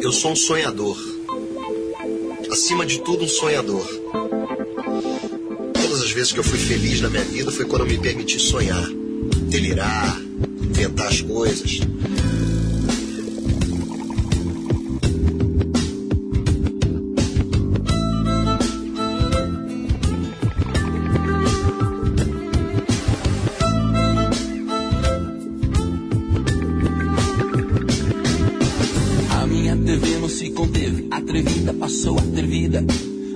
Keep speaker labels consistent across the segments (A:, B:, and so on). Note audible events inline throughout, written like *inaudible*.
A: Eu sou um sonhador. Acima de tudo, um sonhador. Todas as vezes que eu fui feliz na minha vida foi quando eu me permiti sonhar, delirar, inventar as coisas.
B: A minha TV não se conteve, atrevida passou atrevida,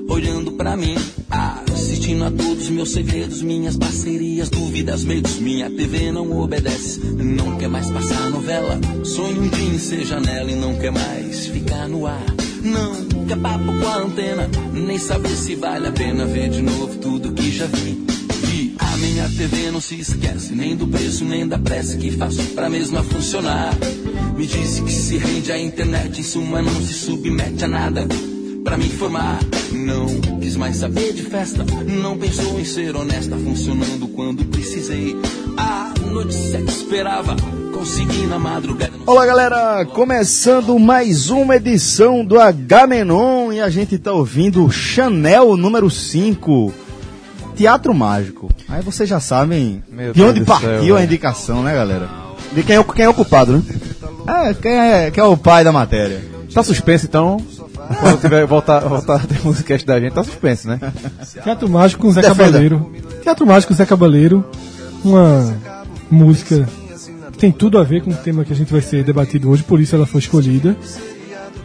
B: olhando pra mim, assistindo a todos meus segredos, minhas parcerias, dúvidas, medos. Minha TV não obedece, não quer mais passar novela. Sonho um dia em ser janela e não quer mais ficar no ar. Não quer papo com a antena, nem saber se vale a pena ver de novo tudo que já vi. E a minha TV não se esquece nem do preço, nem da pressa que faço pra mesma funcionar. Me disse que se rende à internet, em suma não se submete a nada. Pra me informar, não quis mais saber de festa. Não pensou em ser honesta, funcionando quando precisei. A notícia que esperava, consegui na madrugada.
C: Olá galera, começando mais uma edição do Agamenon e a gente tá ouvindo Chanel número 5, Teatro Mágico. Aí vocês já sabem de
D: Meu Deus
C: onde
D: do
C: partiu
D: céu,
C: a
D: velho.
C: indicação, né galera? De quem é, o- quem é o culpado, né? É, quem é, quem é o pai da matéria?
D: Tá suspenso então. Quando tiver voltar, voltar a ter musicast da gente, tá suspenso, né?
E: Tá. Teatro Mágico com Zé
C: Defenda.
E: Cabaleiro. Teatro Mágico Zé Cabaleiro. Uma música que tem tudo a ver com o tema que a gente vai ser debatido hoje, por isso ela foi escolhida.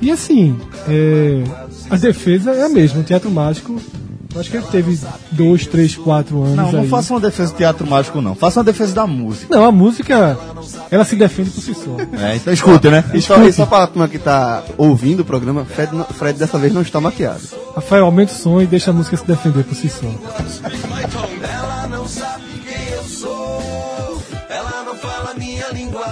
E: E assim, é, a defesa é a mesma, o Teatro Mágico. eu Acho que ele teve dois, três, quatro anos.
C: Não, não
E: aí.
C: faça uma defesa do Teatro Mágico não, faça uma defesa da música.
E: Não, a música, ela se defende por si só.
C: É, então escuta, né?
F: E só, e só para a turma que tá ouvindo o programa, Fred, não- Fred dessa vez não está maquiado.
E: Rafael, aumenta o som e deixa a música se defender por si só.
B: Ela não sabe quem eu sou, ela não fala minha língua.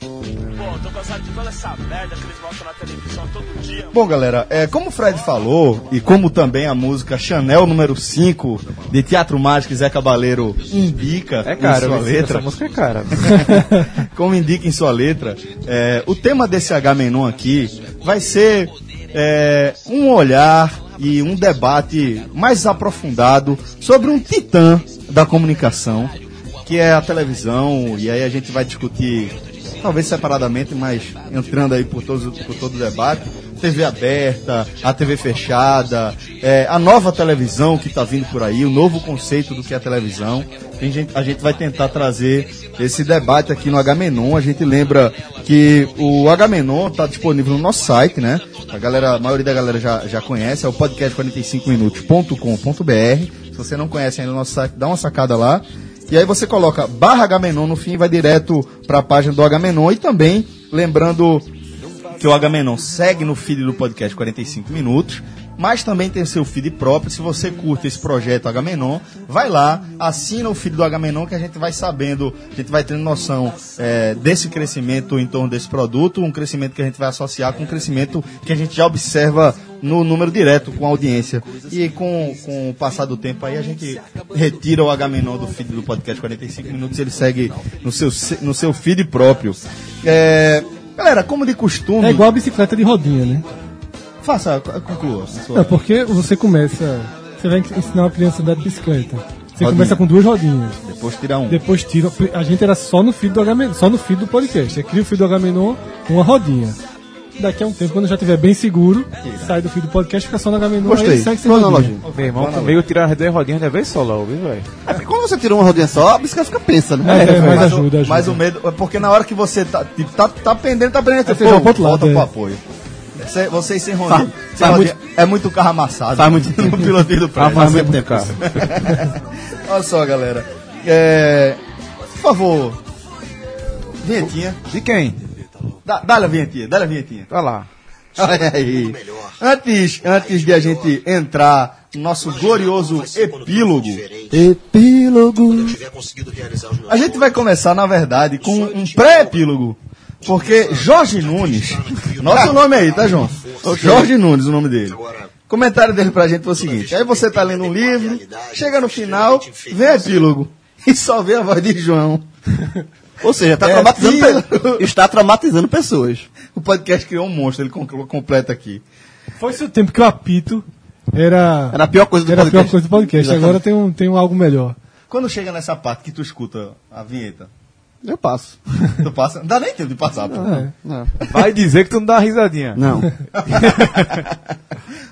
G: Pô, tô cansado de toda essa merda que eles mostram na televisão todo dia.
C: Bom, galera, é, como o Fred falou, e como também a música Chanel número 5 de Teatro Mágico e Zé Cabaleiro indica
D: É cara,
C: em sua
D: essa-
C: letra,
D: Essa música é cara.
C: *laughs* como indica em sua letra, é, o tema desse H-Menon aqui vai ser é, um olhar e um debate mais aprofundado sobre um titã da comunicação, que é a televisão, e aí a gente vai discutir, talvez separadamente, mas entrando aí por, todos, por todo o debate, TV aberta, a TV fechada, é, a nova televisão que está vindo por aí, o novo conceito do que é televisão. Tem gente- a gente vai tentar trazer esse debate aqui no Agamenon. A gente lembra que o Agamenon está disponível no nosso site, né? A galera, a maioria da galera já, já conhece, é o podcast45minutos.com.br. Se você não conhece ainda o nosso site, dá uma sacada lá. E aí você coloca barra Agamenon no fim e vai direto para a página do Agamenon. E também, lembrando que o Agamenon segue no feed do podcast 45 minutos, mas também tem seu feed próprio. Se você curte esse projeto Agamenon, vai lá, assina o feed do Agamenon que a gente vai sabendo, a gente vai tendo noção é, desse crescimento em torno desse produto, um crescimento que a gente vai associar com um crescimento que a gente já observa no número direto com a audiência. E com, com o passar do tempo aí a gente retira o Agamenon do feed do podcast 45 minutos, ele segue no seu, se- no seu feed próprio. É, Galera, como de costume.
E: É igual a bicicleta de rodinha, né?
C: Faça, conclua. a sua-
E: É porque você começa. Você vai ensinar uma criança a andar de bicicleta. Você
C: Rodinha.
E: começa com duas rodinhas.
C: Depois tirar um.
E: Depois tira. A gente era só no feed do Agamenon, só no feed do podcast. Você cria o feed do Agamenon com uma rodinha. Daqui a um tempo, quando já estiver bem seguro, sai do feed do podcast, fica só no Agamenon
F: Gostei.
E: aí segue sem
C: é
F: Boa analogia.
E: rodinha.
D: Ô, *laughs* Meu irmão, comigo tirar as duas rodinhas de uma vez só logo, viu, velho?
F: É porque quando você tira uma rodinha só, a bicicleta fica pensa, né?
E: É, mas
C: Mas o-
E: ajuda, ajuda.
C: Mas o medo. é Porque na hora que você tá. Tipo, tá, tá pendendo, tá prendendo.
E: Aí você joga pro outro lado,
C: volta pro
E: é.
C: apoio. Você- vocês sem rodinha.
F: Faz-
C: sem
F: faz
C: rodinha- É muito carro amassado. Faz *laughs* muito tempo. pilotinho do prédio.
D: Faz muito tempo isso.
C: *laughs* Olha só, galera. É, Por favor. Vinhetinha.
D: De quem?
C: Dá- Dá-lhe a vinhetinha, dá-lhe a vinhetinha.
D: Tá lá.
C: Olha aí. Antes, antes de a gente entrar no nosso glorioso epílogo,
F: Epílogo.
A: Tiver conseguido realizar os meus
C: a gente vai começar, na verdade, com um pré-epílogo. Porque Jorge Nunes, nosso nome aí, tá, João? Jorge Nunes, o nome dele. Comentário dele pra gente foi o seguinte: aí você tá lendo um
A: um
C: livro, chega no final, vem epílogo, e só vê a voz de João.
A: *laughs* Ou seja, tá
C: É,
A: traumatizando
C: tira.
A: pe- está traumatizando pessoas.
C: O podcast criou um monstro, ele con- completa aqui.
E: Foi seu tempo que o apito era,
A: Era a pior coisa do
E: era a
A: podcast.
E: pior coisa do podcast.
A: Exatamente.
E: Agora tem, um, tem um algo melhor.
C: Quando chega nessa parte que tu escuta a vinheta,
A: Eu passo.
C: tu passa. Não dá nem tempo de passar, pô.
E: É.
A: Não.
D: Vai dizer que tu não dá uma risadinha.
A: Não.
C: *laughs*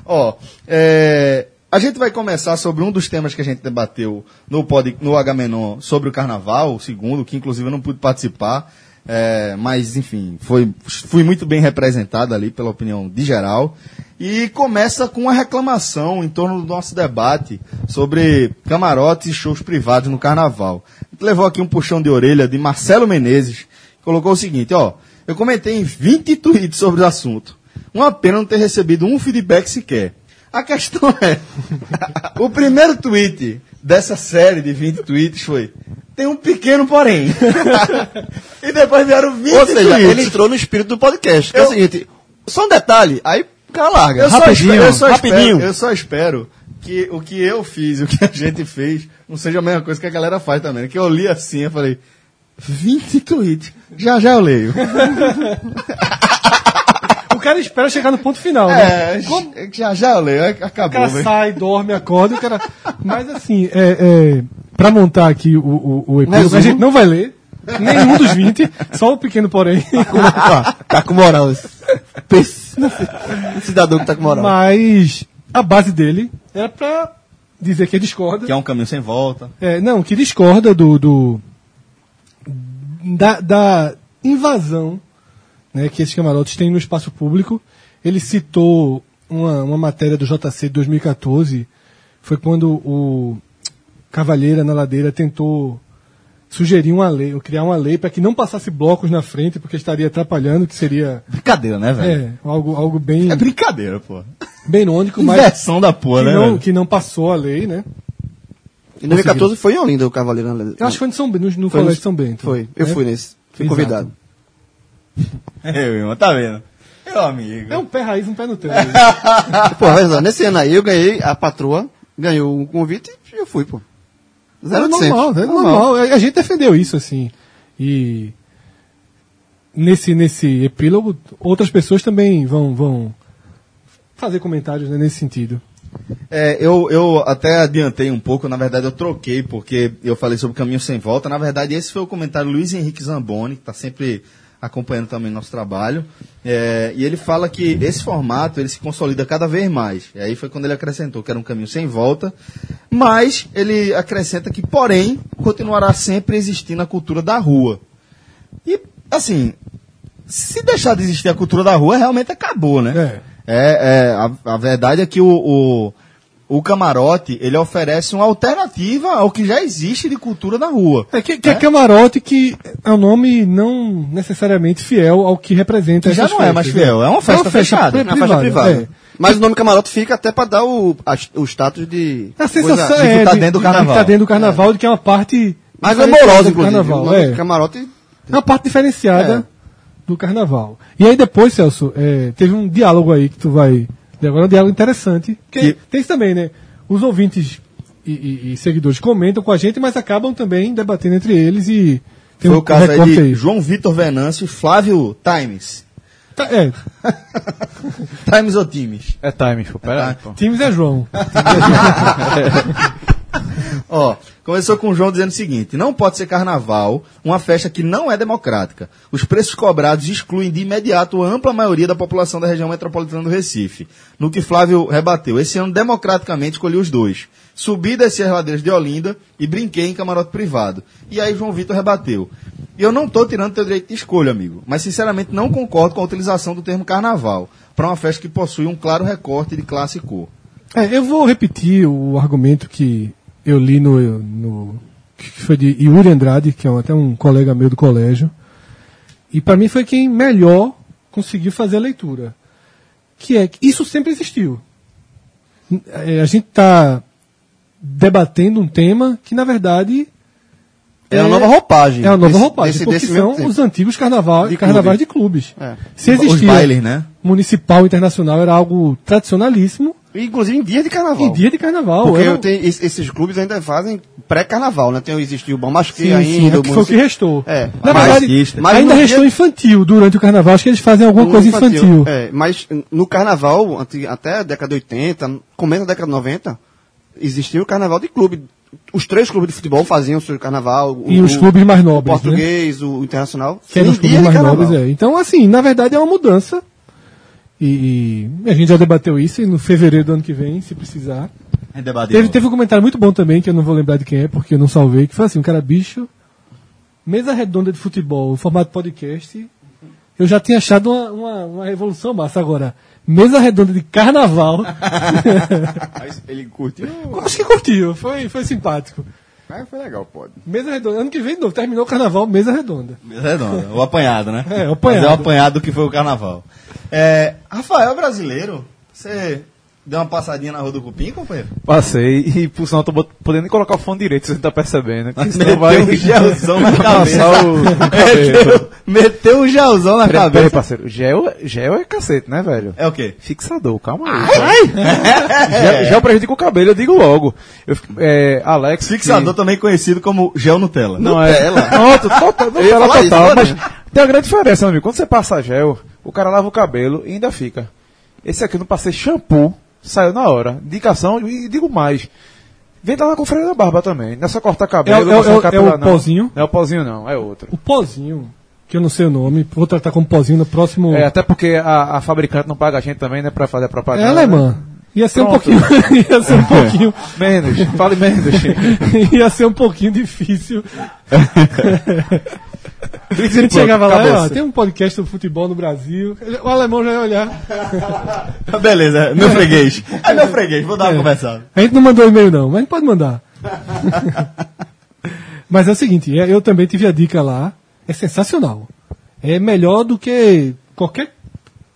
C: Ó, é, a gente vai começar sobre um dos temas que a gente debateu no, pod, no Agamenon sobre o carnaval, o segundo, que inclusive eu não pude participar. é, mas, enfim, foi, fui muito bem representado ali pela opinião de geral. E começa com uma reclamação em torno do nosso debate sobre camarotes e shows privados no carnaval. A gente levou aqui um puxão de orelha de Marcelo Menezes, que colocou o seguinte, ó. Eu comentei em 20 tweets sobre o assunto. Uma pena não ter recebido um feedback sequer. A questão *laughs* é: o primeiro tweet dessa série de 20 tweets foi. Tem um pequeno porém. *laughs* e depois vieram 20
A: Ou seja,
C: tweets.
A: ele entrou no espírito do podcast. que é o
C: Eu-
A: seguinte, só um detalhe, aí o cara larga.
C: Eu só
A: rapidinho,
C: espero- eu só espero-
A: rapidinho.
C: eu só espero que o que eu fiz, *laughs* o que a gente fez, não seja a mesma coisa que a galera faz também. Que eu li assim, eu falei, 20 tweets. Já já eu leio.
E: O cara espera chegar no ponto final, né?
C: É, já já eu leio.
E: O
C: Acabou,
E: cara
C: velho.
E: sai, dorme, acorda, o cara. Mas assim, é, é, pra montar aqui o, o, o episódio,
A: Resumo.
E: a gente não é vai ler. Nenhum dos 20, só o pequeno porém.
A: Tá, tá com moral. esse- Pense nesse cidadão que tá com moral.
E: Mas a base dele era pra dizer que discorda.
C: Que é um caminho sem volta.
E: É, não, que discorda do. do- da, da invasão né, que esses camarotes têm no espaço público. Ele citou uma, uma matéria do JC de 2014, foi quando o Cavalheira na Ladeira tentou sugerir uma lei, ou criar uma lei para que não passasse blocos na frente, porque estaria atrapalhando, que seria
C: Brincadeira, né, velho?
E: é, algo, algo bem,
C: É, brincadeira, pô.
E: bem irônico, mas
C: Inversão da porra,
E: que
C: né,
E: não,
C: velho?
E: que não passou a lei, né?
A: Em 2014 foi em Olinda o Cavaleiro.
E: Eu acho que foi no, São, Bento, no, no
A: Foi
E: Colégio
A: no-
E: São Bento.
A: Foi, eu
E: né?
A: fui nesse. Fui
E: Exato.
A: convidado.
C: *laughs* Meu irmão, tá vendo? Meu amigo.
E: É um pé raiz, um pé no tempo.
A: *laughs* Pô, mas, ó, nesse ano aí eu ganhei, a patroa ganhou um convite e eu fui, pô.
E: Era
A: Zero de
E: É normal, era normal. É, A gente defendeu isso, assim. E nesse, nesse epílogo, outras pessoas também vão, vão fazer comentários né, nesse sentido.
C: É, eu, eu até adiantei um pouco, na verdade eu troquei, porque eu falei sobre Caminho Sem Volta. Na verdade, esse foi o comentário do Luiz Henrique Zamboni, que está sempre acompanhando também nosso trabalho. É, e ele fala que esse formato ele se consolida cada vez mais. E aí foi quando ele acrescentou que era um caminho sem volta. Mas ele acrescenta que, porém, continuará sempre existindo a cultura da rua. E, assim, se deixar de existir a cultura da rua, realmente acabou, né? É. é, a, a verdade é que o, o, o camarote, ele oferece uma alternativa ao que já existe de cultura da rua.
E: É que, que é camarote que é um nome não necessariamente fiel ao que representa
C: Que já
E: essas
C: não é mais
E: festas, né?
C: fiel, é uma festa fechada.
E: pri-
A: É uma faixa privada.
E: é.
A: Mas o nome camarote fica até pra dar o, a- o status de.
E: A sensação
A: coisa-
E: é
C: que tá
E: de-
C: dentro do
E: de- de que
C: carnaval.
E: tá dentro do carnaval, é de que é uma parte
A: mais
E: diferenciada
A: glamourosa,
E: do
A: inclusive. O
E: Carnaval,
A: nome
E: é.
A: Camarote.
E: É uma parte
C: É.
E: diferenciada do carnaval. E aí depois, Celso, é, teve um diálogo aí que tu vai. de Agora é um diálogo interessante. Porque
C: Que-
E: tem isso também, né? Os ouvintes e, e- e seguidores comentam com a gente, mas acabam também debatendo entre eles e. Tem um
C: Foi o caso aí
E: recorte
C: de João Vitor Venâncio e Flávio *laughs* Times.
E: Tá, é,
C: Times ou Times?
D: É time, pô. Pera aí, pô.
E: Times é João.
C: Ó, começou com o João dizendo o seguinte: não pode ser carnaval uma festa que não é democrática. Os preços cobrados excluem de imediato a ampla maioria da população da região metropolitana do Recife. No que Flávio rebateu, esse ano democraticamente escolhi os dois. Subi descer as ladeiras de Olinda e brinquei em camarote privado. E aí João Vitor rebateu. E eu não tô tirando teu direito de escolha, amigo, mas sinceramente não concordo com a utilização do termo carnaval para uma festa que possui um claro recorte de classe e cor.
E: É, eu vou repetir o argumento que eu li no, no- que foi de Yuri Andrade, que é um- até um colega meu do colégio. E para mim foi quem melhor conseguiu fazer a leitura. Que é que isso sempre existiu. N- é, A gente está debatendo um tema que na verdade
A: É uma nova roupagem.
E: é a nova
A: Desse-
E: roupagem,
A: desse-
E: porque
A: desse mesmo
E: são
A: tempo.
E: os antigos carnaval,
A: De
E: carnavais de clubes.
A: É.
E: Se
C: Os
E: existia
C: bailes, né?
E: municipal internacional era algo tradicionalíssimo,
C: Inclusive em dias de carnaval.
E: Em dia de carnaval.
C: Porque
E: era-
C: eu tenho- es- esses clubes ainda fazem pré-carnaval, né? Tem, existe o Bom Masque
E: Sim,
C: ainda.
E: sim, é
C: o
E: que foi o que
C: município-
E: restou.
C: É,
E: Na
C: mas-
E: verdade,
C: mas
E: ainda
C: no
E: restou
C: dia-
E: infantil durante o carnaval. Acho que eles fazem alguma coisa infantil.
C: É, mas no carnaval, anti- até a década de 80, começo da década de 90, existia o carnaval de clube. Os três clubes de futebol faziam o seu carnaval. o-
E: E os
C: o-
E: clubes mais
C: O
E: nobres, né?
C: português, o internacional.
E: Que é nos
C: em
E: clubes
C: dia de
E: mais
C: carnaval.
E: nobres, é. Então, assim, na verdade é uma mudança. E, e a gente já debateu isso e no fevereiro do ano que vem, se precisar.
A: É
E: Teve, teve um comentário muito bom também, que eu não vou lembrar de quem é, porque eu não salvei, que foi assim, um cara bicho, mesa redonda de futebol, formato podcast. Eu já tinha achado uma, uma, uma revolução massa agora. Mesa redonda
C: *laughs*
E: de carnaval. é.
H: Ele curtiu,
E: Acho que curtiu, foi, foi simpático.
H: mas foi legal, pode.
E: Mesa redonda, ano que vem de novo, terminou o carnaval, mesa redonda.
A: Redonda, é o apanhado,
C: *laughs*
A: né?
E: É, o apanhado.
A: Mas é o apanhado do que foi o carnaval. É, Rafael Brasileiro, você deu uma passadinha na Rua do Cupim,
C: *laughs*
A: companheiro?
D: Passei e, por sinal, tô bot- podendo nem colocar o fone direito, você não tá percebendo. Porque senão
A: Meteu
D: vai
A: um gelzão na cabeça.
D: *laughs* passar
A: *laughs*
D: o o cabelo.
A: Meteu, meteu um gelzão na
D: Peraí, peraí,
A: cabeça.
D: parceiro. Gel, gel é cacete, né, velho?
A: É o quê?
D: Fixador, calma aí. cara. Gel,
A: *laughs* É.
D: gel prejudica o cabelo, eu digo logo. Eu, fico- é, Alex.
A: Fixador
D: que-
A: também conhecido como gel Nutella.
D: Não, é. Pronto, total,
E: *laughs*
D: Nutella
C: falar isso
D: total.
C: agora,
D: mas
C: né?
D: tem uma grande diferença, meu amigo. Quando você passa gel, o cara lava o cabelo e ainda fica. Esse aqui eu não passei shampoo, saiu na hora. Indicação, e digo mais. Vem dar uma conferida na barba também. Não é só cortar cabelo,
E: É o- é o-
D: passar
E: é o
D: capilar, não.
E: pozinho?
D: Não é o pozinho, não, é outro.
E: O pozinho, que eu não sei o nome, vou tratar como pozinho no próximo.
D: É, até porque a, a fabricante não paga a gente também, né, pra fazer a propaganda. né?
E: É alemã. Ia ser
D: Pronto. É.
E: um pouquinho. *laughs*
D: *laughs*
E: ia ser um pouquinho.
D: Menos, fale menos.
E: *laughs* ia ser um pouquinho difícil.
D: Crise
E: A gente chegava lá,
D: cabeça.
E: ó, tem um podcast sobre futebol no Brasil. O alemão já ia olhar.
A: Ah, Beleza, meu freguês. É meu freguês, vou dar uma conversada.
E: A gente não mandou e-mail, não, mas a gente pode mandar. mas é o seguinte, é, eu também tive a dica lá. É sensacional. É melhor do que qualquer,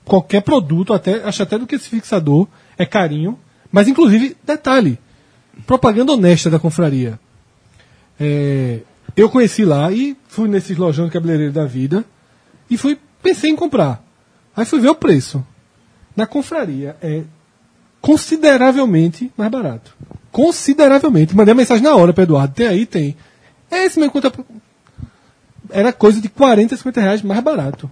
E: qualquer produto, até, acho até do que esse fixador. É carinho. Mas, inclusive, detalhe: propaganda honesta da confraria. É, eu conheci lá e fui nesses lojão de cabeleireiro da vida e fui pensei em comprar. Aí fui ver o preço. Na confraria é consideravelmente mais barato. Consideravelmente. Mandei a mensagem na hora para Eduardo. Tem aí? Tem. É esse meu conta. Era coisa de 40, 50 reais mais barato.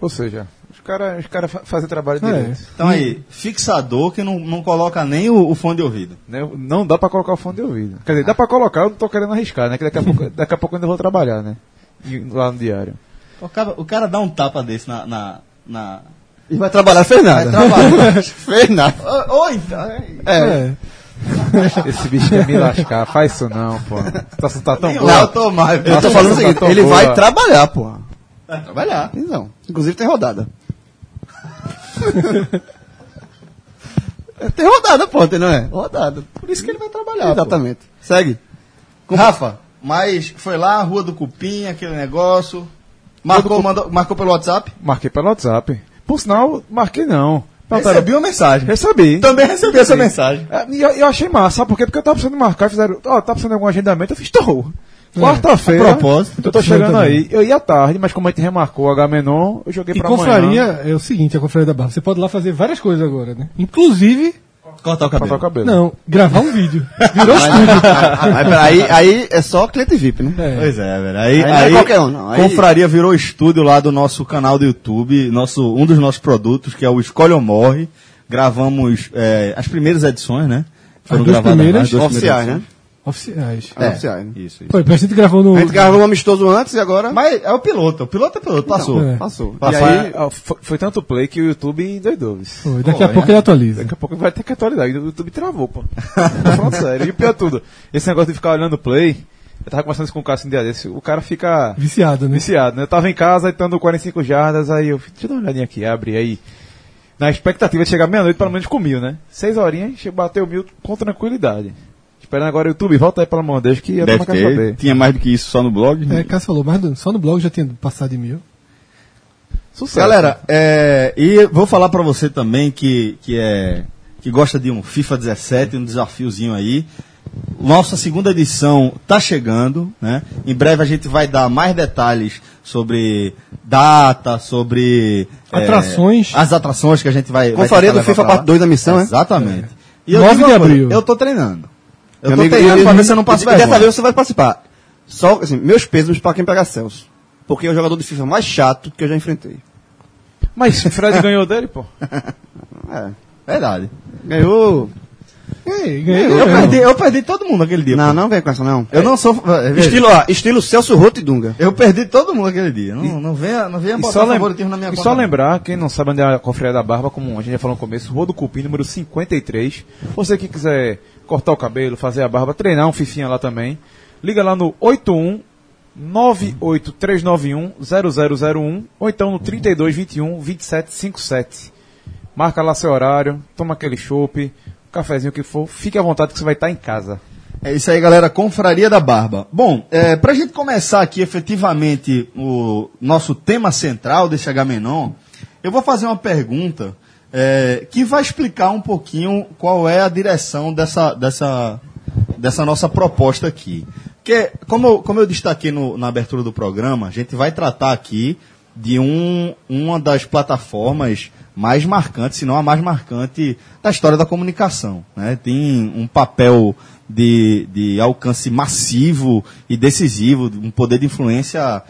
D: Ou seja, os caras os cara fa- fazem trabalho
E: É.
D: direito.
A: Então aí, fixador que não, não coloca nem o, o fone de ouvido.
D: né? Não dá pra colocar o fone de ouvido. Quer dizer, dá pra colocar, eu não tô querendo arriscar, né? Que daqui a pouco, daqui a pouco eu ainda vou trabalhar, né? E- Lá no diário.
A: O cara, o cara dá um tapa desse na. na, na...
C: E vai trabalhar, fez nada.
A: trabalhar.
C: *laughs* fez nada.
A: Ou ou então.
E: É.
D: Esse bicho quer me lascar, faz isso não, pô. Tá, tá tão
A: Nem
D: bom.
A: lá eu tô mais.
C: Eu tô falando o
D: Nossa,
C: seguinte,
D: tá
C: ele
D: boa.
C: vai trabalhar, porra.
A: Vai trabalhar.
C: Então, inclusive tem rodada. tem rodada, pô, tem, não é? Rodada. Por isso que ele vai trabalhar. Exatamente. Segue.
A: Rafa, mas foi lá, Rua do Cupim, aquele negócio. Marcou, mandou, marcou pelo WhatsApp?
D: Marquei pelo WhatsApp. Por sinal, marquei não. Perguntaram-
A: Recebi uma mensagem.
D: Recebi.
A: Também recebi essa mensagem.
D: É, E eu, eu achei massa, sabe por quê? Porque eu tava precisando marcar, fizeram, ó, tá precisando de algum agendamento, eu fiz, tô. Quarta-feira.
E: É, a propósito,
D: eu
E: tô
D: tô
E: precisando
D: chegando
E: também.
D: aí. Eu ia à tarde, mas como a gente remarcou o H-Menon, eu joguei
E: E
D: pra
E: confraria
D: amanhã.
E: é o seguinte, a confraria da barra. Você pode lá fazer várias coisas agora, né? Inclusive,
A: Cortar o
D: Cortar o cabelo.
E: não, gravar um vídeo. Virou estúdio.
C: Ah, Mas peraí, aí é só cliente VIP, né?
E: É.
A: Pois é, velho. Aí,
C: Aí não é
A: aí,
C: qualquer um, não. Aí-
A: Confraria virou estúdio lá do nosso canal do YouTube, nosso, um dos nossos produtos, que é o Escolhe ou Morre. Gravamos é, as primeiras edições, né?
E: duas
A: gravadas lá,
E: primeiras
A: as duas
C: Oficiais,
A: primeiras
C: né?
E: Oficiais.
A: edições. É,
C: Oficiais, né?
A: Isso, isso.
E: Pô, a gente gravou no.
C: A gente gravou um amistoso antes e agora.
A: Mas é o piloto, o piloto é piloto, passou.
E: é.
C: Passou.
D: E
A: Passou.
D: aí, ó, fo- foi, tanto play que o YouTube endoidou. viu?
E: Pô, daqui a
A: Pô,
E: pouco
A: é.
E: ele atualiza.
D: Daqui a pouco vai ter que atualizar. O YouTube travou, pô. Tô falando sério. E o pior é tudo, esse negócio de ficar olhando o play, eu tava conversando isso com o Cássio um dia desse, o cara fica
E: Viciado, né?
D: viciado, né? Eu tava em casa, estando 45 jardas, aí eu, deixa eu dar uma olhadinha aqui, abre aí. Na expectativa de chegar meia-noite, pelo menos com mil, né? Seis horinhas, che- bateu mil com tranquilidade. Esperando agora o YouTube, volta aí, pelo amor de Deus, que eu
H: Deve
D: quero saber.
H: ter. Tinha mais do que isso só no blog. né?
E: É, Cássio falou, mas só no blog já tinha passado de mil.
D: Sucesso.
A: Galera, é, e vou falar pra você também que, que, é, que gosta de um FIFA 17, um desafiozinho aí. nossa segunda edição está chegando, né? Em breve a gente vai dar mais detalhes sobre data, sobre eh,
E: Atrações.
I: Ah,
A: as atrações que a gente vai. vai
C: Confraria
A: tentar
C: do
A: levar
C: FIFA
A: pra lá.
C: parte dois da missão, né?
A: Exatamente. E digo
E: 9 de
A: uma coisa,
E: abril.
A: Eu tô treinando. Eu
C: Meu
A: tô
C: amigo,
A: treinando
C: e-
A: pra ver se eu não passo
C: e Dessa
A: vergonha.
C: vez você vai participar. Só, assim, meus pesos pra quem pegar Celso. Porque é o jogador de FIFA mais chato que eu já enfrentei.
D: Mas Fred ganhou dele, pô.
C: É.
A: Verdade.
C: Ganhou.
E: Ei, ganhei,
A: Eu
E: ganhei.
A: perdi, eu perdi todo mundo aquele dia.
C: Não,
A: pô.
C: não vem com essa, não.
A: Eu não sou. eh,
C: Estilo, ó, estilo Celso Roto e Dunga.
A: Eu perdi todo mundo aquele dia. Não, não venha, não venha
D: E
A: botar
D: só, lem-
A: favoritismo na minha
D: e
A: conta.
D: só
A: não.
D: lembrar, quem não sabe onde é a Confraria da Barba, como a gente já falou no começo, Rua do Cupim, número 53. Você que quiser cortar o cabelo, fazer a barba, treinar um fifinha lá também, liga lá no 81 98391 0001 ou então no 3221 2757. Marca lá seu horário, toma aquele chopp, um cafezinho que for, fique à vontade que você vai estar em casa.
A: É isso aí, galera. Confraria da Barba. Bom, é, pra gente começar aqui efetivamente o nosso tema central desse Agamenon, eu vou fazer uma pergunta é, que vai explicar um pouquinho qual é a direção dessa, dessa, dessa nossa proposta aqui. Porque, como, eu- como eu destaquei no- na abertura do programa, a gente vai tratar aqui de um, uma das plataformas mais marcantes, se não a mais marcante da história da comunicação. né? Tem um papel de, de alcance massivo e decisivo, um poder de influência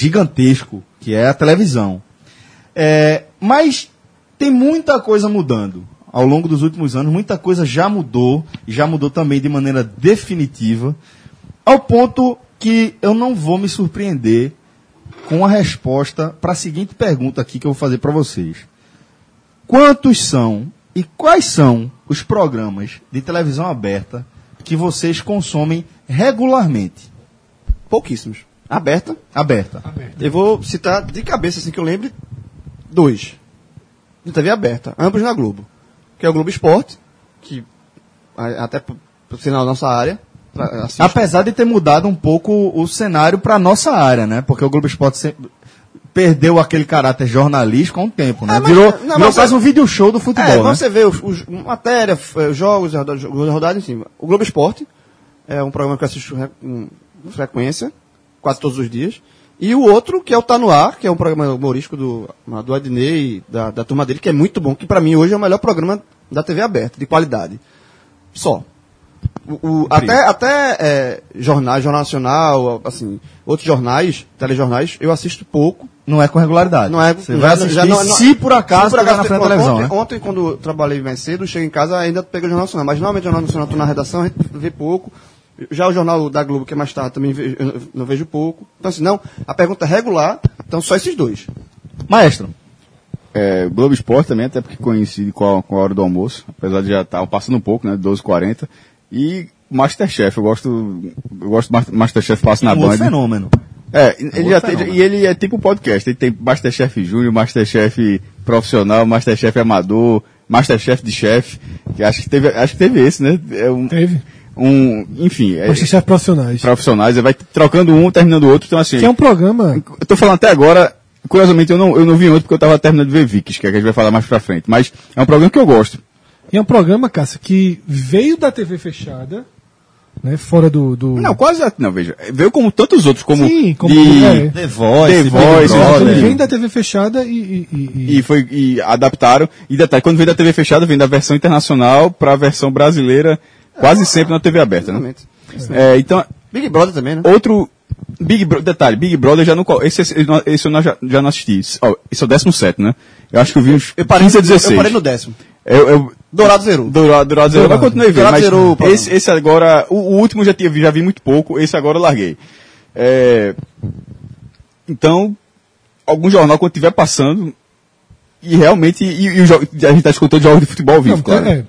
A: gigantesco, que é a televisão. É, mas tem muita coisa mudando. Ao longo dos últimos anos, muita coisa já mudou, e já mudou também de maneira definitiva, ao ponto que eu não vou me surpreender com a resposta para a seguinte pergunta aqui que eu vou fazer para vocês. Quantos são e quais são os programas de televisão aberta que vocês consomem regularmente?
C: Pouquíssimos. Aberta.
A: Aberta.
C: Eu vou citar de cabeça, assim que eu lembre, dois. De TV aberta, ambos na Globo. Que é o Globo Esporte, que a- até por por sinal da nossa área, assim, tra- assiste.
A: Apesar de ter mudado um pouco o cenário para nossa área, né? Porque o Globo Esporte sempre perdeu aquele caráter jornalístico há um tempo, né?
C: Ah, mas-
A: virou
C: não,
A: virou
C: mas-
A: quase um vídeo show do futebol,
C: É,
A: né?
C: você vê os, os matéria, f- eh, jogos, a roda- jogos da rodada em cima. O Globo Esporte é um programa que eu assisto re- com frequência, quase todos os dias. E o outro, que é o Tá No Ar, que é um programa humorístico do, do Adnei, da, da turma dele, que é muito bom, que pra mim hoje é o melhor programa da TV aberta, de qualidade. Só. O- o- até até eh, jornais, Jornal Nacional, assim, outros jornais, telejornais, eu assisto pouco,
A: Não é com regularidade.
C: não é,
A: você
C: já-
A: vai
C: já
A: assistir
C: não- não-
A: se por acaso
C: se por
A: tiver
C: acaso
A: na frente da
C: pronto,
A: televisão,
C: ontem,
A: né?
C: ontem, quando eu trabalhei mais cedo, eu chego em casa, ainda pego o Jornal Nacional. Mas normalmente o Jornal Nacional eu tô na redação, a gente vê pouco. Já o Jornal da Globo, que é mais tarde, também vejo- eu não vejo pouco. Então, assim, não, a pergunta é regular, então só esses dois.
A: Maestro,
H: É, Globo Esporte também, até porque coincide com a, com a hora do almoço, apesar de já estar passando um pouco, né? 12h40. E Masterchef, eu gosto. Eu gosto do Mas- Masterchef passa na
A: um
H: Band.
A: outro fenômeno.
H: É, ele já tem,
A: fenômeno.
H: e ele é tipo podcast. Ele tem Masterchef Júnior, Masterchef profissional, Masterchef amador, Masterchef de chefe. que é Acho que teve, acho que teve esse, né? É um,
E: Teve.
H: um- enfim, é,
E: Masterchef Profissionais.
H: profissionais. ele Vai trocando um, terminando o outro. Então assim,
E: Que é um programa.
H: eu tô falando até agora, curiosamente eu não, eu não vi ontem porque eu tava terminando de ver Vicks, que, é que a gente vai falar mais pra frente. Mas é um programa que eu gosto.
E: E é um programa, Cássio, que veio da TV fechada, né? Fora do. do...
H: Não, quase. Não, veja. Veio como tantos outros, como.
E: Sim, como-
H: de-
E: é.
A: The Voice,
H: The
A: Big
H: Voice,
E: Ele
A: Brother.
H: exatamente.
E: vem da TV fechada e. e- e- e-
H: E, foi, e adaptaram. E detalhe, quando vem da TV fechada, vem da versão internacional pra versão brasileira, quase sempre na TV aberta, né?
C: Ah, Exatamente.
H: É, então,
C: Big Brother também, né?
H: outro. Big Brother, detalhe, Big Brother já não. co- Esse, esse, eu não- esse eu não- já, já não assisti. Ó, esse é o 17, né? Eu acho que eu vi uns 15 a 16.
C: Eu parei no décimo.
H: Eu- eu-
C: Dourado zerou.
H: Dourado, Dourado zerou, mas
E: Dourado.
H: continuei vendo.
C: Dourado
H: Mas
C: zerou o programa.
H: esse, esse agora, o, o último eu já, tinha, vi- já vi muito pouco, esse agora eu larguei. É, então, algum jornal quando estiver passando, e realmente, e, e o jo- a gente está escutando jogos de futebol ao vivo,
E: Não,
H: claro.
E: é,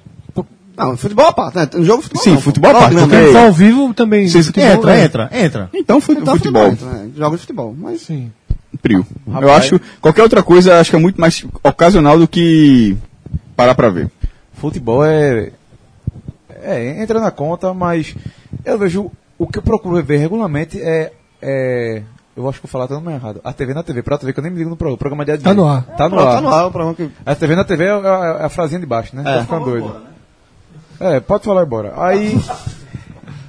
C: Não, futebol à parte, né? No jogo futebol
H: Sim,
C: não, pô.
H: futebol à parte,
C: Programa,
H: porque-
C: né?
E: Tá ao vivo também.
H: Vocês-
E: futebol,
A: Entra,
E: é.
A: entra, entra.
H: Então, fut,
E: tá
C: Então,
H: futebol,
C: futebol, né? Jogos de futebol, mas...
E: Sim.
H: frio. Eu acho, qualquer outra coisa, acho que é muito mais ocasional do que parar pra ver.
D: Futebol é. É, entra na conta, mas eu vejo. O que eu procuro ver regularmente é. é- eu acho que eu vou falar até o nome errado. A TV na TV, pra TV, que eu nem me ligo no programa, o programa de
E: Tá no ar.
D: Tá no
C: Pronto,
D: ar.
C: tá no ar, o programa que...
D: A TV na TV é,
E: né?
D: é- é a frasinha de baixo, né? Tá ficando doido. É, pode falar embora. Aí.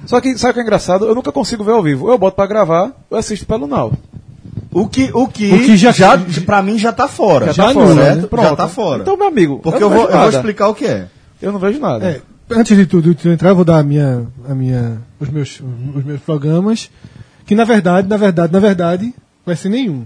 D: Só que sabe o que é engraçado? Eu nunca consigo ver ao vivo. Ou eu boto pra gravar, ou eu assisto pelo Now.
C: O que, o que,
E: O que já-
C: já, pra mim já tá fora.
E: Já
C: tá
E: tá nula,
C: certo?
E: né?
C: Já tá fora.
D: Então, meu amigo,
C: Porque
H: é
D: eu
C: eu
D: não
C: vou,
D: vejo
C: eu vou
D: nada.
C: explicar o que é.
D: Eu não vejo nada.
E: É, antes de tudo de tu entrar, eu vou dar a minha, a minha, os, meus, os meus programas, que na verdade, na verdade, na verdade, vai ser nenhum.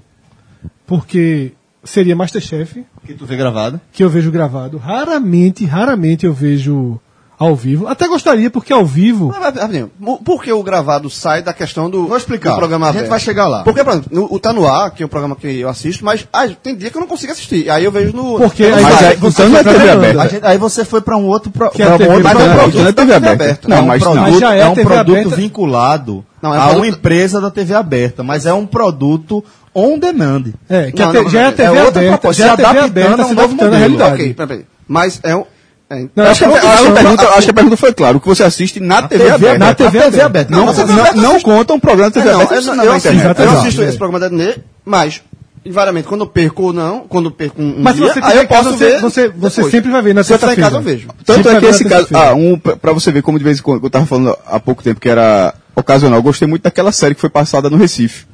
E: Porque seria Masterchef,
C: Que tu vê gravado.
E: que eu vejo gravado. Raramente, raramente eu vejo ao vivo. Até gostaria, porque ao vivo.
I: Mas, mas, rapidinho, mo- Por que o gravado sai da questão do,
C: Vou explicar.
I: do programa
C: A gente
I: aberto?
C: vai chegar lá.
I: Porque, por exemplo, no- o Tá No Ar, que é um programa que eu assisto, mas ah, tem dia que eu não consigo assistir. Aí eu vejo no... Tá
E: Porque
I: no-
E: aí
H: Mas
E: vai-
H: aí,
E: você
H: então não
E: foi
H: é
E: pra
H: TV
E: varanda.
H: aberta.
C: A gente- aí você foi pra um outro, pro,
E: Que é
C: pra
E: a
C: um
E: TV
C: outro
I: Mas
H: Não,
I: é um
C: programa.
H: não é
I: produto da
H: TV
I: TV
H: aberta.
I: aberta.
H: Não,
C: é um
H: mas não.
E: Mas
C: produto,
E: já é
C: é,
E: a
C: um
E: TV
C: produto
E: aberta.
C: vinculado
I: Não, é
C: a uma
I: produto-
C: empresa da TV aberta, mas é um produto on demand.
E: É, que
I: Não,
E: a te-
I: não,
E: já é a
I: é
E: TV
C: outra
E: aberta.
C: proposta,
E: Já é a
C: se
E: TV
C: adaptando
E: aberta,
C: a um
E: se
C: novo
E: adaptando à
C: modelo.
E: realidade.
I: Ok, peraí, peraí. Mas é um... é,
E: Não,
H: Acho que, a,
E: é
H: acho que a pergunta, acho que a pergunta foi clara. O que você assiste na, TV, aberta.
E: na
I: é
E: TV aberta.
H: Não,
I: na
H: não,
I: TV aberta
H: não conta um programa da TV
I: É, não,
H: aberta.
I: é,
H: isso
I: não,
H: não é
I: eu,
H: na
I: assisto,
H: internet.
I: eu
E: exato.
I: assisto
E: É.
I: esse programa da Nenê, mas, invariavelmente, quando eu perco ou não, quando eu perco um, um
E: Mas se
I: dia,
E: você
I: aí
E: tiver
I: eu
E: em casa,
I: posso
E: você-
I: ver
E: você- você
I: depois.
E: sempre vai ver né? Então, na
I: Se eu tiver em
E: sexta-feira.
I: casa, eu vejo.
H: Tanto
E: Sempre
H: é que
E: vai
H: esse
E: na
H: caso.
E: terça-feira.
H: Ah, um, pra, pra você ver como de vez em quando, eu tava falando há pouco tempo que era ocasional, eu gostei muito daquela série que foi passada no Recife.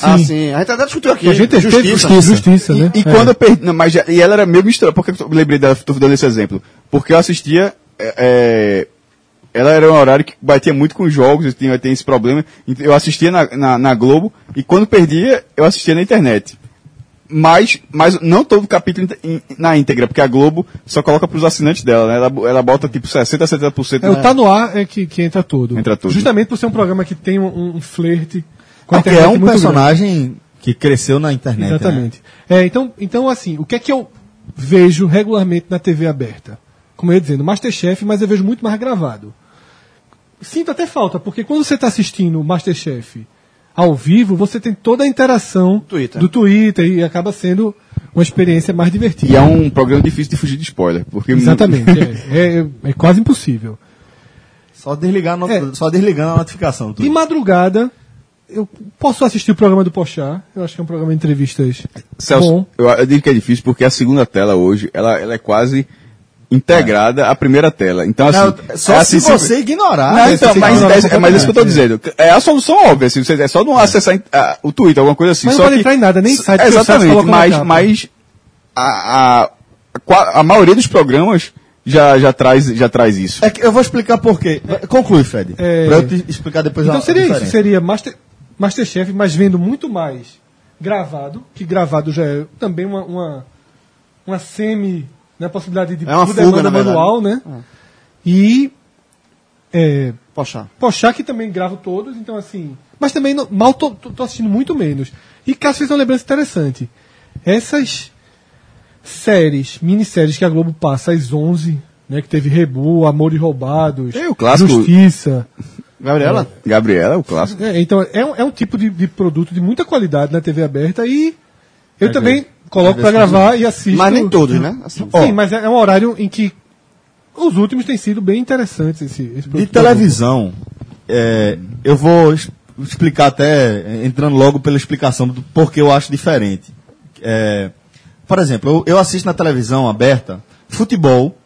I: Ah, sim. A gente até discutiu aqui.
E: A gente teve
I: justiça.
E: justiça, justiça né?
H: E, e
E: É.
H: quando eu perdi. não, mas já- e ela era meio misturada, porque eu lembrei dela, tô dando esse exemplo. Porque eu assistia. é, é, ela era um horário que batia muito com os jogos, eu tinha, eu tinha esse problema. Então, Eu assistia na, na, na Globo e quando perdia, eu assistia na internet. Mas, mas não todo o capítulo inte- in- na íntegra, porque a Globo só coloca para os assinantes dela, né? Ela, bo- ela bota tipo 60, 70%.
E: É,
H: na-
E: o Tá No Ar é que, que entra todo.
H: Entra tudo.
E: Justamente por ser um programa que tem um, um flerte com a
C: Porque é
E: internet
C: um
E: muito
C: personagem que cresceu na internet.
H: né,
C: né?
E: grande. Exatamente. É, então, então, assim, o que é que eu vejo regularmente na TV aberta? Como eu ia dizendo, Masterchef, mas eu vejo muito mais gravado. Sinto até falta, porque quando você está assistindo o Masterchef ao vivo, você tem toda a interação
I: Twitter.
E: do Twitter e acaba sendo uma experiência mais divertida.
H: E é um programa difícil de fugir de spoiler.
E: *laughs*
H: Porque
E: Exatamente. é, é- é quase impossível.
C: Só, desligar a not-
E: É.
C: só desligando a notificação. tudo.
E: De madrugada, eu posso assistir o programa do Pochá. Eu acho que é um programa de entrevistas.
H: *laughs* Celso,
E: bom.
H: eu, eu digo que é difícil porque a segunda tela hoje, ela, ela é quase integrada à primeira tela. Então, assim,
C: Não, só
H: é
C: se
H: assim,
C: você ignorar.
H: Não,
C: né?
H: então,
C: Se
H: mas,
C: ignorar
H: mas- mas é isso que eu tô
C: completamente.
H: dizendo. É a solução óbvia, assim, você- é só não acessar ah, o Twitter, alguma coisa assim.
E: Mas não
H: só
E: vale
H: que-
E: entrar em nada, nem
H: S-
E: site que o Celso
H: Exatamente,
E: colocou na
H: mas,
E: capa.
H: mas a, a, a qua- a maioria dos programas já, já, traz, já traz isso.
C: É que eu vou explicar por quê. Conclui, Fred.
E: É.
C: Pra eu te explicar depois a
E: Então seria isso,
C: diferença.
E: seria Master, Masterchef, mas vendo muito mais gravado, que gravado já é também uma, uma, uma semi, né, possibilidade de
I: É uma
E: por
I: fuga,
E: demanda
I: na verdade.
E: manual, né? E é,
I: Poxa.
E: Pochá que também gravo todos, então assim. Mas também não- mal tô, tô- tô assistindo muito menos. E Cássio fez uma lembrança interessante. Essas séries, minisséries que a Globo passa às 11, né? Que teve Rebu, Amor e Roubados,
H: É, o clássico.
E: Justiça.
I: Gabriela?
H: Gabriela é o clássico.
E: É, então é, um- é um tipo de, de produto de muita qualidade na TV aberta e eu
H: é,
E: também coloco pra gravar e assisto.
I: Mas nem todos, né? Assim,
E: Sim, mas é, é um horário em que os últimos têm sido bem interessantes esse, esse
C: De
E: produto da Globo.
C: televisão, é, eu vou es- explicar até, é, entrando logo pela explicação do porquê eu acho diferente. É, por exemplo, eu, eu assisto na televisão aberta futebol.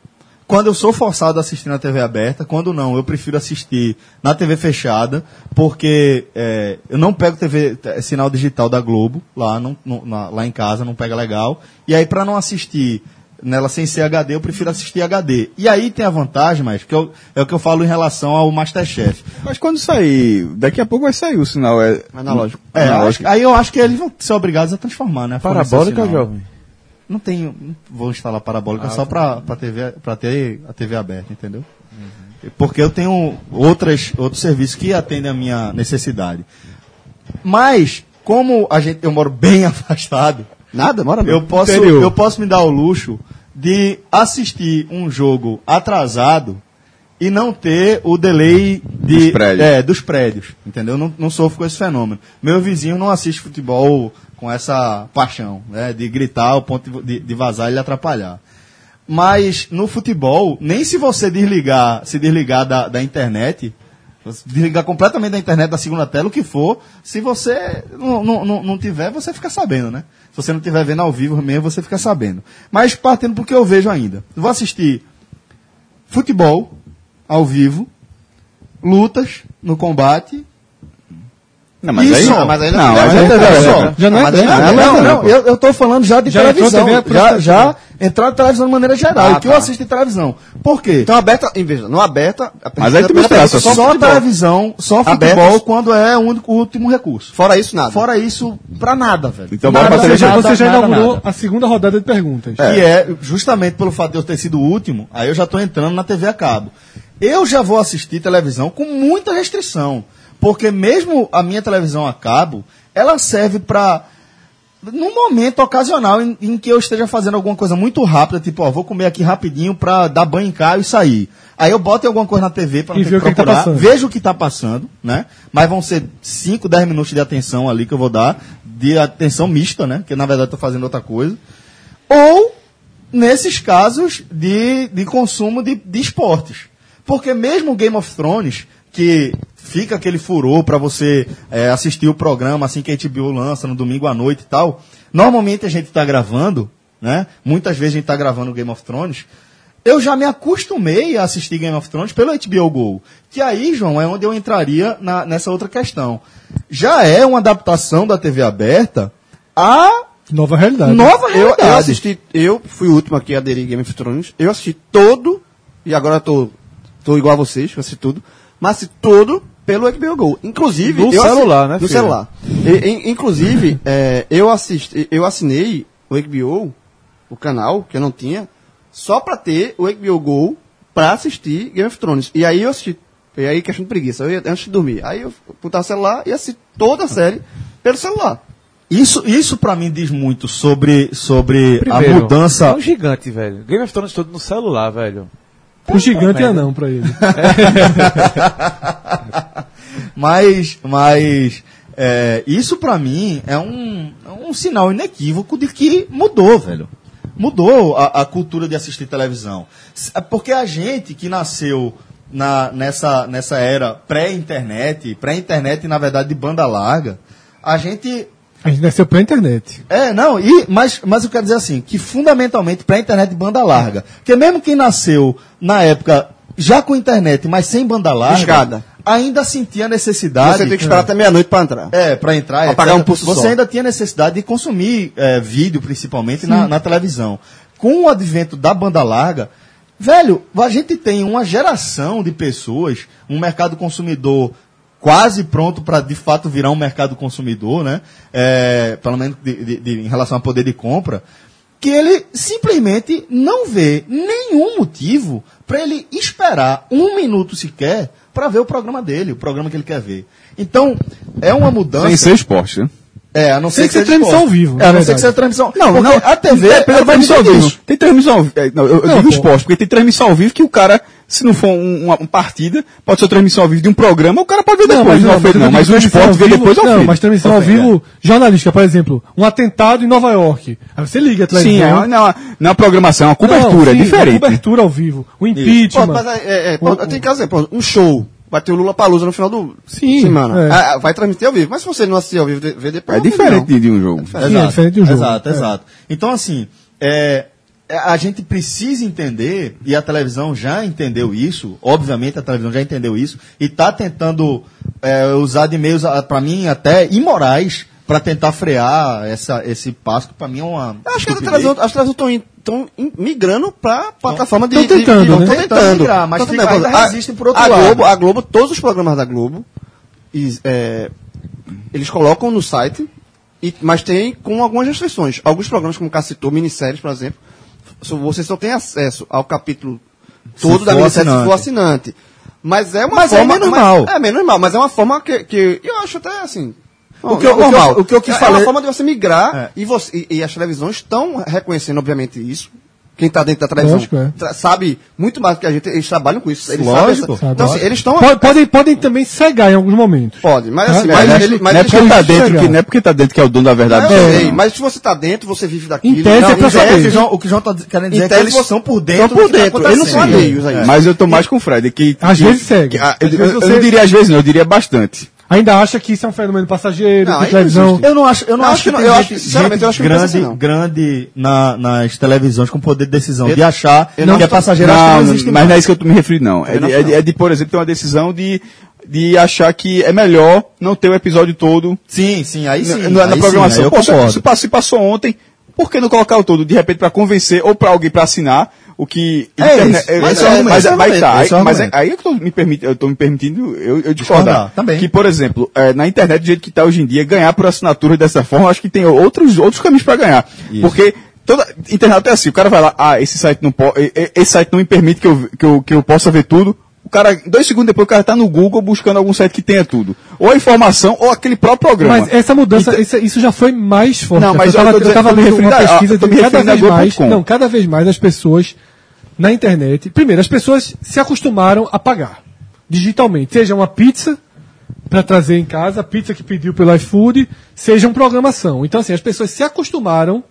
C: Quando eu sou forçado a assistir na TV aberta, quando não, eu prefiro assistir na TV fechada, porque é, eu não pego TV, t- é, sinal digital da Globo, lá, não- não- na- lá em casa, não pega legal. E aí, para não assistir nela sem ser HD, eu prefiro assistir HD. E aí tem a vantagem, mas que eu- é o que eu falo em relação ao Masterchef.
H: Mas quando sair, daqui a pouco vai sair o sinal. É,
I: Analógico.
C: É,
H: Analógico.
C: acho- aí eu acho que eles vão ser obrigados a transformar, né? a fornecer
D: Parabólica,
C: sinal.
D: jovem.
C: Não tenho. não Vou instalar
I: Ah,
C: parabólica
I: tá.
C: só pra, pra, TV, pra ter a TV aberta, entendeu?
I: Uhum.
C: Porque eu tenho outras, outros serviços que atendem a minha necessidade. Mas, como a gente, eu moro bem *laughs* afastado,
I: Nada, mora não.
C: eu posso,
H: Interior.
C: eu posso me dar o luxo de assistir um jogo atrasado e não ter o delay de,
H: Dos prédios.
C: É, dos prédios, entendeu? Não, não sofro com esse fenômeno. Meu vizinho não assiste futebol com essa paixão, né? De gritar ao ponto de, de vazar e lhe atrapalhar. Mas no futebol, nem se você desligar, se desligar da, da internet, você desligar completamente da internet, da segunda tela, o que for, se você não, não, não, não tiver, você fica sabendo, né? Se você não tiver vendo ao vivo mesmo, você fica sabendo. Mas partindo pro que eu vejo ainda. Vou assistir futebol ao vivo
I: lutas no combate.
H: Não, mas
I: Isso,
H: aí.
I: não, mas aí não-
H: não,
I: mas
H: mas
I: aí
H: aí-
I: não-
H: aí-
I: só.
E: Já não é
I: Ah, mas aí
E: dela.
I: não é
E: Ela
I: dela.
E: é
C: Não,
E: dela.
C: não, eu, eu tô falando já de
E: Já entrou
C: televisão.
E: TV por
C: já,
E: televisão.
C: já entrou na televisão de maneira geral.
I: Ah,
C: o que eu
I: tá.
C: assisto de televisão. Por quê?
I: Então aberta, em vez, não aberta. a-
H: Mas aí tu me
I: a-
H: espera,
I: a-
H: só-
C: só
I: futebol.
C: televisão, só futebol
I: Abertas.
C: quando é o único- o último recurso.
I: Fora isso, nada.
C: Fora isso, pra nada, velho.
H: Então bora
C: nada,
H: pra
E: Você já,
H: televisão.
E: você já
C: nada,
E: inaugurou
C: nada.
E: a segunda rodada de perguntas.
C: Que é justamente pelo fato de eu ter sido o último, aí eu já tô entrando na TV a cabo. Eu já vou assistir televisão com muita restrição, porque mesmo a minha televisão a cabo, ela serve pra num momento ocasional em, em que eu esteja fazendo alguma coisa muito rápida, tipo, ó, vou comer aqui rapidinho pra dar banho em Caio e sair. Aí eu boto alguma coisa na TV pra não
E: E
C: ter
E: vê
C: que
E: o que que tá
C: procurar,
E: passando.
C: vejo o que tá passando, né? Mas vão ser 5, 10 minutos de atenção ali que eu vou dar, de atenção mista, né? Que na verdade eu tô fazendo outra coisa. Ou nesses casos de, de consumo de, de esportes. Porque mesmo Game of Thrones, que fica aquele furor para você é, assistir o programa assim que a HBO lança no domingo à noite e tal, normalmente a gente está gravando, né? Muitas vezes a gente está gravando Game of Thrones. Eu já me acostumei a assistir Game of Thrones pelo HBO Go. Que aí, João, é onde eu entraria na- nessa outra questão. Já é uma adaptação da TV aberta à
E: é Nova realidade.
C: nova
I: Eu,
C: realidade.
I: eu assisti, eu fui o último aqui a aderir Game of Thrones. Eu assisti todo, e agora eu tô, tô igual a vocês, eu assisti tudo, mas assisti todo pelo HBO Go. Inclusive.
D: No
I: eu assi-
D: celular, né,
I: No
D: filho?
I: celular. E-
D: *laughs*
I: in- inclusive, é, eu, assisti, eu assinei o HBO, o canal, que eu não tinha, só pra ter o HBO Go pra assistir Game of Thrones. E aí eu assisti. E aí, questão de preguiça, eu ia, antes de dormir. Aí eu botava o celular e assisti toda a série pelo celular.
C: Isso, isso para mim diz muito sobre, sobre a
D: Primeiro, É
C: mudança.
D: um gigante, velho. Game of Thrones todo no celular, velho.
E: O gigante é não pra ele.
C: Mas, mas é, isso para mim é um, é um sinal inequívoco de que mudou, velho. Mudou a, a cultura de assistir televisão. S- é Porque a gente que nasceu na, nessa, nessa era pré-internet, pré-internet na verdade de banda larga, a gente
E: A gente nasceu pela internet.
C: É, não, e, mas, mas eu quero dizer assim, que fundamentalmente para a internet de banda larga. Porque mesmo quem nasceu na época já com internet, mas sem banda larga,
I: Discada.
C: ainda sentia a necessidade.
I: Você tem que esperar até meia-noite pra entrar.
C: É, para entrar.
I: Pra pagar
C: etc.
I: um pulso
C: Você
I: só.
C: ainda tinha necessidade de consumir é, vídeo, principalmente, na, na televisão. Com o advento da banda larga, velho, a gente tem uma geração de pessoas, um mercado consumidor quase pronto para de fato virar um mercado consumidor, né? É, pelo menos de- de- de- em relação a poder de compra, que ele simplesmente não vê nenhum motivo para ele esperar um minuto sequer para ver o programa dele, o programa que ele quer ver. Então, é uma mudança.
H: Sem ser esporte, né?
C: É, a não ser
E: Tem
C: que
E: que ser
C: seja
E: transmissão
C: esporte.
E: ao vivo,
C: É, a não
E: na
C: ser
E: verdade.
C: que seja transmissão.
H: Não,
C: Porque
H: não,
C: a TV
H: é, pela
C: ela
H: transmissão ao
C: permite
H: vivo.
C: isso.
H: Tem transmissão ao vivo. É, não, eu, eu
E: Não,
H: digo
E: pô.
H: esporte, porque tem transmissão ao vivo que o cara, se não for um- uma, uma partida, pode ser transmissão ao vivo de um programa, o cara pode ver depois. Não, foi- não, mas o
E: transmissão
H: esporte
E: ao
H: vê
E: vivo-
H: depois ao
E: Não,
H: vivo. é.
E: mas transmissão ao vivo jornalística, por exemplo. Um atentado em Nova York. Aí você liga a televisão.
H: Sim, é uma, não, é uma- não é uma programação, é uma
E: Não,
H: cobertura,
E: sim,
H: é diferente.
E: Cobertura ao vivo. O impeachment.
I: Pronto, mas aí, é, é, pronto, tem caso, é, pronto, um show. Vai ter o Lula Palusa no final do
E: Sim,
I: semana.
E: é.
I: Ah, ah, vai transmitir ao vivo. Mas se você não assistir ao vivo, de- vê depois.
H: É
I: não tem
H: diferente
I: não.
H: de- de um jogo.
E: é diferente de um jogo.
C: Exato,
E: É.
C: exato. Então, assim, é, é, a gente precisa entender, e a televisão já entendeu isso, obviamente a televisão já entendeu isso, e está tentando é, usar de meios, para mim, até imorais, para tentar frear essa, esse passo, que para mim é uma.
I: Eu Acho que as
C: estupidez.
I: televisões estão migrando pra plataforma de.
E: tão
I: de- de-
E: tentando,
I: tão
E: né?
C: Tentando
I: tentando.
C: migrar, mas
I: Tão
C: fica-
I: tentando.
C: ainda
I: A-
C: resistem por outro
I: a
C: lado.
I: Globo, a Globo, todos os programas da Globo, is- é, eles colocam no site, e- mas tem com algumas restrições. Alguns programas, como o Cássio citou, minisséries, por exemplo, só- você só tem acesso ao capítulo todo
C: Se
I: da
C: for
I: minissérie se for
C: assinante.
I: assinante. Mas é uma
C: Mas é
I: forma.
C: menos
I: mas-
C: mal.
I: É menos mal, mas é uma forma que, que eu acho até assim.
C: O que eu- o que eu-
I: normal.
C: o que eu quis
I: é, É
C: falar-
I: uma forma de você migrar
C: É.
I: e, você- e- e as televisões estão reconhecendo, obviamente, isso. Quem está dentro da televisão
E: Lógico, é.
I: tra- sabe muito mais do que a gente, eles trabalham com isso. Eles
C: Lógico.
I: sabem essa- Então, assim, eles estão.
E: Po- podem, podem também cegar em alguns momentos.
I: Pode, mas assim,
E: É,
I: mas,
E: né?
I: ele- mas
H: não é
I: eles
H: porque tá
E: estão
H: dentro que,
E: enxergando.
H: não é porque tá dentro que é o dono da verdade.
I: Eu
H: não.
I: sei, mas se você está dentro, você vive daquilo.
E: Em tese
I: Não,
E: é pra
I: em
E: saber.
C: É, o
I: tese,
C: que o João, o que o João está dizendo, querendo dizer é que
I: Então,
C: eles
I: você-
C: estão por dentro.
I: Estão
C: do
I: por
C: que tá
I: dentro, eles não são
C: acontecendo.
I: alheios a isso.
H: Mas eu tô mais com o Fred, que...
E: é. Às
H: que-
E: vezes segue.
H: que- ah,
E: Às
H: eu-
E: vezes
H: eu
E: você-
H: não diria às vezes, não, eu diria bastante.
E: Ainda acha que isso é um fenômeno passageiro,
I: Não,
E: que a
I: aí
H: é
I: não
E: televisão.
I: existe.
C: Eu não acho, eu não
I: Eu
C: acho,
I: acho que não-
C: tem
I: eu acho
C: gente-
I: que, sinceramente,
C: gente
I: eu acho que não
C: grande,
I: precisa, não.
C: grande na- nas televisões com poder de decisão,
I: Eu-
C: de achar
I: eu não-
C: que é passageiro, eu acho que
H: Não,
C: não
H: não,
C: existe
H: mas
C: mais.
H: não é isso que eu tô me refiro, não.
I: Também
H: É de,
I: não
H: é de-
I: acho,
H: é de, por exemplo, ter uma decisão de, de achar que é melhor não ter o episódio todo
C: Sim, sim, aí sim.
H: na, na- na
C: aí
H: programação.
C: sim, aí eu
H: Pô, se-
C: concordo.
H: se, passou, se passou ontem, por que não colocar o todo de repente para convencer ou para alguém para assinar o que.
C: É
H: interna-
C: isso,
H: é-
C: mas
H: mas
C: é o argumento, esse
H: mas-
C: é o
H: mas tá,
C: argumento, esse é o
H: aí- mas é-
C: argumento.
H: aí é que eu tô me, permiti- eu tô me permitindo eu,
C: Discordar, tá
H: eu discordar.
C: também.
H: Que, por exemplo, eh, na internet, do jeito que está hoje em dia, ganhar por assinatura dessa forma, acho que tem outros, outros caminhos para ganhar. Porque. Toda, internauta é assim, o cara vai lá, ah, esse site não po- e- e- esse site não me permite que eu, que, eu, que eu possa ver tudo. O cara, dois segundos depois, o cara tá no Google buscando algum site que tenha tudo. Ou a informação, ou aquele próprio programa.
E: Mas essa mudança, isso, isso já foi mais forte.
H: um Então- Não, mas
E: eu
H: eu
E: estava
H: tô dizendo- tô me
E: lendo uma
H: referindo a-
E: pesquisa
H: eu tô
E: de
H: me
E: cada
H: referindo a
E: vez mais.
H: Globo.com.
E: Não, cada vez mais as pessoas na internet. Primeiro, as pessoas se acostumaram a pagar digitalmente. Seja uma pizza para trazer em casa, a pizza que pediu pelo iFood, seja uma programação. Então, assim, as pessoas se acostumaram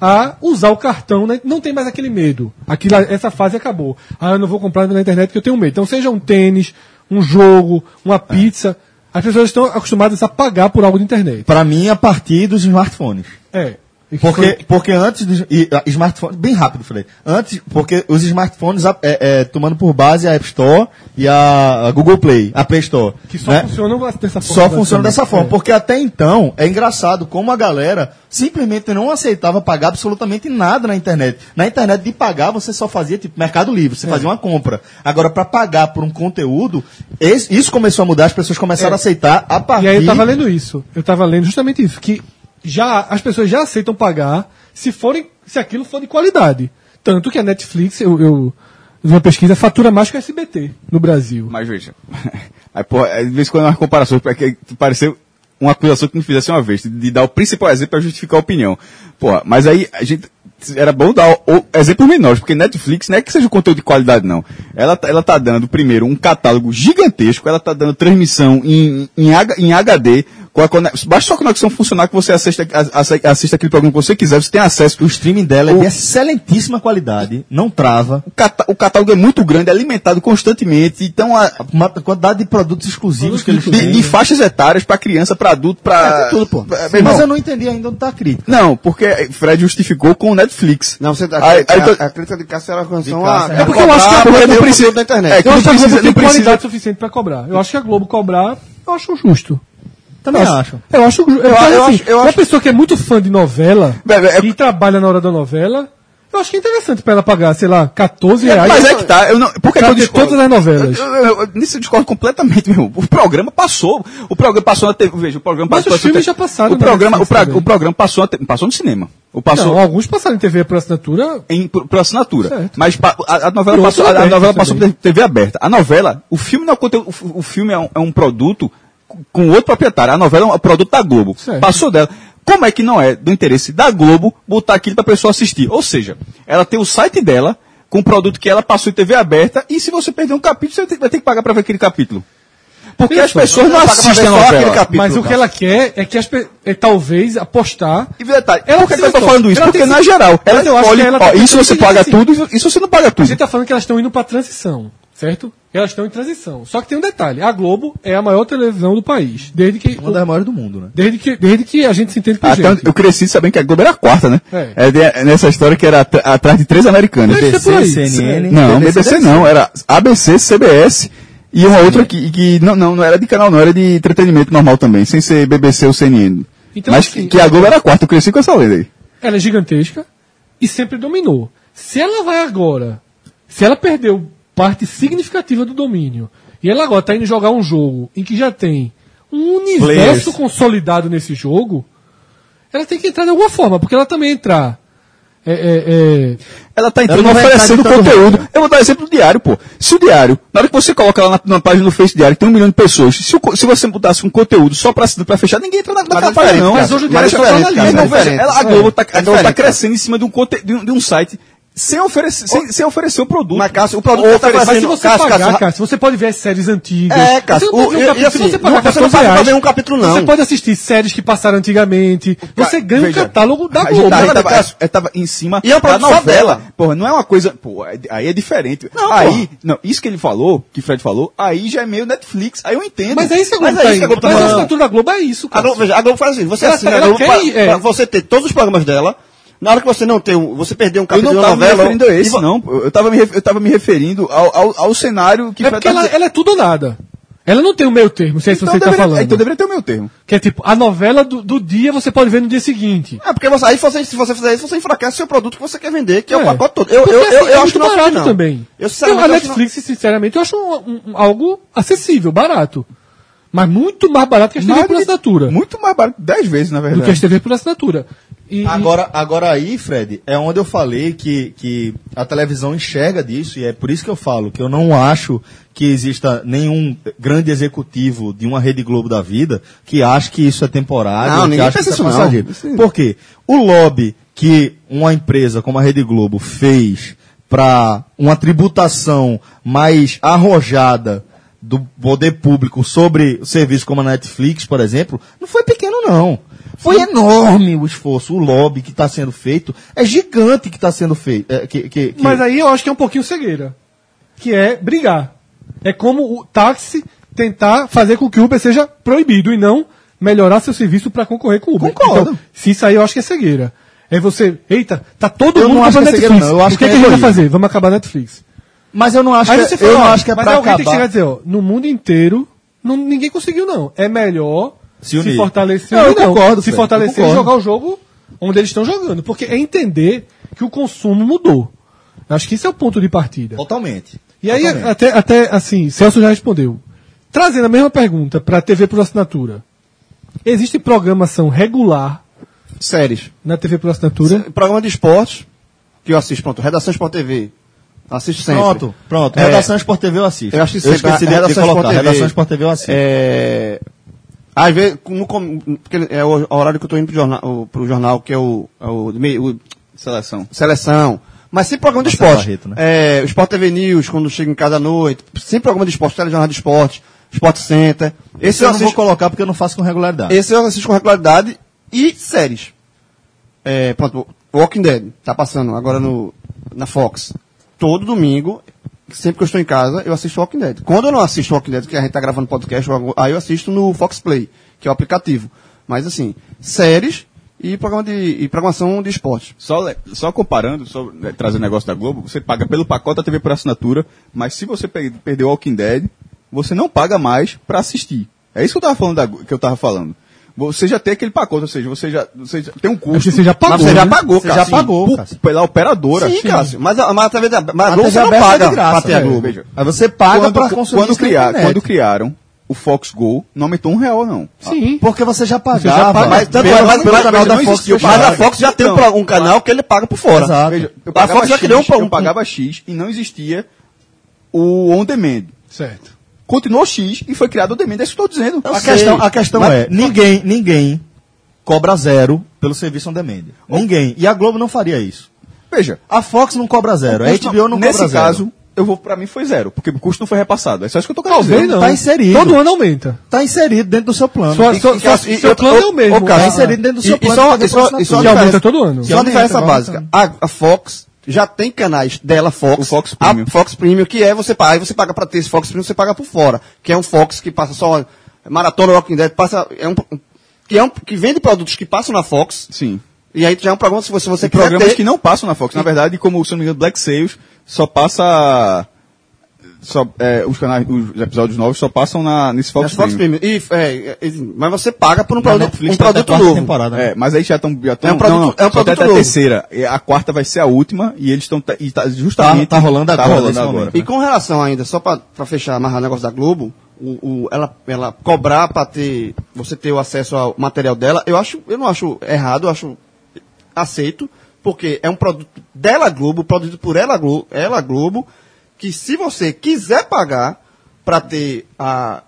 E: a usar o cartão, né? não tem mais aquele medo. Aquilo, essa fase acabou. Ah, eu não vou comprar na internet porque eu tenho medo. Então, seja um tênis, um jogo,
C: É.
E: uma pizza, as pessoas estão acostumadas a pagar por algo de internet.
C: Pra mim, a partir dos smartphones.
E: É. E que
C: Porque,
E: foi-
C: porque antes dos e, ah, smartphones, bem rápido, falei. Antes, porque os smartphones ah, é, é, tomando por base a App Store e a, a Google Play, a Play Store.
E: que só
C: né?
E: funcionam dessa forma.
C: Só funciona dessa forma,
E: É.
C: porque até então é engraçado como a galera simplesmente não aceitava pagar absolutamente nada na internet. Na internet de pagar você só fazia tipo Mercado Livre,
E: É.
C: você fazia uma compra. Agora para pagar por um conteúdo, es- isso começou a mudar, as pessoas começaram a aceitar a
H: Ah,
C: partir
E: É. E aí eu tava lendo isso. Eu tava lendo justamente isso. Que já, as pessoas já aceitam pagar se forem, se aquilo for de qualidade. Tanto que a Netflix, eu, eu fiz uma pesquisa, fatura mais que o SBT no Brasil.
H: Mas veja. Aí, porra, de vez em quando é umas comparações, porque pareceu uma acusação que me fizesse uma vez, de dar o principal exemplo para justificar a opinião. Porra, mas aí a gente. Era bom dar o, o- exemplos menores, porque Netflix não é que seja um conteúdo de qualidade, não. Ela, tá- ela tá dando, primeiro, um catálogo gigantesco, ela tá dando transmissão em, em, H- em HD. Com a conex- basta só a conexão funcionar que você assista, a- a- assista aquele programa que você quiser, você tem acesso.
C: o streaming dela é
H: O-
C: de excelentíssima qualidade, não trava.
H: O, cata- o catálogo é muito grande, é alimentado constantemente, então a,
C: Uma quantidade de produtos exclusivos que eles
H: de, de faixas etárias pra criança, pra adulto, pra.
C: É, tem tudo, pô.
H: Pra-
C: Sim,
H: meu
C: mas
H: irmão,
C: eu não entendi ainda onde tá a crítica.
H: Não, porque Fred justificou com o Netflix.
I: Não, você, a,
H: Aí- aí
I: a-
H: tô-
I: a crítica de Cássio era com relação
C: De Cássio,
I: a...
C: é.
I: É
H: porque eu acho que a Globo não precisa-
I: da internet.
H: é que
E: Eu
H: não
E: acho que a Globo
H: precisa-
E: tem
H: não precisa-
E: qualidade suficiente pra cobrar. Eu acho que a Globo cobrar, eu acho justo.
C: Também
E: eu
C: acho.
E: Eu acho justo. Eu,
I: eu
E: assim,
I: acho- eu
E: uma
I: acho-
E: pessoa que é muito fã de novela
H: Velho, é-
E: e trabalha na hora da novela, eu acho que é interessante pra ela pagar, sei lá, 14 reais.
H: mas é que tá. Eu não, porque
E: Pra
H: eu
E: ter
H: discordo.
E: todas as novelas.
H: Eu, eu, eu- nisso eu discordo completamente, meu irmão. O programa passou. O programa passou na TV. Veja, o programa
E: Mas
H: passou.
E: os filmes
H: na
E: já passaram
H: O
C: né?
E: na
H: programa, o,
E: Netflix
H: pra-
E: também.
H: o programa passou, na te- passou no cinema. O
E: Não,
H: passou.
E: alguns passaram em TV por assinatura.
H: em, por, por assinatura.
E: Certo.
H: Mas pa- a, a novela
E: E
H: passou,
E: outra
H: a, a
E: aberta
H: novela passou por
E: também.
H: TV aberta. A novela, o filme não é um conteúdo- o, fi- o filme é um, é um produto com- com outro proprietário. A novela é um produto da Globo.
E: Certo.
H: Passou dela. Como é que não é do interesse da Globo botar aquilo pra pessoa assistir? Ou seja, ela tem o site dela com o produto que ela passou em TV aberta e se você perder um capítulo, você tem- vai ter que pagar pra ver aquele capítulo. Porque
E: Isso.
H: as pessoas não
I: Paga pra ver
H: assistem a
I: só
H: novela.
I: aquele capítulo.
E: Mas o que ela quer é que as pe- é, talvez apostar.
H: E detalhe,
E: Ela
H: por que, que eu
E: precisa
H: tô falando isso?
E: ela
H: Porque
E: tem
H: na
E: que-
H: geral, ela
E: Mas eu acho
H: escolhe,
E: que ela
H: ó,
E: tá
H: isso
E: pensando
H: você
E: que
H: paga
E: assim,
H: tudo, isso- isso você não paga
E: A
H: tudo.
E: gente tá falando que elas estão indo pra transição, certo? Elas estão em transição. Só que tem um detalhe: a Globo é a maior televisão do país. Desde que,
C: Uma das maiores do mundo, né? Ah,
E: desde que, desde que a gente se entende por
H: Até
E: gente.
H: onde- eu cresci sabendo que a Globo era a quarta, né?
E: É.
H: É. de- nessa história que era at- atrás de três americanas.
E: Deve ser por aí.
C: CNN.
H: Não,
C: BBC,
H: BBC não, era ABC, CBS e uma outra que, que não, não, não era de canal, não, era de entretenimento normal também, sem ser BBC ou CNN.
E: Então,
H: Mas
E: assim,
H: que, que a Globo era a quarta, eu cresci com essa lenda aí.
E: Ela é gigantesca e sempre dominou. Se ela vai agora, se ela perdeu parte significativa do domínio, e ela agora tá indo jogar um jogo em que já tem um universo
H: Players.
E: consolidado nesse jogo, ela tem que entrar de alguma forma, porque ela também entrar. É, é, é,
H: Ela tá entrando
C: Ela não vai
H: oferecendo
C: entrar de todo
H: conteúdo.
C: mundo.
H: Eu vou dar exemplo do diário, pô. Se o diário, na hora que você coloca lá na, na página do Face Diário, que tem um milhão de pessoas, se, o co- se você botasse um conteúdo só pra, pra fechar, ninguém entra na, naquela
I: é
H: página,
I: diferente,
H: não.
I: cara.
H: Mas hoje o
I: Mas é
H: diário é só
I: diferente,
H: jornalismo.
I: cara.
H: Não,
I: É
H: veja,
I: diferente.
H: ela- A Globo tá,
I: É
H: a Globo tá
I: diferente, cara.
H: crescendo em cima de um, conte, de um, de um site sem oferecer, sem, sem oferecer um produto.
C: Mas, Cássio, o produto que tá
E: Mas se
C: aparecendo...
E: você
C: Cássio,
E: pagar,
C: Cássio,
E: Cássio, você pode ver as séries antigas.
C: É, Cássio,
E: Você não pode
C: o-
E: ver um
C: e-
E: capítulo,
C: e assim,
E: se você pagar
C: não- você não
E: 14
C: paga pra
E: reais,
C: ver um capítulo, não.
E: Você pode assistir séries que passaram antigamente. Você ganha um
H: veja,
E: catálogo da
H: a gente
E: Globo.
H: tava,
C: Nada,
H: tava-
C: Cássio.
H: é, tava em cima
C: E é um
H: da
C: produto só
H: novela.
C: dela.
H: Porra, não é uma coisa. Pô, é- aí é diferente. aí, não, isso que ele falou, que Fred falou, aí já é meio Netflix. Aí eu entendo.
E: Mas é isso que a Globo
C: Mas é
E: tá
C: isso que a
E: indo.
C: Globo tá
E: Mas a
C: fazendo.
E: assinatura da Globo é isso,
C: A
E: cara.
C: Globo, veja, a Globo faz assim, você
E: Ela-
C: assina
E: ela
C: a Globo
E: quer
C: pra,
E: ir, é.
C: pra você ter todos os programas dela. Na hora que você não tem um, você perdeu um
H: Eu
C: capítulo
H: não
C: da
H: tava me
C: novela.
H: referindo a
C: e
H: esse,
C: vo-
H: não. Eu tava me, ref- eu tava me referindo ao, ao, ao cenário que
E: É
C: tá
E: porque ela, ela é tudo ou nada. Ela não tem o meio termo, se é isso que
H: então,
E: você tá
H: deveria,
E: falando.
H: então deveria ter o meu termo.
E: Que é tipo, a novela do, do dia você pode ver no dia seguinte.
C: É, porque você- aí você- se você fizer isso, você enfraquece o seu produto que você quer vender, que é,
E: É.
C: o pacote todo. Eu,
E: Porque,
C: eu,
E: assim,
C: eu, eu
E: é
C: acho
E: muito
C: que não é
E: barato
C: assim, não.
E: também.
C: Eu, sinceramente, eu acho
E: a
C: que não- é
E: Netflix, sinceramente, eu acho um- um- algo acessível, barato. Mas muito mais barato que as TV por
H: Mais-
E: assinatura.
H: Muito mais barato, dez vezes, na
E: do que as
H: verdade.
E: TV por assinatura.
C: Ah,
E: E,
A: Agora, agora aí, Fred, é onde eu falei que, que a televisão enxerga disso, e é por isso que eu falo que eu não acho que exista nenhum grande executivo de uma Rede Globo da vida que ache que isso é temporário,
C: Não,
A: que
C: ninguém
A: acha
C: pensa
A: que é
C: isso não.
A: passageiro.
C: Isso-
A: Por quê? O lobby que uma empresa como a Rede Globo fez para uma tributação mais arrojada do poder público sobre serviços como a Netflix, por exemplo, não foi pequeno, não. Foi enorme o esforço, o lobby que está sendo feito. É gigante que está sendo feito. é, que, que- que-
E: Mas aí eu acho que é um pouquinho cegueira. Que é brigar. É como o táxi tentar fazer com que o Uber seja proibido e não melhorar seu serviço para concorrer com o Uber.
A: Concordo.
E: Então, se isso aí eu acho que é cegueira. É você, eita, tá todo
A: Eu
E: mundo
A: não acho
E: comprando
A: que é cegueira, não. Eu acho
E: o que,
A: que é
E: que a gente vai
A: egoísmo.
E: fazer? Vamos acabar a Netflix.
A: mas eu não acho
E: Aí
A: que
E: você
A: é, eu
E: fala,
A: não
E: ó,
A: acho que é
E: mas
A: pra
E: alguém tem que chegar
A: acabar.
E: e dizer, ó, no mundo inteiro, não- ninguém conseguiu não. É melhor
A: Se unir.
E: fortalecer,
A: Não, eu
E: não,
A: concordo,
E: se
A: Fred, eu
E: fortalecer e
A: concordo.
E: jogar o jogo onde eles estão jogando, porque é entender que o consumo mudou. Acho que isso é o ponto de partida.
A: Totalmente.
E: E aí,
A: Totalmente.
E: até, até assim, Celso já respondeu. Trazendo a mesma pergunta para TV por assinatura. Existe programação regular
C: Séries.
E: na TV por assinatura?
C: Programa de esportes, que eu assisto, pronto, Redação Sport TV. Assisto sempre.
A: Pronto, pronto.
C: É,
A: Redação Sport TV eu assisto.
C: Eu acho que
A: eu esqueci de, de colocar. Redação Sport
C: Sport
A: TV eu assisto.
C: É... Às vezes, no, com- porque é o horário que eu tô indo pro jornal, o- pro jornal que é o, é o, de meio- o
H: Seleção.
C: seleção. Mas sem programa de
A: Marcelo
C: esporte.
A: Barreto, né?
C: É, o Sport TV News, quando chega em casa à noite. Sem programa de esporte, telejornal de esporte, Sport Center. Esse
A: Esse Então,
C: eu,
A: eu não vou
C: assisto,
A: colocar porque eu não faço com regularidade.
C: esse eu assisto com regularidade e séries. É, pronto, Walking Dead, tá passando agora no, na Fox. Todo domingo, sempre que eu estou em casa, eu assisto Walking Dead. Quando eu não assisto Walking Dead, que a gente tá gravando podcast, eu- aí eu assisto no Fox Play, que é o aplicativo. Mas assim, séries e, programa de, e programação de esportes.
H: Só, le- só comparando, só né, trazendo o negócio da Globo, você paga pelo pacote da TV por assinatura, mas se você pe perdeu Walking Dead, você não paga mais pra assistir. É isso que eu tava falando, da Glo- que eu tava falando. Você já tem aquele pacote, ou seja, você já, você já tem um custo.
E: É que você já pagou,
H: Mas você já
E: né?
H: pagou,
A: Você
H: cara.
A: já
H: Sim,
A: pagou,
H: por-
A: Cássio.
H: Pela operadora.
C: Sim, Cássio, mas a, mas a TV da mas a
A: A
C: Globo
A: TV
C: você não
A: aberta é
C: paga
A: de graça,
C: pra ter a
A: velho.
C: Globo.
H: Veja,
A: Aí você paga
H: quando,
A: pra consumir
H: quando,
A: isso na
H: criar,
A: internet.
H: quando criaram o Fox Go, não aumentou um real, não.
E: Sim.
A: Porque você já pagava.
E: paga.
C: Mas, tanto é,
A: um
C: mas, mas, mas,
H: não
C: a Fox,
H: existia,
C: mas a
H: cara.
C: Fox já tem um
H: Então,
C: pro- um canal que ele paga por fora.
A: Exato.
H: Veja, eu
C: a
H: pagava,
C: Fox já
H: X,
C: criou um, pro-
H: eu pagava X e não existia o on demand.
E: Certo.
H: Continuou X e foi criado o on demand, é isso que eu estou dizendo.
A: A questão, a questão
H: Mas-
A: é, ninguém, ninguém cobra zero pelo serviço on demand. Ninguém. E a Globo não faria isso.
H: Veja,
A: A Fox não cobra zero, a
H: custo
A: HBO não
H: nesse
A: cobra zero.
H: caso, eu vou para mim foi zero, porque o custo não foi repassado. É só isso que eu tô querendo
E: Talvez
H: dizer.
E: não.
A: tá inserido.
E: Todo ano aumenta.
A: tá inserido dentro do seu plano.
E: Sua-
A: E- assim,
E: sua- sua-
H: assim.
C: e-
E: seu
C: e-
E: plano é o
C: ô,
E: mesmo.
C: ô, cara,
E: Ah,
A: inserido dentro do seu
C: Tá. e- e
A: plano
C: só-
A: pra ter
C: e só-
A: preço
C: e só
E: natural.
C: diferença-
E: Que aumenta todo ano.
C: Só uma
A: Que
C: diferença
A: aumenta,
C: básica. A, a Fox já tem canais dela Fox.
H: O Fox Premium.
C: A Fox Premium, que é você paga. Aí você paga pra ter esse Fox Premium, você paga por fora. Que é um Fox que passa só Maratona Walking Dead, passa... É um, que, é um, que vende produtos que passam na Fox.
H: Sim.
C: E aí já é um programa, se você, se você
H: Tem programas que não passam na Fox. Na verdade, como se eu não me engano, Black Sales só passa só, é, os canais, os episódios novos só passam na nesse
C: Fox,
H: Fox,
C: Fox
H: Premium.
C: Premium. E, é, é, mas você paga por um
A: Na
C: produto,
A: Netflix
C: um
A: tá até a
C: produto
A: quarta
C: novo.
A: temporada, né?
H: É, mas aí já estão. Já tão,
C: É um produto-
H: não, não,
C: é um
H: só
C: produto
H: até a
C: novo.
H: terceira. E A quarta vai ser a última e eles estão. E tá justamente.
A: Tá- tá rolando agora,
H: Tá rolando
A: nesse
H: agora.
A: momento. né?
C: E com relação ainda, só pra pra fechar, amarrar o negócio da Globo, o, o- ela, ela cobrar pra ter, você ter o acesso ao material dela, eu acho, eu não acho errado, eu acho aceito, porque é um produto dela Globo, produzido por ela Globo, ela Globo, que se você quiser pagar pra ter a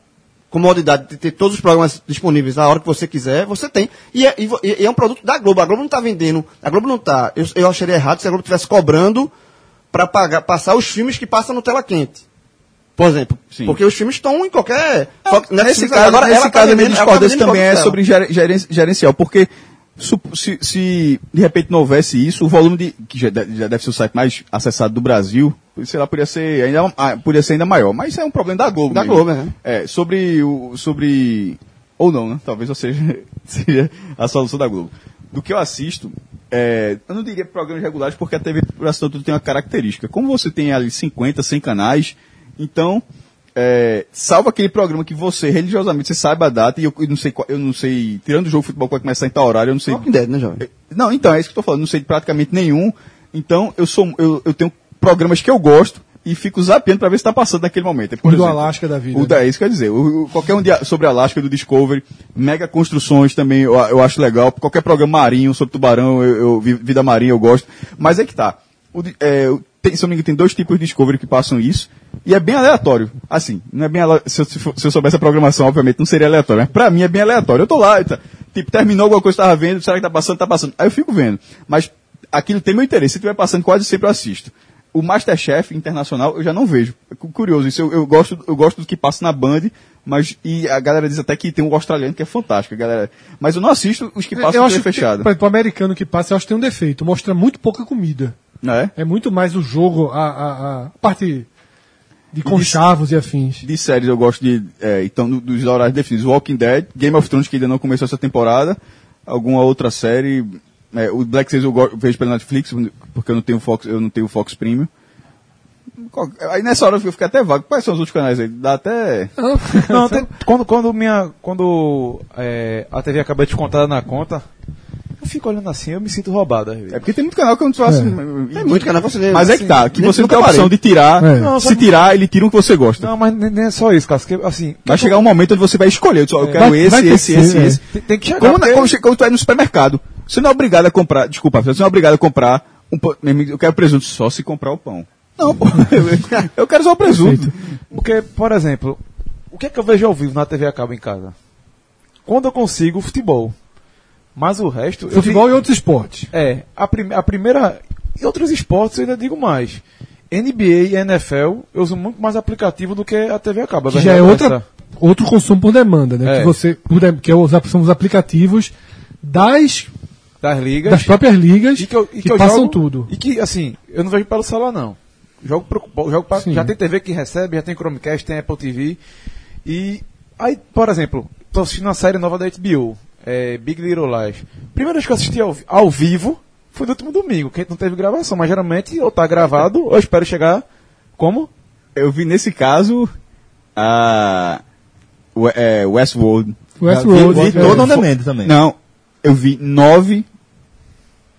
C: comodidade de ter todos os programas disponíveis na hora que você quiser, você tem. E é, e vo- e é um produto da Globo. A Globo não está vendendo. A Globo não está. Eu, eu acharia errado se a Globo estivesse cobrando para passar os filmes que passam no tela quente. Por exemplo.
H: Sim. É,
C: Porque os filmes estão em qualquer. Fox-
H: nesse
C: Netflix,
H: caso,
C: agora
H: nesse
C: ela tá
H: caso a minha
C: vendendo- ela tá
H: discordância
C: vendendo
H: também é
C: produto dela.
H: sobre geren- geren- gerencial, porque su- se, se de repente não houvesse isso, o volume de. que já, de- já deve ser o site mais acessado do Brasil, sei lá, poderia ser ainda, ah, poderia ser ainda maior. Mas é um problema da Globo.
C: Da
H: mesmo.
C: Globo, né?
H: É, sobre o. sobre. Ou não, né? Talvez eu seja, *laughs* seja a solução da Globo. Do que eu assisto, é, eu não diria programas regulares, porque a TV por assinatura tem uma característica. Como você tem ali 50, 100 canais, então, é, salvo aquele programa que você religiosamente você saiba a data, e eu, eu não sei qual- eu não sei, tirando o jogo de futebol que vai começar em tal horário, eu não sei.
C: Walking Dead, né, jovem?
H: Não, então, é isso que eu tô falando, não sei de praticamente nenhum. Então, eu sou eu, eu tenho programas que eu gosto e fico zapeando para ver se tá passando naquele momento. Por
E: O do Alasca da vida.
H: O da, é isso que eu ia dizer. O- o- qualquer um de, sobre Alasca do Discovery, Mega Construções também eu, eu acho legal. Qualquer programa marinho sobre tubarão, eu, eu- vi- vida marinha eu gosto. Mas é que tá. O di- é, o- tem, se eu não me engano, tem dois tipos de Discovery que passam isso. E é bem aleatório. Assim, não é bem ale- se, eu, se for- se eu soubesse a programação, obviamente, não seria aleatório. Mas pra mim é bem aleatório. Eu tô lá, e tá- tipo, terminou alguma coisa que eu tava vendo, será que tá passando? Tá passando. Aí eu fico vendo. Mas aquilo tem meu interesse. Se tiver passando, quase sempre eu assisto o Masterchef internacional eu já não vejo. É cu- curioso, isso eu, eu gosto, eu gosto do que passa na Band, mas e a galera diz até que tem um australiano que é fantástico, a galera. Mas eu não assisto os que passam
E: É, eu
H: na
E: acho
H: TV
E: que,
H: fechada.
E: por exemplo, o americano que passa, eu acho que tem um defeito. Mostra muito pouca comida.
H: Né?
E: É muito mais o jogo, a, a, a parte de conchavos e afins.
H: De séries eu gosto de é, então do- dos horários definidos, Walking Dead, Game of Thrones que ainda não começou essa temporada, alguma outra série, é, o Black Sails eu go- vejo pela Netflix, porque eu não tenho Fox, eu não tenho Fox Premium. Qual- Aí nessa hora eu fico até vago. Quais são os outros canais aí? Dá até.
D: *laughs* Não, tem- quando, quando, minha, quando é, a TV acaba descontada na conta, eu fico olhando assim, eu me sinto roubado. às vezes.
H: É porque tem muito canal que eu não faço.
C: Tem muito canal pra você
H: Mas é que tá, que você não tem a opção de tirar.
E: É.
D: Não,
H: se
D: sabe-
H: tirar, ele tira o que você gosta.
D: Não, mas nem nem é só isso, Cássio. que, Assim, é,
H: Vai chegar um momento onde você vai escolher. Eu, só, eu quero
E: Vai-
H: esse,
E: vai é. ter
H: esse,
E: que
H: esse,
E: ser,
H: esse.
D: tem, tem que chegar.
H: Como, na,
D: porque-
H: como, che- quando tu é no supermercado. Você não é obrigado a comprar. Desculpa, você não é obrigado a comprar. Um, pão- meu amigo, eu quero presunto só se comprar o pão. Não, pô. eu- Eu quero só o presunto.
D: *laughs* Porque, por exemplo, o que é que eu vejo ao vivo na TV acaba em casa? Quando eu consigo, futebol. Mas o resto. eu
E: Futebol e outros esportes.
D: É, a, prime- a primeira. E outros esportes eu ainda digo mais. NBA e NFL, eu uso muito mais aplicativo do que a TV acaba.
E: Que já é
D: verdade, essa.
E: outra, outro consumo por demanda, né?
D: É.
E: Que, você, por de- que é os- são os aplicativos das,
D: Das ligas.
E: das próprias ligas
D: e que, eu, e que eu
E: passam
D: jogo-
E: tudo.
D: E que, assim, eu não vejo pelo celular, não. Jogo, pro, jogo pra,
E: Sim.
D: já tem TV que recebe, já tem Chromecast, tem Apple TV. E aí, por exemplo, tô assistindo uma série nova da HBO, é, Big Little Lies. Primeira vez que eu assisti ao, vi- ao vivo foi no último domingo, que a gente não teve gravação, mas geralmente ou tá gravado ou eu espero chegar como?
H: Eu vi nesse caso. A. We- é, Westworld.
E: Westworld,
A: Vi
E: é.
A: todo on demand também.
H: Não, eu vi nove.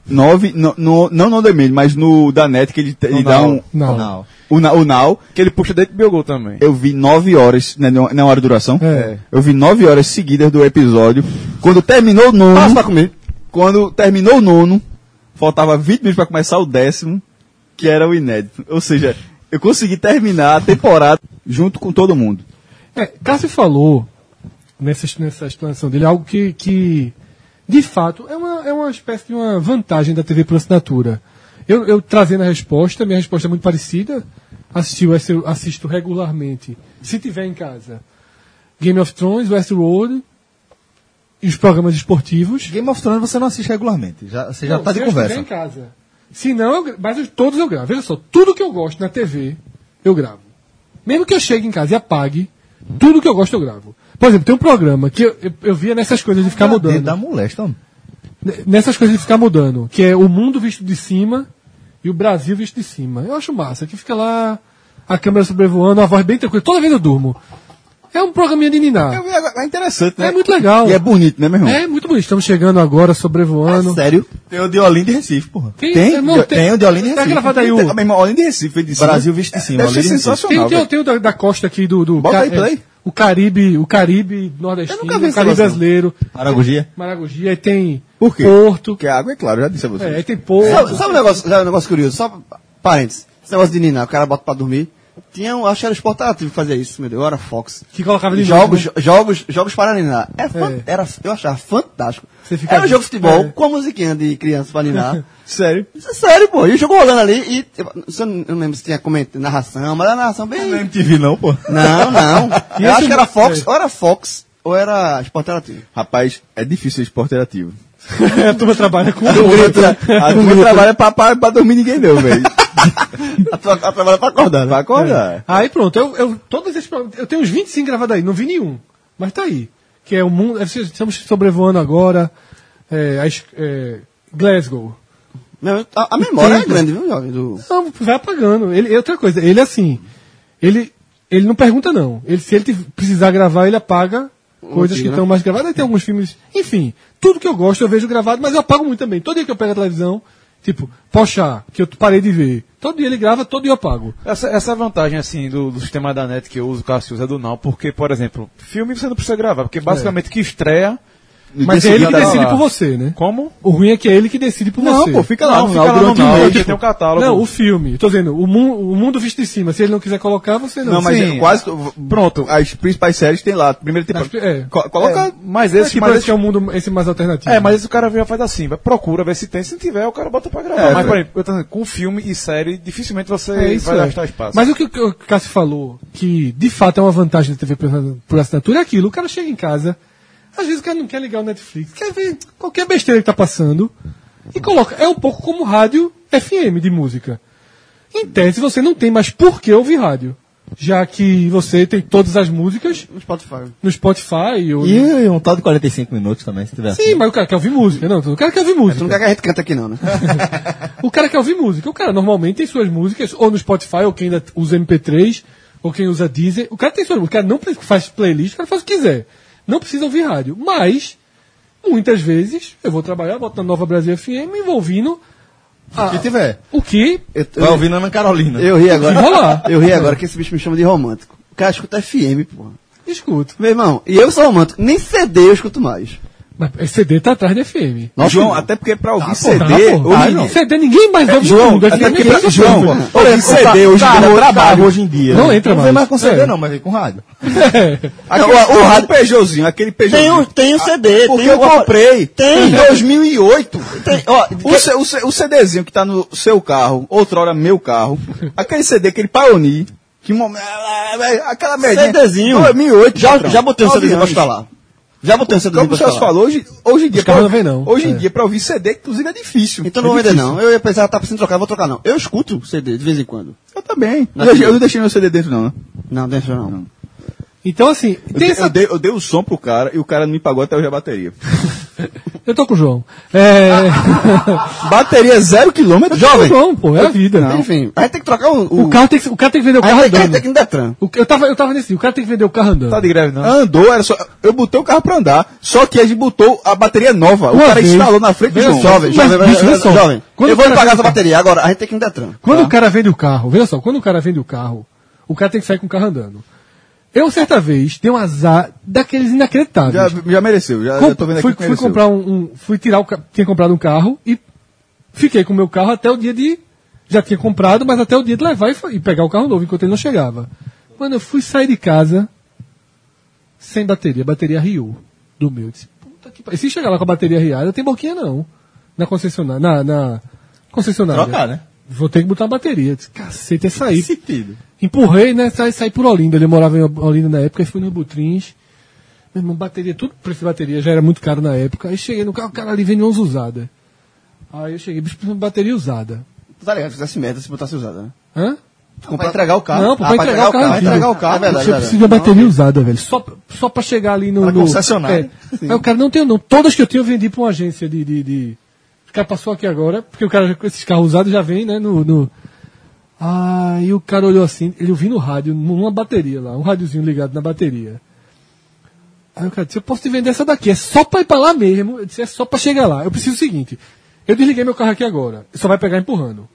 H: Nove, no, no, não no Demand, mas no da Net, que ele, te- ele
D: No
H: dá
D: Now.
H: um.
E: Não.
H: O, Na- o Now,
D: Que ele puxa da HBO Go também.
H: eu vi nove horas, né, não não é hora de duração.
E: É.
H: Eu vi nove horas seguidas do episódio. Quando terminou o nono.
C: Passa pra comer.
H: Quando terminou o nono, faltava 20 minutos pra começar o décimo, que era o inédito. Ou seja, eu consegui terminar a temporada junto com todo mundo.
E: É, Cássio falou nessa, nessa explanação dele algo que, que de fato é uma, é uma espécie de uma vantagem da TV por assinatura. Eu, eu trazendo a resposta, minha resposta é muito parecida. Assisti, o Wester- assisto regularmente, se tiver em casa. Game of Thrones, Westworld e os programas esportivos.
A: Game of Thrones você não assiste regularmente. Já, você já
E: Não,
A: tá
E: se
A: de
E: eu estiver
A: conversa.
E: em casa. Se não, eu gra- mas eu- todos eu gravo. Veja só, tudo que eu gosto na TV, eu gravo. Mesmo que eu chegue em casa e apague, tudo que eu gosto eu gravo. Por exemplo, tem um programa que eu, eu, eu via nessas coisas de ficar
A: Dá-
E: mudando.
A: Dá molesta. homem.
E: N- Nessas coisas de ficar mudando, que é o mundo visto de cima e o Brasil visto de cima. Eu acho massa, que fica lá a câmera sobrevoando, a voz bem tranquila. Toda vez eu durmo. É um programinha de ninar.
H: É, interessante,
E: É muito legal.
H: E é bonito, né, meu irmão? É
E: É muito bonito. Estamos chegando
C: Tá
E: agora, sobrevoando.
A: Sério? Tem o de Olinda e Recife, porra.
E: Tem-
A: Tem,
E: não, tem-
A: tem o de Olinda e
E: tá
A: Recife.
E: gravado aí o-
H: Tem- a mesma ordem de Recife, ele disse.
A: Brasil visto de cima,
H: Deve ser
A: ordem de Recife.
E: Tem,
H: sensacional.
E: tem,
H: velho.
E: tem o da, da costa aqui do. do
H: Bota aí,
E: é,
H: play.
E: o Caribe, o Caribe nordestino, o
H: Eu nunca vi
E: Caribe
H: esse negócio, não.
E: brasileiro,
A: Aragogia.
E: Maragogi, aí tem
H: Por quê?
E: Porto.
H: Porque a água é claro, já disse a você.
E: É, aí tem Porto.
C: Sabe, sabe um negócio, sabe um negócio curioso? Só parênteses. Esse negócio de ninar, o cara bota pra dormir. Tinha, um- acho que era o Sport Ativo que fazia isso, meu Deus, eu era Fox.
E: Que colocava de novo, né?
C: Jogos, jogos, jogos Paraná. É fan-
E: É.
C: Era, eu achava fantástico.
E: Você fica-
C: Era um jogo de futebol
E: É.
C: com a musiquinha de criança pra
E: *laughs*
H: Ah,
C: ninar.
E: Sério?
C: Isso é sério, pô. E o jogo rolando ali e. Eu eu não lembro se tinha comentado narração, mas era uma narração bem.
H: Não é MTV, não, pô.
C: Não,
E: *laughs*
C: não.
E: E
C: eu
E: esse
C: acho que era
E: jogo-
C: Fox,
E: é.
C: ou era Fox, ou era Sport
E: *laughs*
C: Ativo.
H: Rapaz, é difícil ser esporte interativo.
E: A turma trabalha com né?
H: A turma trabalha pra, pra, pra dormir ninguém não, velho.
C: A tua a trabalha pra acordar,
H: Vai
C: né?
H: acordar.
E: Aí pronto, eu, eu, todos esses programas- eu tenho uns 25 gravados aí, não vi nenhum. Mas tá aí. Que é o mundo. é, Estamos sobrevoando agora. É, as- é, Glasgow.
C: Meu, a, a memória é
E: Entendo.
C: grande, viu, jovem? Do...
E: Não, vai apagando. Ele, e outra coisa, ele assim. Ele, ele não pergunta, não. Ele, se ele tiv- precisar gravar, ele apaga coisas
C: antigo, né?
E: que estão mais gravadas. Aí tem alguns filmes. Enfim, tudo que eu gosto eu vejo gravado, mas eu apago muito também. Todo dia que eu pego a televisão, tipo, poxa, que eu parei de ver. Todo dia ele grava, todo dia eu apago.
D: Essa, essa é a vantagem, assim, do, do sistema da net que eu uso, Cássio usa do Now, porque, por exemplo, filme você não precisa gravar, porque basicamente o que estreia.
E: Mas
D: dia
E: é ele
D: seguinte
E: que
D: tá
E: decide
D: lá.
E: por você, né?
D: Como?
E: O ruim é que é ele que decide por
D: Não,
E: você.
D: pô, fica lá, no
H: Não,
D: fica
H: Now
D: lá no
H: durante o
D: Now,
H: mês,
D: porque
H: tipo-
D: tem um catálogo.
E: Não, o filme. Tô dizendo, o, mu- o mundo visto de cima. Se ele não quiser colocar, você não.
H: Não, mas
E: Sim.
H: é quase. Pronto, as principais séries tem lá. Primeira
E: Nas
H: temporada.
E: pri- é.
H: Co- coloca.
D: É, mas
E: Esse,
D: esse,
E: tipo,
D: mas
E: esse que é o mundo esse mais alternativo.
D: É, mas esse o cara já faz assim, vai, procura, vê se tem, se não tiver, o cara bota pra gravar.
H: É,
D: mas,
H: velho.
D: por exemplo, eu tô dizendo, com filme e série, dificilmente você
E: É
D: vai
E: é.
D: gastar espaço.
E: Mas o que o que o Cássio falou, que de fato é uma vantagem da TV por, por assinatura, é aquilo. O cara chega em casa, às vezes o cara não quer ligar o Netflix, quer ver qualquer besteira que tá passando e coloca. É um pouco como rádio FM de música. Em tese, você não tem mais por que ouvir rádio. Já que você tem todas as músicas
C: No Spotify.
E: no Spotify ou no-
I: E um tal de 45 minutos também, se tiver.
E: Sim, mas o cara quer ouvir música. Não, o cara quer ouvir
C: Tu não quer
E: música.
C: que a gente canta aqui, não, né?
E: *laughs* O cara quer ouvir música. O cara normalmente tem suas músicas, ou no Spotify, ou quem ainda usa MP3, ou quem usa Deezer. O cara tem suas músicas. O cara não pre- faz playlist, o cara faz o que quiser. Não precisa ouvir rádio. Mas, muitas vezes, eu vou trabalhar, boto na Nova Brasil FM e vou ouvindo
A: O que tiver.
E: o que
C: Eu,
I: Vai
C: eu,
I: ouvir na Ana Carolina.
C: eu ri agora.
E: rolar.
C: Eu ri agora que esse bicho me chama de romântico. O cara escuta FM, porra.
E: escuto.
C: Meu irmão, e eu sou romântico. Nem CD eu escuto mais.
E: Mas esse CD tá atrás de FM.
C: Nossa,
H: João,
C: que-
H: até porque pra ouvir
E: Pô,
H: CD.
E: tá, pô.
H: hoje
E: Ah,
H: em
E: não.
H: dia-
E: CD ninguém mais
C: É,
E: ouve
H: João,
E: tudo.
H: até
E: FM
H: porque
E: ninguém
H: pra,
E: ouve
H: João,
E: tudo.
H: é pô, ouvir CD hoje em dia é trabalho hoje em dia.
E: Não entra
A: Não vem mais com
E: mais.
A: CD, não, mas vem com
H: *laughs*
A: rádio.
H: Aquele, É. o, Peugeotzinho, aquele Peugeotzinho.
C: tem o CD,
H: Porque eu comprei
C: Tem.
H: em 2008.
C: Tem, ó,
H: O, C- o, C- o CDzinho que tá no seu carro, outrora meu carro, aquele CD, aquele Paoni, que mo- aquela merdinha.
C: CDzinho.
H: 2008.
C: já,
H: patrão.
C: já botei o
H: Nove
C: CDzinho pra
H: anos.
C: instalar. Já botei o CDzinho
H: Como
C: pra
H: o Celso
C: instalar.
H: falou, hoje, hoje em dia,
E: carros não vêm, não.
H: Hoje
E: É.
H: em dia, pra ouvir CD, inclusive, é difícil.
C: Então não
H: é
C: vou vender,
H: difícil.
C: não. Eu ia pensar, tá precisando trocar, eu vou trocar, não. Eu escuto CD de vez em quando.
H: Eu também.
C: Não.
H: Eu, deixei- eu não deixei meu CD dentro, não. né?
C: Não, deixa não.
E: Então, assim,
H: Eu,
E: tem
H: dei-
E: essa
H: eu dei, eu dei o som pro cara e o cara não me pagou até hoje a bateria.
E: Eu tô com o João. É.
C: *laughs*
H: *laughs* bateria é zero quilômetro?
E: Jovem. João, pô, é a vida.
C: Não. Enfim, aí tem que trocar o.
E: O carro tem que, o cara tem que vender o
C: aí
E: carro
C: tem que- aí
E: andando.
C: tem que ir no Detran.
E: O- eu, tava, eu tava nesse. O cara tem que vender o carro andando.
D: Tá de greve, não.
H: Ah, Andou, era só. Eu botei o carro pra andar, só que a gente botou a bateria nova. o
E: Uma
H: cara
E: vez.
H: instalou na frente do
E: Veja
H: João.
E: só,
C: Jovem,
E: Mas,
C: jovem,
E: bicho, vê
C: jovem,
E: só.
C: jovem.
E: Quando
C: eu vou
E: o cara
C: pagar
E: vende
C: essa bateria agora, a gente tem que ir no Detran.
E: Quando o cara vende o carro, veja só, quando o cara vende o carro, o cara tem que sair com o carro andando. Eu, certa vez, dei um azar daqueles inacreditáveis.
H: Já, já mereceu, já,
E: Com-
H: já tô vendo aqui
E: fui,
H: que
E: fui
H: mereceu.
E: comprar um, um- Fui tirar o ca- Tinha comprado um carro e fiquei com o meu carro até o dia de. Já tinha comprado, mas até o dia de levar e, fa- e pegar o carro novo, enquanto ele não chegava. Mano, eu fui sair de casa sem bateria. A bateria riu do meu. Eu disse, puta que pariu. E se chegar lá com a bateria riada, não tem boquinha não. Na concessionária. Na, na
C: Tá
E: concessionária.
I: Trocar, né?
E: Vou ter que botar a bateria. Eu disse, cacete, é sair.
I: Sentido.
E: Empurrei, né? Saí, saí por Olinda. Ele morava em Olinda na época e fui no Butrins. Meu irmão, bateria, tudo preço de bateria já era muito caro na época. Aí cheguei no carro, o cara ali vende uns usada. Aí eu cheguei, bicho, preciso de bateria usada.
C: Tu tá ligado? Se fizesse merda se botasse usada, né?
E: Hã?
C: Comprar entregar o carro.
E: Não, pô, pra entregar o carro,
C: Pra
E: filho.
C: entregar o carro, é verdade.
E: Você
C: verdade.
E: precisa de uma bateria usada, velho. Só, pra- só pra chegar ali no.
C: Pra
E: no-
C: concessionária.
E: É. Aí o cara não tem, não. Todas que eu tinha eu vendi pra uma agência de. de, de... O cara passou aqui agora, porque o cara, esses carros usados já vem, né? No. no... Aí o cara olhou assim, ele ouviu no rádio, numa bateria lá, um rádiozinho ligado na bateria. Aí o cara disse, eu posso te vender essa daqui, é só pra ir pra lá mesmo. Eu disse, é só pra chegar lá. Eu preciso o seguinte, eu desliguei meu carro aqui agora, só vai pegar empurrando.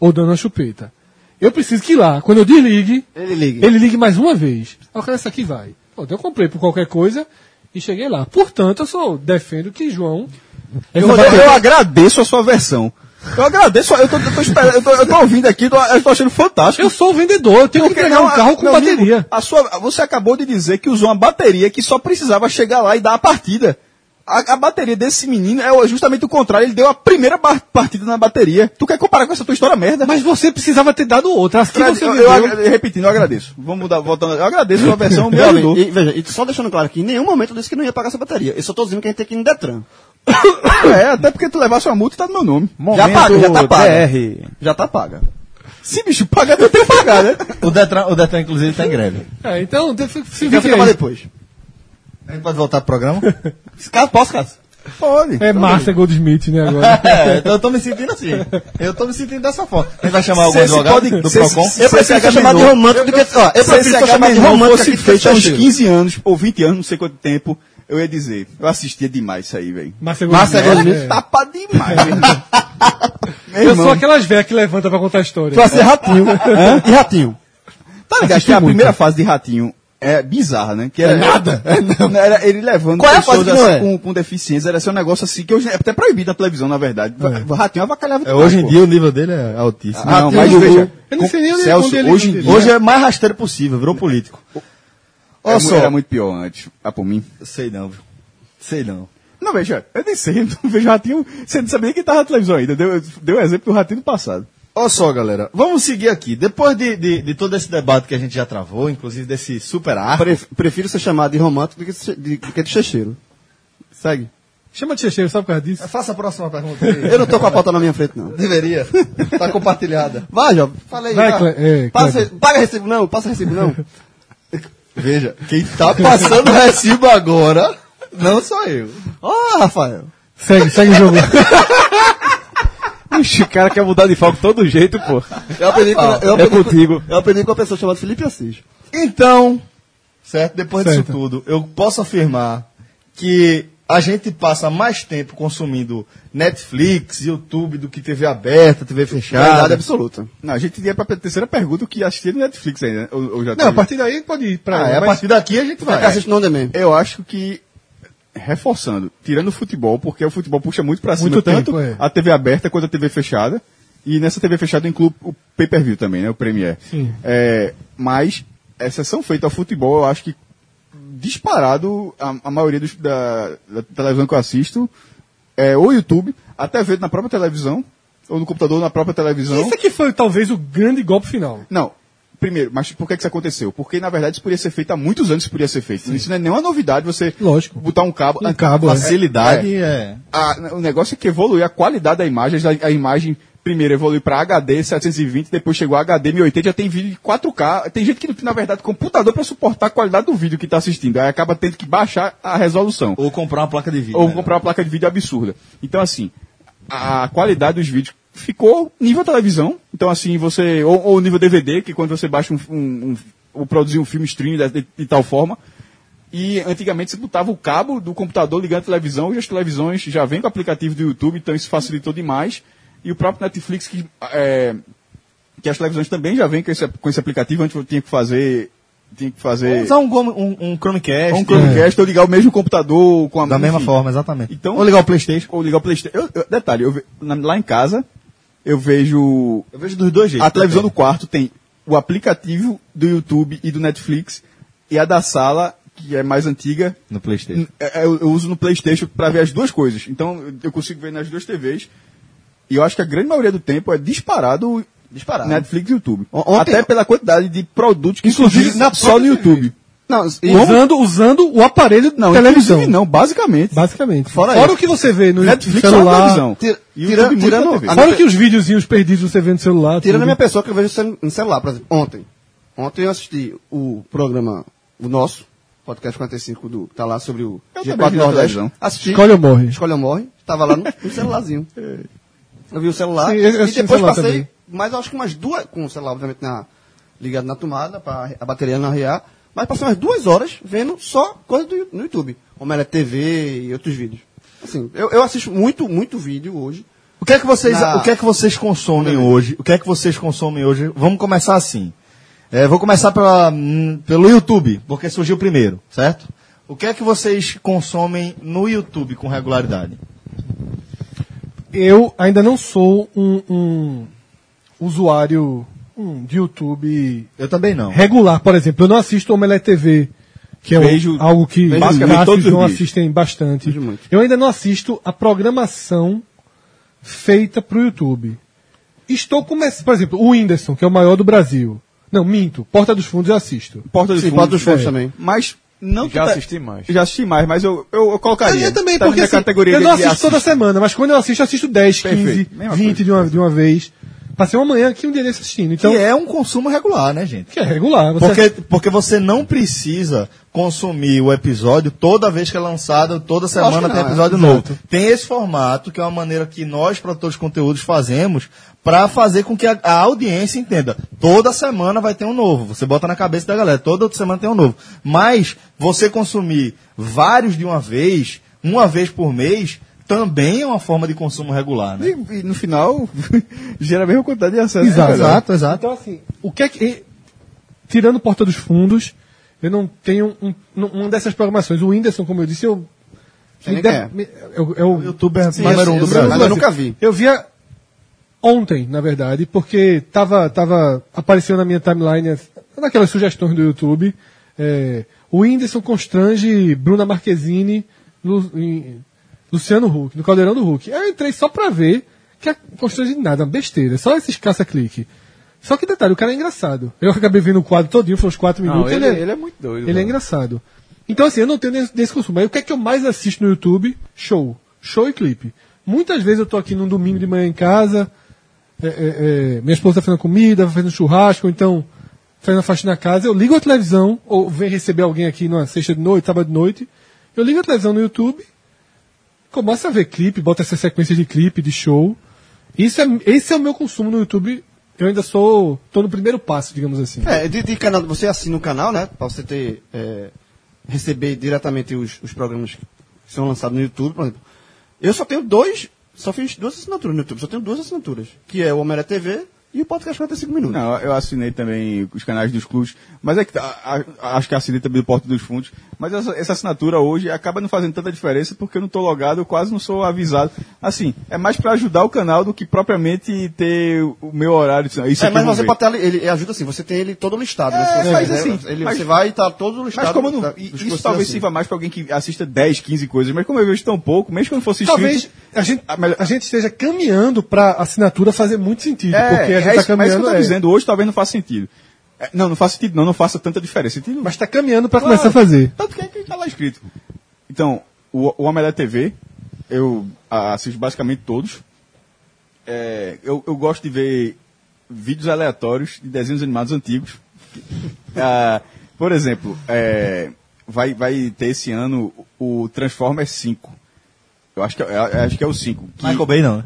E: Ou dando uma chupeta. Eu preciso que lá, quando eu desligue,
C: Ele liga.
E: ele ligue mais uma vez. Aí o cara, essa aqui vai. Pronto, eu comprei por qualquer coisa e cheguei lá. Portanto, eu só defendo que João... é
H: Eu, eu agradeço a sua versão. Eu agradeço, eu tô, eu tô, esperando, eu tô, eu tô ouvindo aqui, tô- eu tô achando fantástico.
J: Eu sou o vendedor, eu tenho que
H: Porque
J: entregar um
H: não,
J: carro com
H: meu amigo,
J: bateria.
H: a sua, você acabou de dizer que usou uma bateria que só precisava chegar lá e dar a partida. A, a bateria desse menino é o- justamente o contrário, ele deu a primeira ba- partida na bateria. Tu quer comparar com essa tua história merda?
J: Mas você precisava ter dado outra. As que
H: Fred,
J: você
H: eu,
J: me
H: eu
J: deu-
H: agra- repetindo, eu agradeço. Vamos mudar, voltando. Eu agradeço a sua versão, me
C: Jovem,
H: ajudou.
C: e, veja, e só deixando claro que em nenhum momento eu disse que não ia pagar essa bateria. Eu só tô dizendo que a gente tem que ir no Detran.
H: *coughs* É, até porque tu levasse uma multa tá no meu nome.
D: Momento
H: já paga, já tá paga.
D: DR.
H: Já tá paga. Se bicho paga, eu tenho que pagar, né?
I: O Detran, o Detran, inclusive, tá em greve.
J: É, então, de- se
C: Eu
H: é
J: fica
C: fico pra
J: aí.
C: depois.
I: A gente pode voltar pro programa?
H: Cara, posso, cara? Pode.
E: É Márcia Goldsmith, né,
C: *laughs*
E: agora.
I: é, eu tô me sentindo assim. Eu tô me sentindo dessa forma. A gente vai chamar algum
H: Se esse
I: advogado
H: pode-
I: do
H: se esse-
I: Procon?
H: se
C: Eu prefiro ser chamado de romântico do que. Ó, eu
H: Se
C: prefiro
H: esse
C: ser chamado de
H: HB não
C: romântico aqui
H: fosse
C: do que
H: feito há uns
C: fecheiro.
H: 15 anos, ou 20 anos, não sei quanto tempo, eu ia dizer. Eu assistia demais isso aí, velho. Né?
E: Márcia
C: Márcia
E: Goldsmith.
C: Goldsmith.
E: é.
H: Tapa *laughs* demais, meu irmão.
E: Eu
H: Meu
E: sou
H: irmão,
E: aquelas velhas que levanta pra contar a história.
C: Pra ser ratinho. Hã? E ratinho.
H: tá ligado que a primeira fase de Ratinho é bizarra, né? Que era, *laughs* nada. Era ele levando
C: Qual é a
H: pessoas
C: fase que não
H: assim,
C: é?
H: com, com deficiência. Era só um negócio assim, que hoje é até proibido na televisão, na verdade. O Ratinho avacalhava
I: É, hoje em
H: pô.
I: dia o nível dele é altíssimo.
H: Não,
I: Ratinho
H: mas
I: do
H: veja.
I: Google.
E: Eu não sei nem onde-
H: Celso,
E: onde ele-
H: hoje em
E: onde ele-
H: dia-
I: Hoje é mais rasteiro possível, virou político.
H: Era,
I: Olha
H: mu-
I: só.
H: era muito pior antes. Ah, por mim.
I: Sei não, viu? Sei não.
H: Não, veja, eu nem sei, *laughs* eu não vejo ratinho. Você não sabia que tava na televisão ainda. Deu, deu o exemplo do ratinho do passado.
I: Olha só, galera. Vamos seguir aqui. Depois de, de, de todo esse debate que a gente já travou, inclusive desse super ar.
C: Pref- Prefiro ser chamado de romântico do que de, de, do que de checheiro. Segue.
E: Chama de checheiro, sabe por causa disso?
I: É, Faça a próxima pergunta.
C: Eu não tô com a pauta na minha frente, não.
I: Deveria. Tá compartilhada.
C: Vai, Jovem. Fala aí.
E: Vai,
C: vá.
E: Cle- é,
C: passa, paga recibo, não. Passa recibo, não.
I: Veja, quem tá passando o recibo agora, não sou eu.
C: Ó, Rafael.
E: Segue, segue o jogo.
D: Ixi, o cara quer mudar de foco de todo jeito, pô.
C: Eu aprendi, com, eu,
D: É
C: aprendi,
D: contigo.
C: eu aprendi com uma pessoa chamada Felipe Assis.
I: Então, certo? Depois disso
E: Certo.
I: tudo, eu posso afirmar que a gente passa mais tempo consumindo Netflix, YouTube do que TV aberta, TV
C: Verdade
I: fechada.
C: absoluta.
H: Não, a gente ia pra terceira pergunta que assistia no Netflix ainda. né? Ou, ou
E: Não,
H: já
E: a
H: teve?
E: partir daí pode ir pra
I: Ah, é, a
E: mas-
I: partir daqui a gente vai.
C: Assiste no On Demand.
H: Eu acho que, reforçando, tirando o futebol, porque o futebol puxa muito pra cima,
E: Muito
H: tanto
E: tempo, é.
H: a TV aberta quanto a TV fechada. E nessa TV fechada eu incluo o pay-per-view também, né? O Premier.
E: Sim.
H: É, mas, exceção feita ao futebol, eu acho que disparado a, a maioria dos, da, da televisão que eu assisto é ou YouTube, até ver na própria televisão, ou no computador na própria televisão.
E: Isso aqui foi talvez o grande golpe final.
H: Não. Primeiro, mas por que que isso aconteceu? Porque, na verdade, isso podia ser feito há muitos anos, isso podia ser feito. Isso não é nenhuma novidade você
E: Lógico.
H: botar um cabo.
E: Um cabo, é.
H: facilidade.
I: Facilidade é.
H: A- o negócio é que evoluiu a qualidade da imagem. A, a imagem primeiro evoluiu para HD 720, depois chegou a HD 1080, já tem vídeo de 4K. Tem gente que não tem, na verdade, computador para suportar a qualidade do vídeo que está assistindo. Aí acaba tendo que baixar a resolução
I: Ou comprar uma placa de vídeo.
H: ou
I: né?
H: comprar uma placa de vídeo absurda. Então, assim, a qualidade dos vídeos ficou nível televisão. Então, assim, você. Ou, ou nível DVD, que quando você baixa um. um, um ou produzir um filme stream de, de- de tal forma. E antigamente você botava o cabo do computador ligando a televisão, hoje as televisões já vêm com o aplicativo do YouTube, então isso facilitou demais. E o próprio Netflix, que é, que as televisões também já vêm com esse, com esse aplicativo, antes eu tinha que fazer. Tinha que
I: Ou
H: fazer.
I: Usar um, gomo- um, um Chromecast.
H: Um
C: É.
E: É,
H: Chromecast ou ligar o mesmo computador com a
I: É. Da mesma
H: enfim.
I: forma, exatamente.
H: Então-
I: Ou ligar o Playstation.
H: Ou ligar o Playstation. Eu- eu- detalhe, eu ve- na- lá em casa, eu vejo.
I: Eu vejo dos dois jeitos.
H: A televisão do quarto tem o aplicativo do YouTube e do Netflix, e a da sala, que é mais antiga,
I: No Playstation.
H: é- é- eu, eu uso no Playstation pra ver as duas coisas. Então eu- eu consigo ver nas duas TVs. E eu acho que a grande maioria do tempo é disparado.
I: Disparado.
H: Netflix e YouTube.
C: O- ontem-
H: Até pela quantidade de produtos que
E: Inclusive
H: surgiram
E: na
H: só no YouTube.
C: Não, e
E: Usando, usando o aparelho de
H: Não,
E: televisão.
H: inclusive não, basicamente.
E: Basicamente.
I: Fora
E: o
I: isso.
E: que você vê no
H: Netflix só na
E: celular.
H: televisão.
C: Tira-
H: E o
C: tira-
H: YouTube é muito na
C: tirando-
H: TV.
C: a
E: Fora que os videozinhos perdidos você vê no celular.
C: Tirando a
E: tudo.
C: minha pessoa que eu vejo cel- no celular, por exemplo, ontem. Ontem eu assisti o programa, o nosso, podcast 45 do, que tá lá sobre o
H: Eu também
C: G4
H: vi na
C: Nordeste.
H: televisão.
C: Assisti.
E: Escolhe um. ou morre.
C: Escolhe ou morre. Tava lá no, no
H: *laughs*
C: celularzinho.
H: É.
C: Eu vi o celular.
E: Sim, eu- eu
C: e
E: assisti no
C: depois
E: celular
C: passei,
E: também.
C: mas acho que umas duas, com o celular obviamente na, ligado na tomada, para a bateria não arriar. Mas passei umas duas horas vendo só coisa do, no YouTube. Omelete TV e outros vídeos. Assim, eu, eu assisto muito, muito vídeo hoje.
I: O que é que vocês,
C: Na-
I: o que é que vocês consomem hoje? O que é que vocês consomem hoje? Vamos começar assim. É, vou começar pela, hum, pelo YouTube, porque surgiu primeiro, certo? O que é que vocês consomem no YouTube com regularidade?
E: eu ainda não sou um, um usuário um, de YouTube
I: Eu também não.
E: regular, por exemplo. Eu não assisto Omelete TV, que é um-
H: Vejo-
E: algo que
H: vejo
E: basicamente
H: muito, todos os
E: não
H: dias.
E: assistem bastante.
C: Vejo muito.
E: Eu ainda não assisto a programação feita para o YouTube. Estou começando, por exemplo, o Whindersson, que é o maior do Brasil. Não, minto. Porta dos Fundos eu assisto. É.
H: Porta dos
C: Sim,
H: Fundos.
C: Porta dos Fundos também.
H: Mas não
D: Já
H: tá-
D: assisti mais.
H: Já assisti mais, mas eu, eu, eu colocaria.
I: é
E: Eu também,
H: Tá
E: porque
H: na
E: assim,
H: categoria
E: eu
H: de-
E: não
H: de
E: assisto toda
H: assiste.
E: semana, mas quando eu assisto, eu assisto 10, 15,
H: Perfeito, mesma
E: 20 de uma, de uma vez. Passei uma manhã aqui um dia desse assistindo. Então,
I: Que é um consumo regular, né, gente?
E: que é regular.
H: Ah,
E: Você
I: Porque, porque você não precisa consumir o episódio toda vez que é lançado, toda semana
C: que
I: tem
C: não,
I: episódio
E: é.
I: novo.
E: Exato.
I: Tem esse formato, que é uma maneira que nós, produtores de conteúdos, fazemos para fazer com que a, a audiência entenda. Toda semana vai ter um novo. Você bota na cabeça da galera, toda outra semana tem um novo. Mas você consumir vários de uma vez, uma vez por mês, também é uma forma de consumo regular, né?
H: E, e no final, *laughs* gera a mesma quantidade de acesso. né,
E: Exato.
I: exato.
E: Então, assim, o que é que. e- Tirando Porta dos Fundos, eu não tenho um, um, uma dessas programações. O Whindersson, como eu disse, eu.
C: Sei nem
E: de-
C: quem é.
E: me- eu, eu-
I: Youtuber
C: Sim,
I: número um
C: eu
I: do
C: sei,
I: Brasil.
C: mas eu nunca vi.
E: eu via ontem, na verdade, porque tava, tava, apareceu na minha timeline, as- naquelas sugestões do YouTube, é, o Whindersson constrange Bruna Marquezine, Lu- em- Luciano Huck, no Caldeirão do Huck. Aí Eu entrei só pra ver que a- constrange nada, besteira, só esses caça-clique. Só que detalhe, o cara é engraçado. Eu acabei vendo o quadro todinho, foi uns 4
D: Não,
E: minutos.
D: ele,
E: ele é-
D: ele é muito doido.
E: ele é
D: mano.
E: engraçado. Então, assim, eu não tenho desse, desse consumo. Aí o que é que eu mais assisto no YouTube? Show. Show e clipe. Muitas vezes eu tô aqui num domingo de manhã em casa, é, é, é, minha esposa tá fazendo comida, fazendo churrasco, ou então fazendo a faxina na casa, eu ligo a televisão, ou venho receber alguém aqui numa sexta de noite, sábado de noite, eu ligo a televisão no YouTube, começo a ver clipe, boto essas sequências de clipe, de show. Isso é, esse é o meu consumo no YouTube. Eu ainda sou. tô no primeiro passo, digamos assim.
C: É, de, de canal, você assina o canal, né? Pra você ter, é, receber diretamente os, os programas que são lançados no YouTube, por exemplo. Eu só tenho dois, só fiz duas assinaturas no YouTube, só tenho duas assinaturas, que é o Homem-Aranha TV e o Podcast 45 Minutos.
H: Não, eu assinei também os canais dos clubes, mas é que tá- a- a- acho que assinei também do Porto dos Fundos, mas essa, essa assinatura hoje acaba não fazendo tanta diferença porque eu não estou logado, eu quase não sou avisado. Assim, é mais para ajudar o canal do que propriamente ter o- o meu horário. Isso
C: É,
H: aqui
C: mas
H: eu vou
C: você
H: ver.
C: pode ter, ali- ele ele ajuda assim, você tem ele todo listado, né?
H: É,
C: Se você
H: mas
C: quiser,
H: assim,
C: ele,
H: mas-
C: você vai e tá todo listado.
H: Mas como eu não,
C: da- dos
H: isso
C: cursos
H: talvez
C: assim.
H: sirva mais para alguém que assista 10, 15 coisas, mas como eu vejo tão pouco, mesmo é que eu não fosse
E: Talvez
H: inscrito,
E: a gente,
H: a melhor-
E: a gente esteja caminhando para assinatura fazer muito sentido, porque a gente está
H: É, isso- mas isso que
E: caminhando.
H: eu tô
E: é.
H: dizendo hoje talvez não faça sentido. É, não, não faça sentido, não, não faça tanta diferença. Entendeu?
E: Mas está caminhando para
H: Claro.
E: começar a fazer.
H: Tanto que é que tá lá escrito. Então, o, o Homem da TV, eu a- assisto basicamente todos. É, eu, eu gosto de ver vídeos aleatórios de desenhos animados antigos. *laughs* Ah, por exemplo, é, vai, vai ter esse ano o Transformers 5. Eu acho que, é- eu acho que é o 5. que-
I: Michael Bay não, né?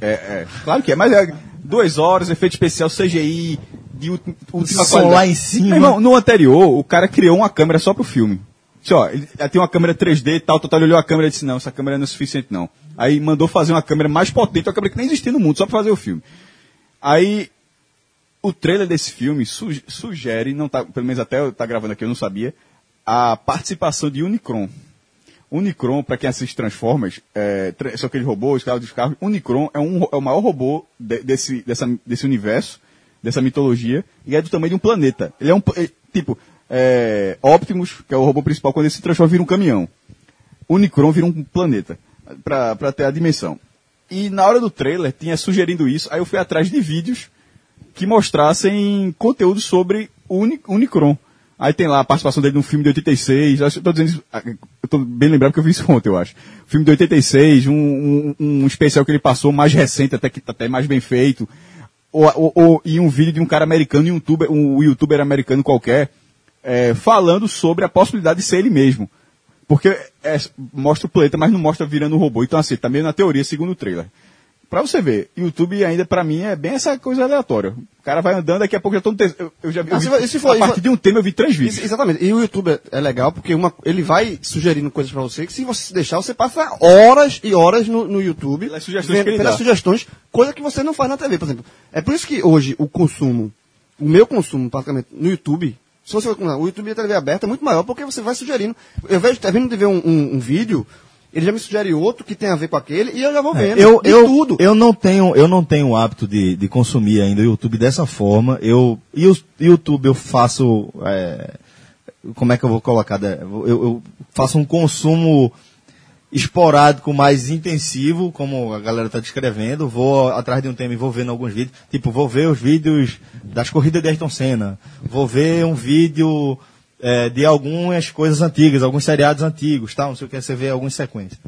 H: é, é, claro que é, mas é duas horas, efeito especial, CGI, de ulti- última
I: som
H: qualidade.
I: lá em cima.
H: Meu irmão, no anterior, o cara criou uma câmera só pro filme. Disse, ó, ele ele tem uma câmera 3D e tal, total, ele olhou a câmera e disse, não, essa câmera não é suficiente não. Aí mandou fazer uma câmera mais potente, uma câmera que nem existia no mundo, só pra fazer o filme. Aí, o trailer desse filme su- sugere, não tá, pelo menos até eu tá gravando aqui, eu não sabia, a participação de Unicron. Unicron, para quem assiste Transformers, é, tra- são aqueles robôs, carros dos carros. Unicron é, um, ro- é o maior robô de- desse, dessa- desse universo, dessa mitologia, e é do tamanho de um planeta. Ele é um. pl- ele- tipo, é, Optimus, que é o robô principal, quando ele se transforma, vira um caminhão. Unicron vira um planeta, pra, pra ter a dimensão. E na hora do trailer, tinha sugerindo isso, aí eu fui atrás de vídeos que mostrassem conteúdo sobre o Uni- Unicron. Aí tem lá a participação dele num filme de 86, acho, eu tô dizendo isso- ah, eu tô bem lembrado porque eu vi isso ontem, eu acho. Filme de 86, um, um, um especial que ele passou mais recente, até que tá até mais bem feito, ou, ou- ou- e um vídeo de um cara americano, um youtuber, um youtuber americano qualquer, é, falando sobre a possibilidade de ser ele mesmo. Porque é, mostra o planeta, mas não mostra virando um robô. Então, assim, tá meio na teoria, segundo o trailer. Pra você ver, YouTube ainda pra mim é bem essa coisa aleatória. O cara vai andando, daqui a pouco já tô no terceiro. Eu, eu já vi, eu
C: Ah,
H: vi-
C: se for- se for-
H: a
C: se
H: partir
C: for-
H: de um tema eu vi três vídeos.
C: Ex- Exatamente. E o YouTube é- é legal porque uma, ele vai sugerindo coisas pra você que se você se deixar, você passa horas e horas no, no YouTube
H: Pelas sugestões que ele
C: pelas
H: dá.
C: sugestões, coisa que você não faz na TV, por exemplo. É por isso que hoje o consumo, o meu consumo praticamente no YouTube, se você for com o YouTube e a TV aberta é muito maior porque você vai sugerindo. Eu vejo, tá vindo de ver um, um- um vídeo
I: Ele já me sugere outro que tem a ver com aquele e eu já vou
H: É,
I: vendo.
C: Eu,
I: de
C: eu,
I: tudo.
C: eu não tenho eu não tenho o hábito de, de consumir ainda o YouTube dessa forma. Eu e o YouTube eu faço é, como é que eu vou colocar? né? Eu, eu faço um consumo esporádico mais intensivo, como a galera está descrevendo. Vou atrás de um tema e vou vendo alguns vídeos. Tipo, vou ver os vídeos das corridas de Ayrton Senna. Vou ver um vídeo é, de algumas coisas antigas, alguns seriados antigos, tal. Não sei o que, você vê algumas sequências.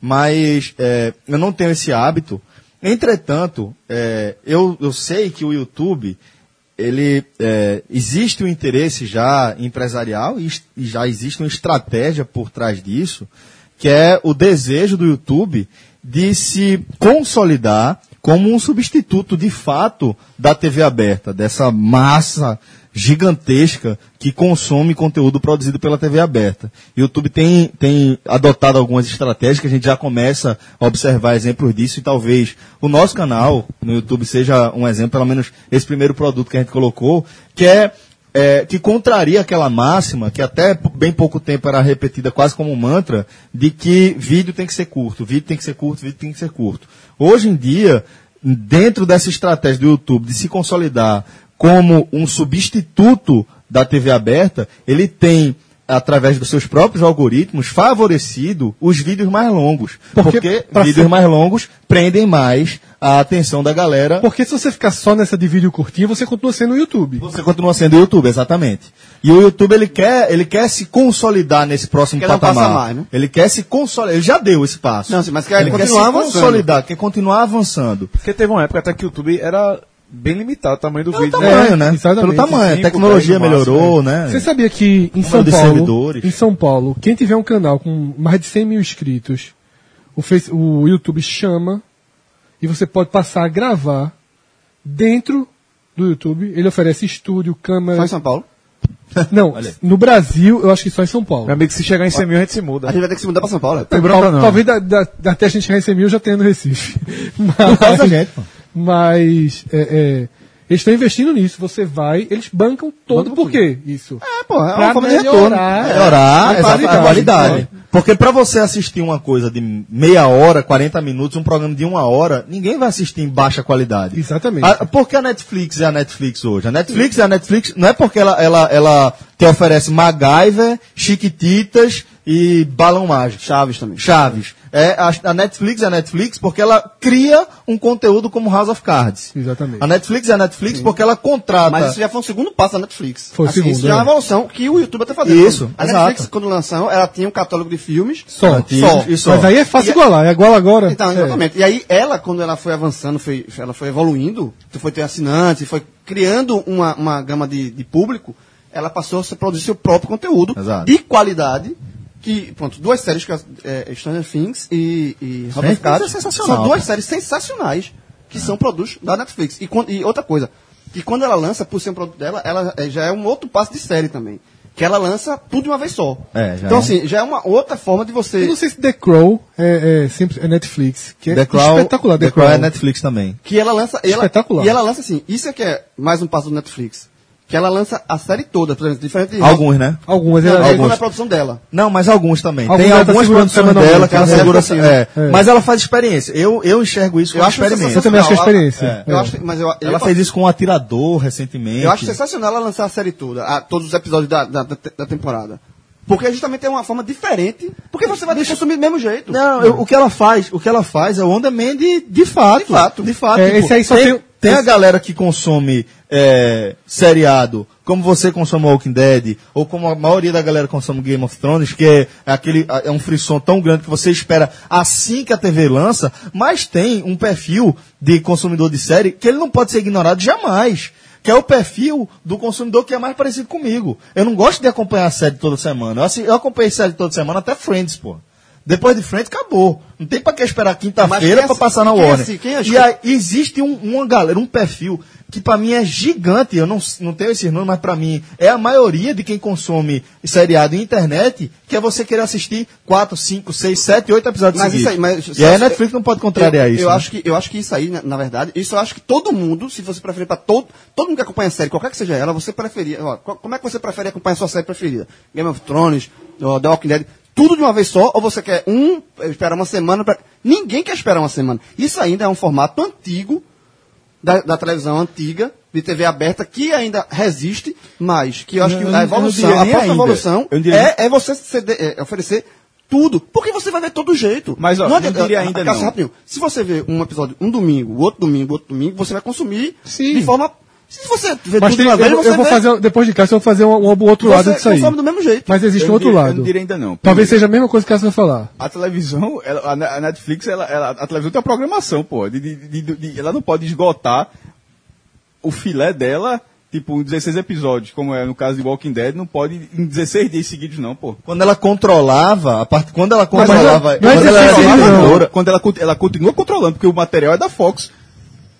C: Mas é, eu não tenho esse hábito. Entretanto, é, eu, eu sei que o YouTube ele é, existe um interesse já empresarial e, est- e já existe uma estratégia por trás disso, que é o desejo do YouTube de se consolidar como um substituto de fato da TV aberta, dessa massa gigantesca que consome conteúdo produzido pela TV aberta. YouTube tem, tem adotado algumas estratégias que a gente já começa a observar exemplos disso e talvez o nosso canal no YouTube seja um exemplo, pelo menos esse primeiro produto que a gente colocou, que é, é, que contraria aquela máxima que até p- bem pouco tempo era repetida quase como um mantra de que vídeo tem que ser curto, vídeo tem que ser curto, vídeo tem que ser curto. Hoje em dia, dentro dessa estratégia do YouTube de se consolidar como um substituto da TV aberta, ele tem, através dos seus próprios algoritmos, favorecido os vídeos mais longos. Porque,
E: Porque, pra
C: vídeos
E: ser-
C: mais longos prendem mais a atenção da galera
E: Porque se você ficar só nessa de vídeo curtinho, você continua sendo o YouTube.
C: você continua sendo YouTube, exatamente. E o YouTube ele quer, ele quer se consolidar nesse próximo
I: Quer dar um
C: patamar.
I: passo a mais, né?
C: Ele quer se consolidar. Ele já deu esse passo.
I: Não, sim, mas quer
C: ele
I: continuar
C: quer se
I: avançando.
C: consolidar, quer continuar avançando.
D: Porque teve uma época até que o YouTube era bem limitado o tamanho do
C: Pelo
D: vídeo.
C: tamanho,
E: É,
C: né?
E: exatamente.
C: Pelo tamanho. A
D: Cinco,
C: tecnologia
D: dez no máximo,
C: melhorou, né?
E: Você sabia que em São
C: de
E: Paulo,
C: servidores.
E: em São Paulo, quem tiver um canal com mais de 100 mil inscritos, o, Face- o YouTube chama e você pode passar a gravar dentro do YouTube. Ele oferece estúdio,
I: Só
E: câmera.
I: em São Paulo.
E: Não, no Brasil, eu acho que só em São Paulo.
D: Meu amigo, se chegar em 100 mil, a gente se muda.
I: A gente vai ter que se mudar pra São Paulo.
E: Tal-
D: bronca não.
E: Talvez da, da, da- até a gente chegar em 100 mil já tenha no Recife. *laughs*
C: Faz a
E: Mas,
C: gente, pô.
E: mas é, é, eles estão investindo nisso. Você vai, eles bancam todo. Por quê? Isso.
I: É, porra, é
E: Pra
I: uma forma de né?
E: melhorar.
I: retorno.
C: Melhorar
E: É,
C: essa
E: qualidade,
C: qualidade. Porque pra você assistir uma coisa de meia hora, 40 minutos, um programa de uma hora, ninguém vai assistir em baixa qualidade.
E: Exatamente.
C: Ah, por que a Netflix é a Netflix hoje? A Netflix é a Netflix, não é porque ela, ela, ela te oferece MacGyver, Chiquititas e Balão Mágico.
I: Chaves também.
C: Chaves. É, a, a Netflix é a Netflix porque ela cria um conteúdo como House of Cards.
E: Exatamente.
C: A Netflix é a Netflix porque ela contrata.
I: Mas isso já foi um segundo passo da Netflix.
E: Foi o segundo,
I: isso já é
E: é.
I: uma evolução que o YouTube até fazendo.
C: né? Isso,
I: A
C: exato.
I: Netflix, quando lançou, ela tinha um catálogo de filmes.
E: Só.
C: Só. Isso.
E: Mas aí é fácil igualar. É igual agora.
I: Então, exatamente. E aí, ela, quando ela foi avançando, foi, ela foi evoluindo, tu foi ter assinante, foi criando uma, uma gama de, de público, ela passou a produzir seu próprio conteúdo
C: Exato.
I: de qualidade. Que, pronto, duas séries, que eu- é, Stranger Things e, e House
C: Stranger
I: of Cards,
C: Things é sensacional,
I: São duas
C: pô.
I: séries sensacionais que são produtos da Netflix. E, quando- e outra coisa, que quando ela lança, por ser um produto dela, ela é, já é um outro passo de série também. Que ela lança tudo de uma vez só.
C: É, já
I: então,
C: é.
I: assim, já é uma outra forma de você.
E: Eu não sei se The Crow é, é sempre, é Netflix, que é
C: The Crown,
E: espetacular.
C: The Crown é Netflix também.
I: Que ela lança. e Ela,
E: Espetacular.
I: E ela lança assim. Isso é que é mais um passo do Netflix. Que ela lança a série toda, por exemplo, diferente de.
C: Alguns, né?
E: Algumas.
I: Não,
E: ela-
I: alguns. na produção dela.
C: Não, mas alguns também.
E: Alguns
C: Tem
E: ela tá
C: algumas
E: segurando
C: produções
E: semanalmente,
C: dela que ela
E: né?
C: segura.
I: É.
C: é. Mas ela faz experiência. Eu, eu enxergo isso como
E: Eu
C: experimento.
E: também acho que é
I: sensacional.
E: experiência.
I: Ela- Eu
E: É.
I: acho, mas eu, eu,
C: Ela fez isso com o atirador recentemente.
I: eu acho sensacional ela lançar a série toda, a- todos os episódios da, da, da- da temporada. Porque justamente é uma forma diferente. Porque você vai consumir do mesmo jeito.
C: Não, eu- o que ela faz, o que ela faz é o onda man de, de fato. De fato. De fato tipo,
E: É, esse aí só
C: tem,
E: tem-
C: tem a galera que consome é, seriado, como você consome Walking Dead, ou como a maioria da galera consome Game of Thrones, que é, aquele, é um frisson tão grande que você espera assim que a TV lança, mas tem um perfil de consumidor de série que ele não pode ser ignorado jamais. Que é o perfil do consumidor que é mais parecido comigo. Eu não gosto de acompanhar a série toda semana. Eu, assi- eu acompanhei série toda semana até Friends, pô. Depois de Friends, acabou. Não tem pra que esperar quinta-feira
I: Mas quem
C: pra
I: assi-
C: passar na
I: quem
C: Warner.
I: assi- quem assi-
C: e aí existe um, uma galera, um perfil que pra mim é gigante. Eu não, s- não tenho esses nomes, mas pra mim é a maioria de quem consome seriado em internet, que é você querer assistir 4, 5, 6, 7, 8 episódios
I: Mas isso
C: seguidos.
I: aí, mas-
C: e aí a Netflix não pode contrariar
I: eu,
C: isso.
I: Eu,
C: né?
I: acho que, eu acho que isso aí, na, na verdade, isso eu acho que todo mundo, se você preferir para todo, todo mundo que acompanha a série, qualquer que seja ela, você preferia, ó, co- como é que você prefere acompanhar a sua série preferida? Game of Thrones, ó, The Walking Dead.
D: tudo de uma vez só, ou você quer um, eh, esperar uma semana. Pra... Ninguém quer esperar uma semana. Isso ainda é um formato antigo da, da televisão antiga, de TV aberta, que ainda resiste, mas que eu acho que
K: eu não-
D: a
K: eu não
D: evolução,
K: diria
D: a
K: nem
D: próxima
K: ainda.
D: evolução
I: Eu não diria
D: é, é você ceder, é, oferecer tudo, porque você vai ver todo jeito.
I: Mas, ó, não
D: adianta-
I: diria
D: ah,
I: ainda
D: Cássio,
I: não.
D: rapidinho, se você vê um episódio um domingo, outro domingo, outro domingo, você vai consumir
E: Sim.
D: de forma... Se você
C: é
D: vê
E: Mas
D: tudo
E: tem,
D: de uma
E: eu,
D: vez,
E: eu
D: você
E: vou
D: vê,
E: fazer, depois de cá, eu vou fazer um, um outro lado
D: você
E: disso aí.
D: consome do mesmo jeito.
E: Mas existe
I: Eu
E: um outro
I: diria- eu
E: lado.
I: não diria ainda não.
E: Talvez seja a mesma coisa que você vai falar.
I: A televisão, ela- a Ne- a Netflix, ela, ela- a televisão tem uma programação, pô. de- de- de- de- ela não pode esgotar o filé dela, tipo, em 16 episódios, como é no caso de Walking Dead, não pode em 16 dias seguidos, não, pô.
C: Quando ela controlava, a parte, quando ela controlava.
E: não é
C: quando
E: dizer
C: ela
E: que
C: era
E: ela
C: a
E: não.
C: narradora,
I: Agora, Quando ela, cont- ela continua controlando, porque o material é da Fox.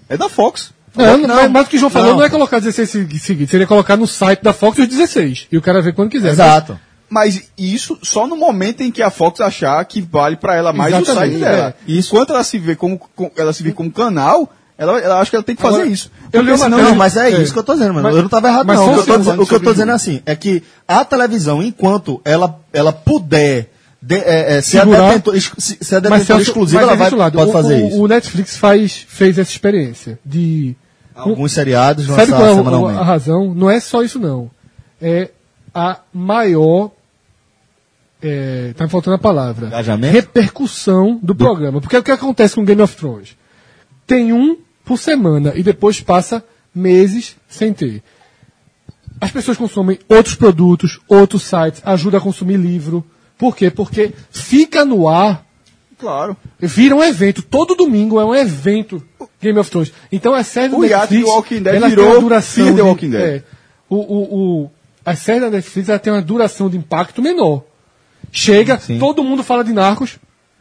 I: É da Fox.
E: Não, não, mas- mas o que o João falou não, é colocar 16 segui- seguidos, seria colocar no site da Fox os 16. E o cara vê quando quiser.
C: Exato.
I: Mas isso só no momento em que a Fox achar que vale pra ela mais o
E: Exatamente,
I: site dela.
E: é.
I: Isso. Enquanto ela se vê como, com- ela se vê como canal, ela, ela acha que ela tem que fazer
E: Agora,
I: isso.
E: eu
I: Porque
E: li uma
I: senão-
C: Não,
E: matéria-
C: mas é
E: é.
C: isso que eu tô dizendo, mano.
E: Mas-
C: eu não tava errado,
E: mas
C: não.
E: só
C: O que eu
E: um
C: tô,
E: segundo
C: dizendo, o que eu tô
E: sobre
C: dizendo é assim, é que a televisão, enquanto ela, ela puder de, é, é, se a
E: Segurar.
C: detentora ex- se, se a
E: Mas
C: detentora
E: Celso,
C: exclusiva,
E: mas
C: ela vai,
E: existe um lado.
C: pode
E: O-
C: fazer
E: o,
C: isso.
E: O Netflix faz, fez essa experiência de.
C: Alguns seriados
E: Sabe
C: lançaram
E: qual é o-
C: semanalmente.
E: a razão? Não é só isso, não. É a maior. É, tá me faltando a palavra.
C: Engajamento?
E: Repercussão do, programa. Porque é o que acontece com Game of Thrones? Tem um por semana e depois passa meses sem ter. As pessoas consomem outros produtos, outros sites, ajuda a consumir livro. Por quê? Porque fica no ar
I: Claro.
E: Vira um evento. Todo domingo é um evento Game of Thrones. Então a série do
I: O hiato
E: Netflix...
I: de Walking Dead
E: ela
I: virou
E: tem uma duração
I: Fear the
E: de-
I: Walking Dead.
E: é. o, o, o, a série da Netflix ela tem uma duração de impacto menor. Chega, todo mundo fala de Narcos,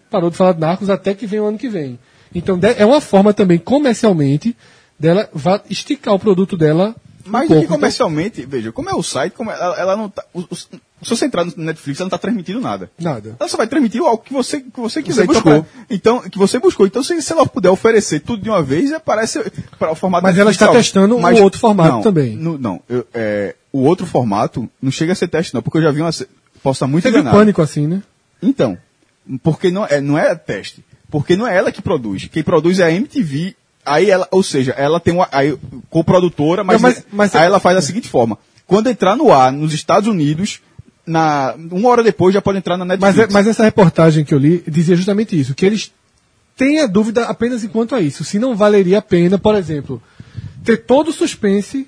E: parou de falar de Narcos até que vem o ano que vem. Então de- é uma forma também, comercialmente, dela va- esticar o produto dela um
I: Mas
E: pouco.
I: que
E: Então,
I: comercialmente, veja, como é o site, como ela, ela não tá. os- os- se você entrar no Netflix, ela não tá transmitindo nada.
E: Nada.
I: Ela só vai transmitir algo que você, que você quiser. então,
E: buscou.
I: pra- então, que você buscou. Então, se, se ela puder oferecer tudo de uma vez, é, parece para o formato.
E: Mas ela está
I: Netflix,
E: testando um outro formato
I: não,
E: também.
I: no- não, eu- é, o outro formato não chega a ser teste, não, porque eu já vi uma. se- Posso estar muito
E: Teve um
I: enganado.
E: pânico assim, né?
I: Então, porque não é, não é teste. Porque não é ela que produz. Quem produz é a MTV. Aí ela, ou seja, ela tem uma aí, coprodutora, mas,
E: Não, mas- mas-
I: aí ela faz da seguinte forma. Quando entrar no ar nos Estados Unidos, na, uma hora depois já pode entrar na Netflix.
E: Mas, é- mas essa reportagem que eu li dizia justamente isso, que eles têm a dúvida apenas enquanto a isso, se não valeria a pena, por exemplo, ter todo o suspense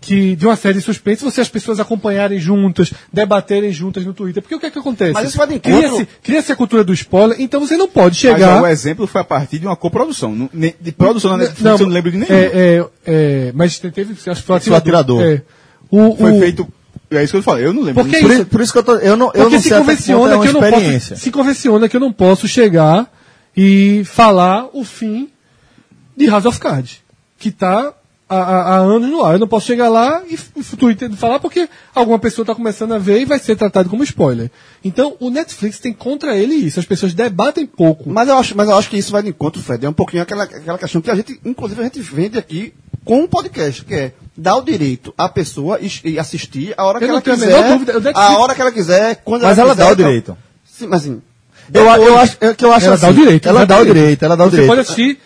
E: que de uma série de suspense, você as pessoas acompanharem juntas, debaterem juntas no Twitter. Porque o que é que acontece?
D: Mas isso vai de encontro-
E: Cria-se cria-se a cultura do spoiler, então você não pode chegar...
C: é,
I: Mas, ó, o exemplo foi a partir de uma coprodução. Não- nem- De produção na
C: né?
I: Netflix eu não lembro de nenhum.
E: É, é, é, mas teve... Acho que foi o
C: Foi o atirador.
E: É. O,
I: Foi
E: o-
I: feito. É isso que eu falei, eu não lembro.
E: Porque
C: por,
E: isso-
C: isso, por isso que eu tô. Eu não, eu
E: Porque
C: não
E: se
C: sei até que ponto
E: convenciona
C: é uma
E: que eu não posso,
C: experiência.
E: se convenciona que eu não posso chegar e falar o fim de House of Cards, que tá há, há- há anos no ar. Eu não posso chegar lá e, f- e Twitter falar porque alguma pessoa está começando a ver e vai ser tratado como spoiler. Então o Netflix tem contra ele isso. As pessoas debatem pouco.
D: Mas eu, acho, mas eu acho que isso vai de encontro, Fred. É um pouquinho aquela, aquela questão que a gente, inclusive, a gente vende aqui com um podcast, que é dar o direito à pessoa e, e assistir a hora que
E: não
D: ela
E: tenho a
D: quiser.
E: menor dúvida, eu dei-
D: a hora que ela quiser, quando
C: Mas ela
D: quiser,
C: dá o
D: então-
C: direito.
D: Sim, mas assim.
C: Eu, a- eu acho, é que eu acho
E: Ela dá o
C: assim,
E: direito,
C: Ela dá o direito, ela dá o
E: Você pode
C: direito.
E: assistir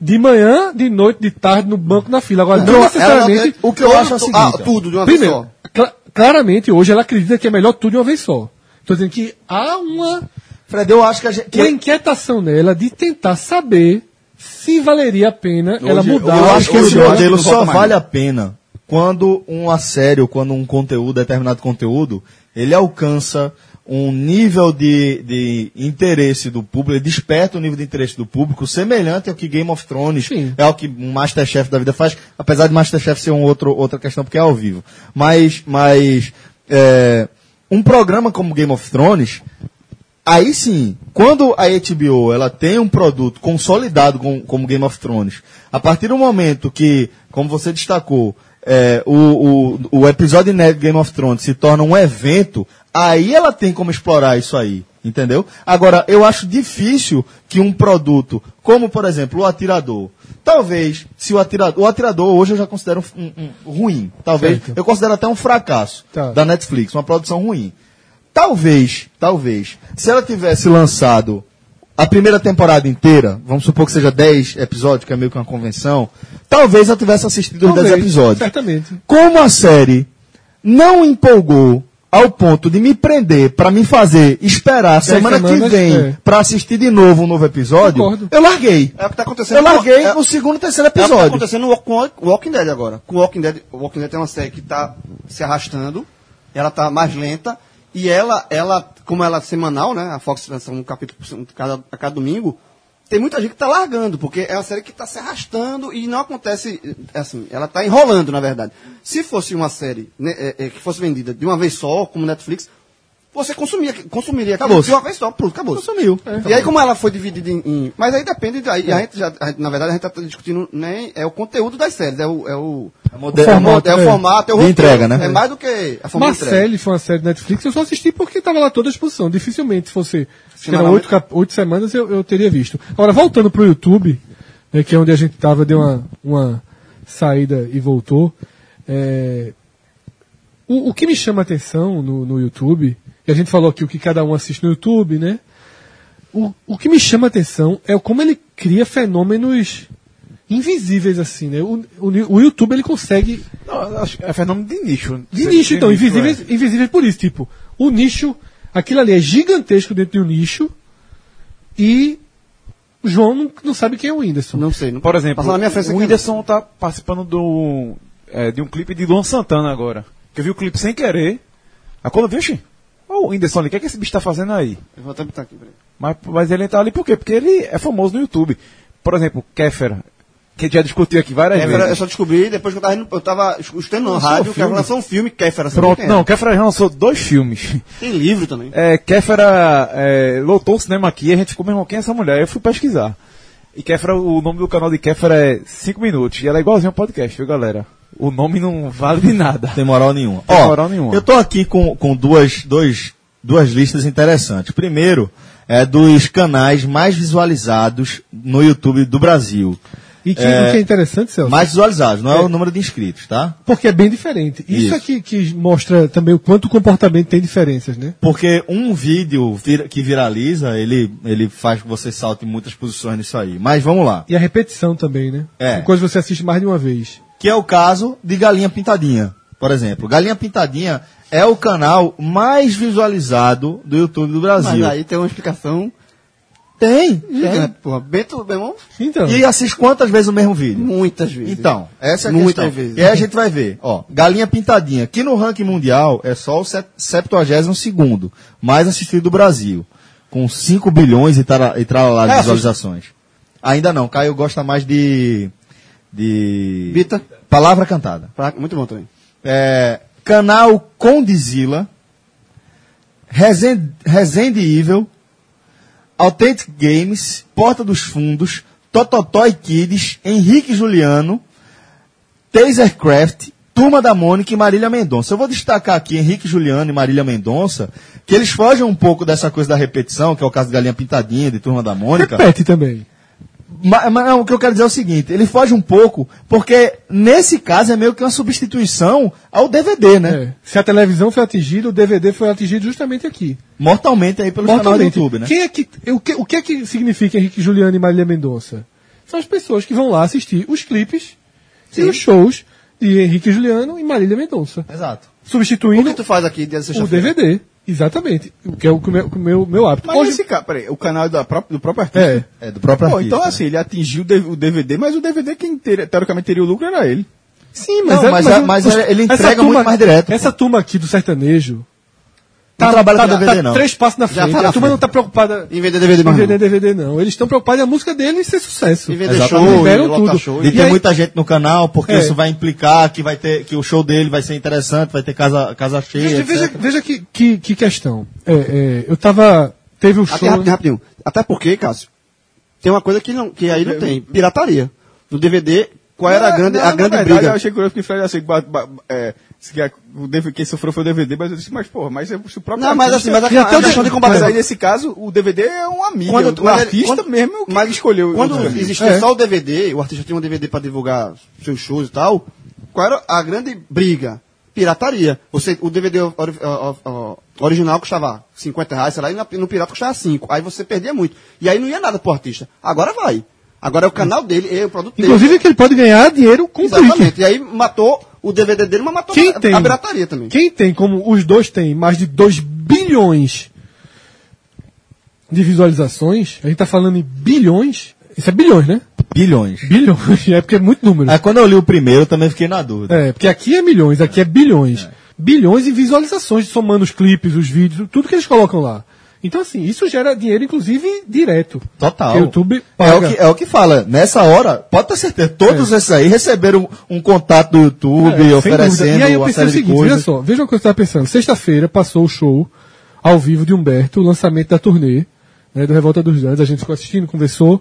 E: de manhã, de noite, de tarde, no banco, na fila. Agora,
D: ela
E: não
D: dá
E: necessariamente... tá
D: o que eu
C: todo-
D: acho é o seguinte,
C: ah,
D: ó. tudo de uma vez
E: Primeiro,
D: só.
E: cla- claramente hoje ela acredita que é melhor tudo de uma vez só. Estou dizendo que há uma,
C: Fred, eu acho que é- a gente.
E: uma inquietação nela de tentar saber se valeria a pena ela mudar.
C: Eu acho que é um esse
E: o-
C: modelo
I: não
C: só
I: volta mais,
C: vale a pena quando uma série ou quando um conteúdo, determinado conteúdo, ele alcança um nível de, de interesse do público, ele desperta um nível de interesse do público semelhante ao que Game of Thrones,
E: Sim.
C: é o que um Masterchef da vida faz, apesar de Masterchef ser um outro, outra questão porque é ao vivo. Mas, mas é, um programa como Game of Thrones, Aí sim, quando a HBO ela tem um produto consolidado com, como Game of Thrones, a partir do momento que, como você destacou, é, o, o, o episódio inédito de Game of Thrones se torna um evento, aí ela tem como explorar isso aí, entendeu? Agora, eu acho difícil que um produto, como por exemplo o Atirador, talvez, se o Atirador, o Atirador hoje eu já considero um, um- um ruim, talvez,
E: Certo.
C: eu considero até um fracasso
E: Tá.
C: da Netflix, uma produção ruim. Talvez, talvez. Se ela tivesse lançado a primeira temporada inteira, vamos supor que seja 10 episódios, que é meio que uma convenção, talvez ela tivesse assistido os 10
E: Talvez,
C: episódios.
I: *laughs*
E: Certamente.
C: Como a série não empolgou ao ponto de me prender pra me fazer esperar a semana que
E: semanas,
C: vem
E: é.
C: pra assistir de novo um novo episódio,
E: Concordo.
C: eu larguei.
I: É o que tá acontecendo
C: Eu
I: com-
C: larguei
I: é-
C: no segundo e terceiro
I: É o que tá
C: episódio.
I: acontecendo no Walk- com o Walking Dead agora. Com o Walking Dead, o Walking Dead é uma série que tá se arrastando, ela tá mais lenta, e ela, ela como ela é semanal, né? A Fox lança um capítulo por semana, cada, a cada domingo. Tem muita gente que tá largando, porque é uma série que tá se arrastando e não acontece. é Assim, ela tá enrolando, na verdade. Se fosse uma série né, é, é, que fosse vendida de uma vez só, como Netflix, você consumia, consumiria aquilo
C: Acabou-se.
I: de uma vez só, pronto, acabou.
C: Consumiu.
E: É.
I: E aí, como ela foi dividida em. em- mas aí depende. Aí, a gente já, a- na verdade, a gente está discutindo nem. É o conteúdo das séries, é o. É o,
C: mode-
I: é o
E: formato,
I: é o
E: é.
I: formato, é o
C: De
I: roteiro.
C: entrega, né?
I: É mais do que a forma de entrega.
E: Marcelle foi uma série da Netflix, eu só assisti porque tava lá toda a exposição. Dificilmente, se fosse acho que eram
I: Semanalmente.
E: oito, cap- oito semanas, eu, eu teria visto. Agora, voltando pro YouTube, né, que é onde a gente tava, deu uma, uma saída e voltou. é, o, o que me chama a atenção no, no YouTube, e a gente falou aqui o que cada um assiste no YouTube, né? O, o que me chama a atenção é como ele cria fenômenos invisíveis, assim, né? O, o, o YouTube, ele consegue
D: Não, acho que é fenômeno de nicho. é.
E: de nicho, então,
D: invisível.
C: é.
E: invisíveis, invisíveis por isso. Tipo, o nicho, aquilo ali é gigantesco dentro de um nicho e o João não, não sabe quem é o Whindersson.
I: Não sei. Não
D: Por exemplo,
I: Passando na minha frente
D: o
I: aqui,
D: Whindersson tá participando do, é, de um clipe de Luan Santana agora. Que eu vi o clipe sem querer. Aí quando eu vi, oxi, ó o Whindersson ali, o que, é que esse bicho tá fazendo aí?
I: Eu vou até botar aqui, peraí.
D: Mas, mas ele tá ali por quê? Porque ele é famoso no YouTube. Por exemplo, Kéfera, que a gente já discutiu aqui
C: É
D: várias
I: Kéfera, eu
D: vezes.
I: só descobri depois que eu tava, indo- eu tava escutando no
D: Lançou
I: rádio
D: um
I: que ela
D: filme.
I: lançou um filme, Kéfera. sabe
D: Pronto,
I: quem é?
D: não, Kéfera já lançou dois filmes.
I: Tem livro também.
D: É, Kéfera é, lotou o cinema aqui, a gente ficou, meu irmão, quem é essa mulher? Eu fui pesquisar. E Kéfera, o nome do canal de Kéfera é 5 Minutos, e ela é igualzinha ao podcast, viu, galera? O nome não vale de nada.
C: Tem moral nenhuma.
D: Tem
C: Ó,
D: moral nenhuma.
C: Eu tô aqui com, com duas, dois, duas listas interessantes. Primeiro, é dos canais mais visualizados no YouTube do Brasil.
E: E que,
C: É.
E: o que é interessante,
D: Então,
E: Celso,
C: Mais visualizados, não é, o número de inscritos, tá?
E: porque é bem diferente. Isso,
C: Isso.
E: é que, que mostra também o quanto o comportamento tem diferenças, né?
C: Porque um vídeo vira- que viraliza, ele, ele faz que você salte muitas posições nisso aí. Mas vamos lá.
E: E a repetição também, né?
C: É.
E: Uma Coisa que você assiste mais de uma vez.
C: Que é o caso de Galinha Pintadinha, por exemplo. Galinha Pintadinha é o canal mais visualizado do YouTube do
I: Mas
C: Brasil.
I: aí tem uma explicação.
C: Tem,
I: É.
C: tem.
I: Porra, Bento, meu irmão,
E: Então,
C: E assiste quantas vezes o mesmo vídeo?
I: muitas vezes.
C: Então, essa é a
I: Muitas
C: questão.
I: vezes.
C: E aí a gente vai ver, ó, Galinha Pintadinha, que no ranking mundial é só o 72 mais assistido do Brasil, com 5 bilhões e, tara, e tralalá de
I: É,
C: visualizações. Ainda não, Caio gosta mais de... de...
I: Bita.
C: Palavra cantada.
I: Pra- Muito bom também.
C: É, canal Condizila, Resend, Resende Evil, Authentic Games, Porta dos Fundos, Tototói Kids, Henrique Juliano, Tasercraft, Turma da Mônica e Marília Mendonça. Eu vou destacar aqui Henrique Juliano e Marília Mendonça, que eles fogem um pouco dessa coisa da repetição, que é o caso de Galinha Pintadinha, de Turma da Mônica.
E: repete também.
C: Mas, mas não, o que eu quero dizer é o seguinte, ele foge um pouco, porque nesse caso é meio que uma substituição ao DVD, né?
E: É. Se a televisão foi atingida, o DVD foi atingido justamente aqui.
C: Mortalmente aí pelo canal do
E: Mortalmente.
C: YouTube, né?
E: Quem é que, o, que, o que é que significa Henrique Juliano e Marília Mendonça? São as pessoas que vão lá assistir os clipes e os shows de Henrique Juliano e Marília Mendonça.
C: Exasto.
I: O que
E: Substituindo
I: tu faz aqui dia de
E: o
I: sexta-feira?
E: DVD. Exatamente. O que é o que o meu, o meu, meu hábito.
L: Mas
E: Hoje-
C: assim,
L: esse cara, peraí, o canal da própria, do próprio artista.
E: é,
C: É, do próprio
L: Pô,
C: artista.
L: então assim, ele atingiu o D- o DVD, mas o DVD quem teria- teoricamente teria o lucro era ele.
E: Sim,
C: mas
E: mas,
C: é-
E: é,
C: mas é- mas é- ele
E: essa
C: entrega muito mais direto,
E: Essa turma aqui do sertanejo.
C: não trabalha
E: tá,
C: com DVD,
E: tá
C: não.
E: três passos na frente.
I: tá na
E: a turma
I: frente.
E: não tá preocupada
I: Em vender DVD
E: em
I: mais
E: vender
I: não.
E: DVD, não. Eles estão preocupados em a música dele ser sucesso.
I: Em vender
C: Exatamente.
I: show, em
E: Liberam
I: lotar
E: tudo.
I: show.
C: De
E: E
C: ter
E: aí-
C: muita gente no canal, porque
E: É.
C: isso vai implicar que vai ter que o show dele vai ser interessante, vai ter casa, casa cheia.
E: Veja,
C: etc.
E: veja, veja que, que, que questão. É, é, eu tava. Teve o
I: Até
E: show.
I: rapidinho, rapidinho. Até porque, Cássio, tem uma coisa que, não, que aí não tem. Pirataria. No DVD, *laughs* qual era a
L: É. Não,
I: grande,
L: não,
I: a
L: na
I: grande
L: verdade, Eu
I: briga?
L: achei curioso porque Fred assim, ba- ba- é, disse que a- o DVD, quem sofreu foi o DVD, mas eu disse, mas porra, mas é o próprio
I: Não, mas assim, mas a-
L: e até
I: a
L: o
I: questão
L: deixou
I: de
L: de
I: combater-
L: combater. Aí nesse caso, o DVD é
I: um
L: uma mídia,
I: Quando-
L: o
I: quando ele-
L: artista
I: quando-
L: mesmo que
I: mas
L: escolheu.
I: Quando
L: o DVD.
I: existia
E: É.
I: só o DVD, o artista tinha um DVD para divulgar seus shows e tal, qual era a grande briga?
C: pirataria. Você, o DVD ori- ó- ó- ó- original custava 50 reais, sei lá, e na- no pirata custava 5. Aí você perdia muito. E aí não ia nada pro artista. Agora vai. Agora é o canal dele, é o produto dele.
E: Inclusive que ele pode ganhar dinheiro com clique.
C: Exatamente. E aí matou o DVD dele, mas matou
E: Quem
C: a,
E: tem?
C: a pirataria também.
E: Quem tem, como os dois têm, mais de 2 bilhões de visualizações, a gente tá falando em bilhões, isso é bilhões, né?
I: Bilhões.
E: Bilhões, *laughs* é porque é muito número.
I: Aí quando eu li o primeiro, eu também fiquei na dúvida.
E: É, porque aqui é milhões, aqui é bilhões. Bilhões em visualizações, somando os clipes, os vídeos, tudo que eles colocam lá. Então, assim, isso gera dinheiro, inclusive, direto.
I: Total.
E: Que o YouTube
I: É o,
E: paga.
I: que, é o que fala. Nessa hora, pode ter certeza, todos esses aí receberam um, um contato do YouTube
E: É, sem dúvida.
I: oferecendo
E: E aí eu
I: uma
E: pensei o
I: série de
E: seguinte,
I: coisas.
E: veja só, veja o que eu estava pensando. Sexta-feira passou o show ao vivo de Humberto, o lançamento da turnê, né, do Revolta dos Dantes. A gente ficou assistindo, conversou.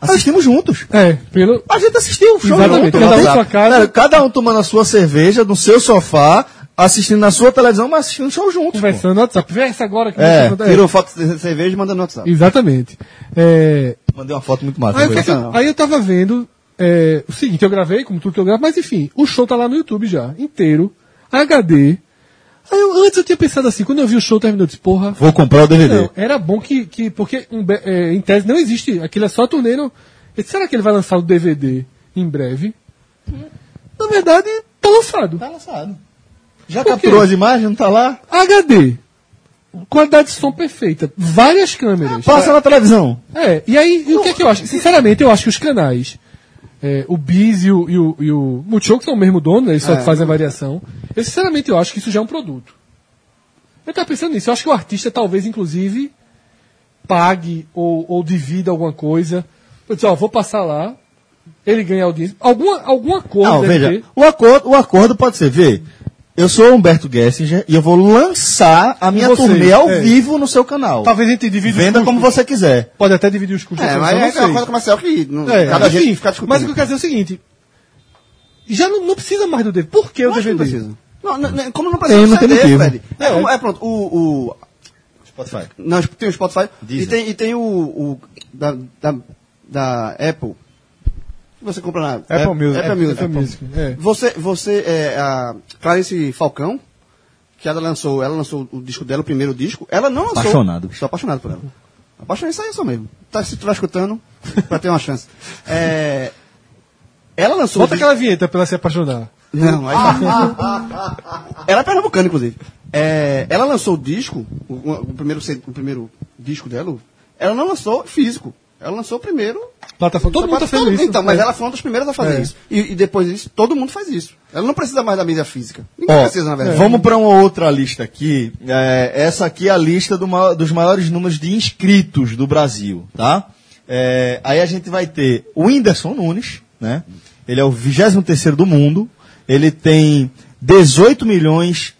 I: Assistimos juntos.
E: É, pelo.
I: A gente assistiu o show
E: Exatamente.
I: junto.
E: Cada um
I: Tem-
E: na sua casa.
I: Cara, cada um tomando a sua cerveja no seu sofá, assistindo na sua televisão, mas assistindo o show juntos. pô.
E: Conversando no WhatsApp. Vê essa agora que
I: É,
E: não sei quanto-
C: Tirou foto de cerveja e mandou no WhatsApp.
E: Exatamente. É,
I: Mandei uma foto muito massa.
E: Aí, o
I: foi
E: que é que
I: isso.
E: eu, aí eu tava vendo é, o seguinte, eu gravei, como tudo que eu gravo, mas enfim, o show tá lá no YouTube já, inteiro, HD. Aí eu, antes eu tinha pensado assim, quando eu vi o show terminou, eu disse, porra,
I: Vou comprar o DVD.
E: não, era bom que, que porque um be- é, em tese não existe, aquilo é só a turnê, não, eu disse, será que ele vai lançar o DVD em breve? Na verdade, tá lançado.
I: Tá lançado. Já
E: Por
I: capturou
E: quê?
I: as imagens, não tá lá?
E: HD, qualidade de som perfeita, várias câmeras.
I: Passa na televisão.
E: É, e aí, e o que é que eu acho? Sinceramente, eu acho que os canais, é, o Biz e o, e o, e o Multishow, que são o mesmo dono, né, eles
I: É.
E: só fazem a variação, eu sinceramente eu acho que isso já é um produto. Eu tava pensando nisso, eu acho que o artista talvez, inclusive, pague ou, ou divida alguma coisa. Eu disse, ó, vou passar lá, ele ganha audiência. Alguma, alguma coisa
I: Não,
E: deve
I: veja,
E: ter.
I: o acordo, o acordo pode ser, vê, eu sou o Humberto Gessinger e eu vou lançar a minha
E: Vocês,
I: turnê ao
E: é.
I: vivo no seu canal.
E: Talvez a gente divida os
I: Venda
E: custos.
I: como você quiser.
E: Pode até dividir os custos.
C: É,
E: eu
C: mas
E: não
C: é
E: sei.
C: uma coisa comercial que não,
E: É,
C: cada
E: enfim,
C: gente fica discutindo.
E: Mas o que eu quero dizer é o seguinte. Já não, não precisa mais do DVD. Por que o
C: Eu acho que não
E: DVD?
C: precisa. Não, não, não, como não precisa
I: Tem, não
C: do
I: tem
C: CD, Fred?
I: motivo.
C: É, um- é pronto, o, o-
I: Spotify.
C: Não, tem o Spotify.
I: Deezer.
C: E tem, e tem o, o da, da, da Apple. Que Você compra na
D: Apple Music.
C: Apple Music.
E: Apple Music, é.
C: Você, você é, a Clarice Falcão, que ela lançou, ela lançou o disco dela, o primeiro disco. Ela não lançou.
I: Apaixonado.
C: Estou apaixonado por ela. Apaixonado, isso aí eu sou mesmo. Tá, se tu tá escutando, pra ter uma chance. É, ela lançou.
E: Bota
C: o disco-
E: aquela vinheta pra ela se apaixonar.
C: Não, aí... *laughs* Ela é pernambucana, inclusive. É, ela lançou o disco, o, o primeiro, C- o primeiro disco dela, ela não lançou físico. Ela lançou o primeiro.
E: Plataforma. Todo mundo tá fazendo isso.
C: Então, mas
E: É.
C: ela foi uma das primeiras a fazer
E: É.
C: isso. E, e depois disso, todo mundo faz isso. Ela não precisa mais da mídia física. Ninguém
I: Ó,
C: precisa, na verdade.
I: Vamos para uma outra lista aqui. É, essa aqui é a lista do ma- dos maiores números de inscritos do Brasil, tá? É, aí a gente vai ter o Whindersson Nunes, né? Ele é o 23 do mundo. Ele tem 18 milhões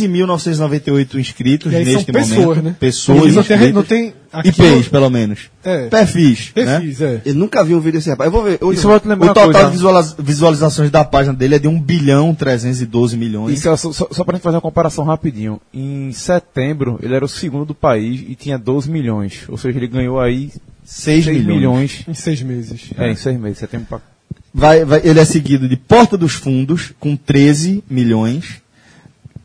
I: 15.998 inscritos
E: E aí são
I: neste
E: pessoas,
I: momento.
E: né?
I: Pessoas,
E: E não tem-
I: inscritos.
E: não tem- aqui
I: IPs,
E: não-
I: pelo menos.
E: É.
I: Perfis, né?
E: Perfis, é.
C: Eu nunca vi um vídeo desse rapaz. Eu vou ver. Hoje
D: Isso
C: eu...
D: vai te lembrar
I: o
D: uma
I: total
D: coisa.
I: de visualiza- visualizações da página dele é de 1 bilhão 312 milhões.
D: Isso, é só, só, só pra gente fazer uma comparação rapidinho. Em setembro, ele era o segundo do país e tinha 12 milhões. Ou seja, ele ganhou aí
I: 6,
D: 6
I: milhões.
D: milhões.
E: Em seis meses.
D: É, em seis meses, setembro pra.
I: Vai- vai- ele é seguido de Porta dos Fundos, com 13 milhões.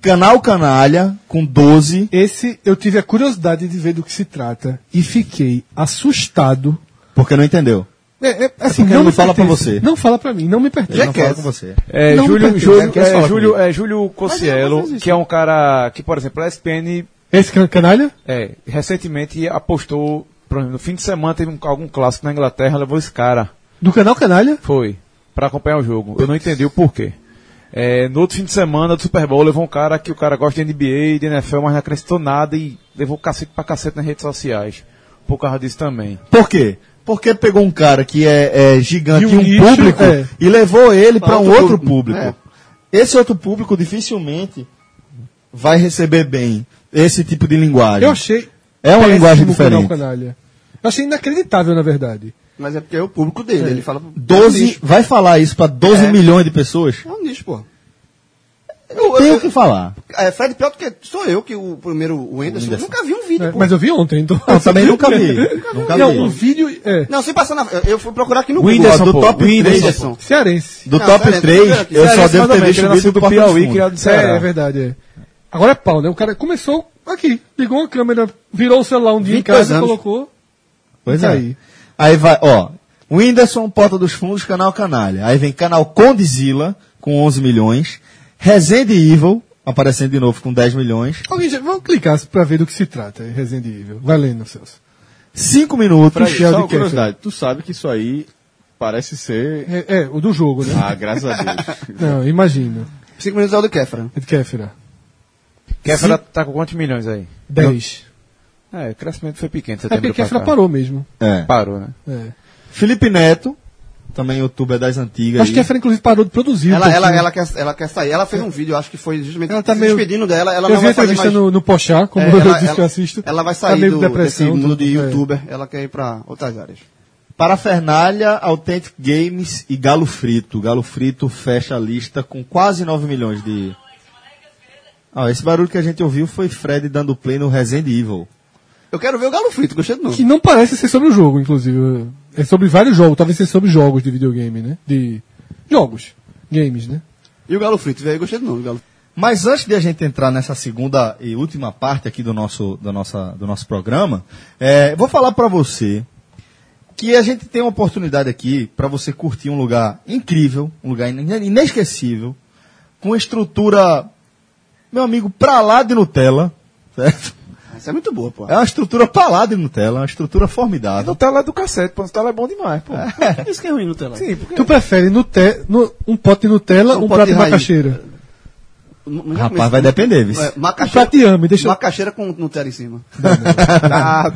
I: Canal Canalha, com 12.
E: Esse eu tive a curiosidade de ver do que se trata e fiquei assustado.
I: Porque não entendeu.
E: É, é, assim,
I: porque ele não
E: me
I: fala pra
E: pertence.
I: você.
E: Não fala pra mim, não me pertence.
I: Ele não fala com você.
D: É,
E: Não,
D: Júlio,
E: não,
D: Júlio,
E: não,
D: é,
E: quer falar
D: Júlio, é, Júlio Cossiello, que é um cara que, por exemplo, a SPN
E: Esse can- canalha?
D: é, recentemente apostou, por exemplo, no fim de semana teve um, algum clássico na Inglaterra, levou esse cara.
E: Do canal Canalha?
D: Foi. Pra acompanhar o jogo. Eu não entendi o porquê. É, no outro fim de semana do Super Bowl levou um cara que o cara gosta de NBA e de NFL, mas não acrescentou nada e levou cacete pra cacete nas redes sociais. Por causa disso também.
I: Por quê? Porque pegou um cara que é, é gigante
E: E um
I: em um
E: nicho,
I: público
E: é.
I: e levou ele para um
C: outro
I: outro
C: público.
I: público. Esse outro público dificilmente vai receber bem esse tipo de linguagem.
E: Eu achei.
I: É uma
E: péssimo
I: linguagem
E: o canal
I: diferente.
E: Canalha. Eu achei inacreditável, na verdade.
C: Mas é porque é o público dele. Ele fala.
I: 12, vai falar isso para 12
C: É.
I: milhões de pessoas?
C: É um nicho, pô.
I: Eu,
C: tem o que falar.
H: É, Fred, pior do que sou eu, que o primeiro, o Whindersson,
C: Whindersson.
H: nunca vi um vídeo.
E: É,
H: pô.
E: Mas eu vi ontem, então.
C: Eu Tipo, também nunca
E: *laughs*
C: vi. nunca
E: Não,
C: vi.
E: um vídeo. É,
H: Não, sem passar na. eu- Eu fui procurar aqui no
C: Whindersson,
H: Google. ó,
C: pô, Whindersson,
H: Whindersson.
E: cearense.
C: Do
H: Não,
C: top
H: sério,
C: 3,
H: sério,
C: eu
D: sério,
C: só devo ter
D: exatamente,
C: visto
D: ele
C: o
D: nasceu
H: assim
C: vídeo
D: do
C: do
D: Piauí,
C: Piauí,
D: criado-
E: É, é verdade, é. Agora é pau, né? O cara começou aqui, ligou a câmera, virou o celular um dia em
H: 22
E: casa,
H: anos.
E: colocou.
C: Pois
E: E
C: é.
E: aí?
C: Aí. vai, ó. Whindersson, Porta dos Fundos, Canal Canalha. Aí vem Canal Condizila, com 11 milhões. Resende Evil, aparecendo de novo com 10 milhões.
E: Alguém já, vamos clicar pra ver do que se trata, aí, Resident Evil. Vai lendo, Celso.
C: 5 minutos.
I: Pra só uma
E: Kefka.
I: curiosidade, tu sabe que isso aí parece ser.
E: É, é, o do jogo, né?
I: Ah, graças a Deus.
E: Não, imagino.
H: 5 minutos é o do Kefra.
E: É de Kéfera.
D: Kéfera tá com quantos milhões aí?
E: 10.
D: É, o crescimento foi pequeno.
E: É porque Kéfera
D: né?
E: parou mesmo.
C: É.
D: Parou, né?
E: É.
C: Felipe Neto, *laughs* também youtuber das antigas.
E: Acho que
C: aí.
E: Kéfera, inclusive, parou de produzir. um
H: Ela, ela,
E: pouquinho.
H: ela, quer, ela quer sair. Ela fez um vídeo, eu acho que foi justamente
E: Ela tá
H: se
E: meio-
H: despedindo dela. Ela
E: eu
H: não
E: vi a
H: vai fazer
E: entrevista
H: mais...
E: no, no Pochá, como
H: É,
E: eu
H: ela,
E: disse que eu
H: ela-
E: assisto.
H: Ela vai
E: tá
H: sair
E: meio
H: do, desse
E: depressão,
H: mundo de
E: tudo, é.
H: youtuber. Ela quer ir pra outras áreas.
C: Parafernália, Authentic Games e Galo Frito. Galo Frito fecha a lista com quase 9 milhões de. Ah, esse barulho que a gente ouviu foi Fred dando play no Resident Evil. *laughs*
H: Eu quero ver o Galo Frito, gostei do nome.
E: Que não parece ser sobre o jogo, inclusive. É sobre vários jogos. Talvez seja sobre jogos de videogame, né? De jogos. Games, né?
H: E o Galo Frito, velho, gostei do nome. Galo...
C: Mas antes de a gente entrar nessa segunda e última parte aqui do nosso, da nossa, do nosso programa, é, vou falar para você que a gente tem uma oportunidade aqui para você curtir um lugar incrível, um lugar ine- inesquecível, com estrutura, meu amigo, pra lá de Nutella, certo?
H: Essa é muito boa, pô.
C: É uma estrutura pra lá de Nutella, uma estrutura formidável.
D: Nutella é do cacete, pô. Nutella é bom demais, pô.
M: Isso que é ruim no telão.
D: Sim, porque...
E: Tu prefere Nute- nu- um pote de Nutella ou um
H: pote
E: prato de
H: de raiz.
E: macaxeira?
H: Não- não já
C: Rapaz, vai
H: começou.
C: depender, viu?
H: É,
E: Um
H: macaxeira,
E: prato de ame, deixa eu...
H: macaxeira com Nutella em cima. *laughs* Ah,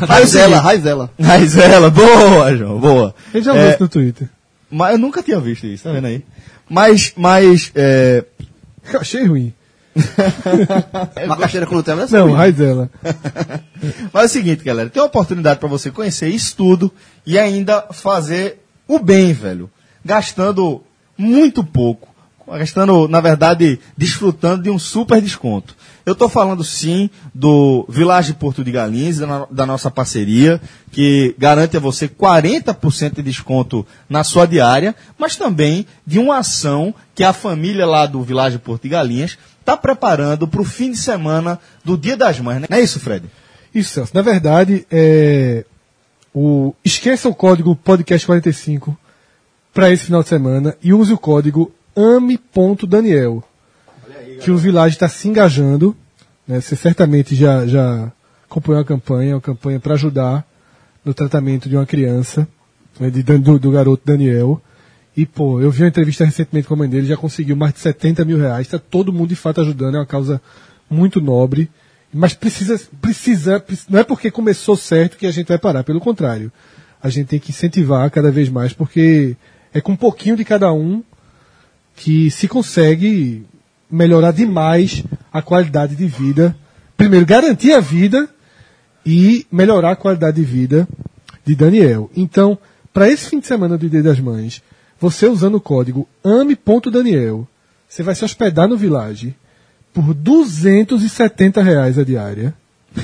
C: é
H: Raizela, Raizela.
C: Mas ela, boa, João, boa.
E: Ele já
C: É,
E: viu isso no Twitter.
C: mas eu nunca tinha visto isso, tá vendo aí? Mas, mas, é,
E: Eu achei ruim.
H: Macaxeira com Nutella é
E: Não,
H: ruim.
E: raiz dela.
C: Mas é o seguinte, galera, tem uma oportunidade para você conhecer isso tudo e ainda fazer o bem, velho. Gastando muito pouco. Gastando, na verdade, desfrutando de um super desconto. Eu tô falando sim do Village Porto de Galinhas, da, no- da nossa parceria, que garante a você 40% de desconto na sua diária, mas também de uma ação que a família lá do Village Porto de Galinhas está preparando para o fim de semana do Dia das Mães. Né? Não é isso, Fred?
E: Isso, Celso. Na verdade, é, o... esqueça o código podcast45 para esse final de semana e use o código ame.daniel. Que o Village está se engajando. né? Você certamente já, já acompanhou a campanha, uma campanha para ajudar no tratamento de uma criança, né, de Dan- do, do garoto Daniel. E, pô, eu vi uma entrevista recentemente com a mãe dele, já conseguiu mais de 70 mil reais. Está todo mundo, de fato, ajudando. É uma causa muito nobre. Mas precisa, precisa, preci- não é porque começou certo que a gente vai parar. Pelo contrário. A gente tem que incentivar cada vez mais, porque é com um pouquinho de cada um que se consegue melhorar demais a qualidade de vida. Primeiro, garantir a vida e melhorar a qualidade de vida de Daniel. Então, para esse fim de semana do Dia das Mães, você usando o código AME.Daniel, você vai se hospedar no Village por 270 reais a diária.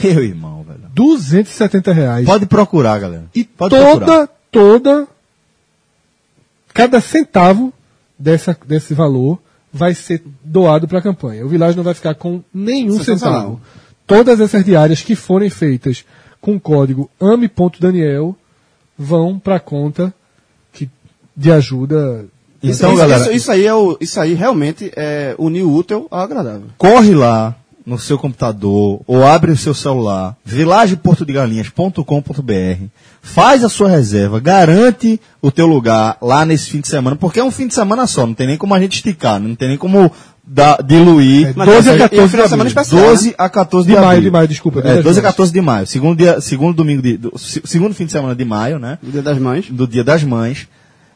C: Meu irmão, velho.
E: 270 reais.
C: Pode procurar, galera.
E: E
C: Pode
E: toda,
C: procurar.
E: toda, cada centavo dessa, desse valor vai ser doado para a campanha. O Village não vai ficar com nenhum
H: Sensacional.
E: centavo. Todas essas diárias que forem feitas com o código AME.Daniel vão para a conta que, de ajuda.
C: Então,
H: isso,
C: galera,
H: isso, isso aí é o, isso aí realmente é unir o útil ao agradável.
C: corre lá no seu computador ou abre o seu celular, vilageportodegalinhas.com.br, faz a sua reserva, garante o teu lugar lá nesse fim de semana, porque é um fim de semana só, não tem nem como a gente esticar, não tem nem como dar- diluir.
E: É,
C: Mas
E: 12 a
C: essa- e
E: 14
C: o final
E: de
C: semana
E: abril.
H: né?
C: especial, 12 a 14 de,
E: De maio,
C: abril.
E: de maio, desculpa, Dia
C: É,
E: das
C: 12 a
E: Mães.
C: 14 de maio, segundo, dia, segundo domingo de, do- se- segundo fim de semana de maio, né?
H: No Dia das Mães.
C: do Dia das Mães.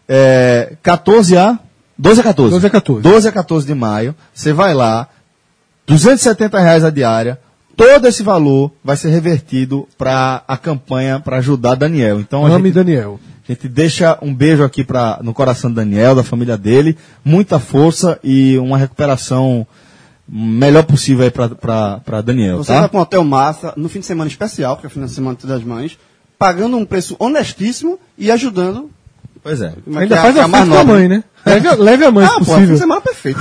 C: É, 14 a. 12 a 14.
E: 12 a 14.
C: 12 a 14 de maio. Você vai lá, 270 reais a diária. Todo esse valor vai ser revertido para a campanha para ajudar Daniel. Então a
E: Ame
C: gente,
E: Daniel.
C: a gente deixa um beijo aqui pra, no coração do Daniel, da família dele. Muita força e uma recuperação
I: melhor possível aí pra, pra, pra Daniel,
C: Você
I: tá?
C: tá com um hotel massa, no fim de semana especial, que é o fim de semana das mães, pagando um preço honestíssimo e ajudando.
I: Pois é.
C: como é que
E: Ainda
C: é?
E: faz
C: Que é
E: a festa
C: mais
E: da
C: nobre.
E: mãe, né? Leve, a- leve a mãe,
C: *laughs*
E: se
C: Ah, pô, fim de
E: possível.
C: semana perfeito.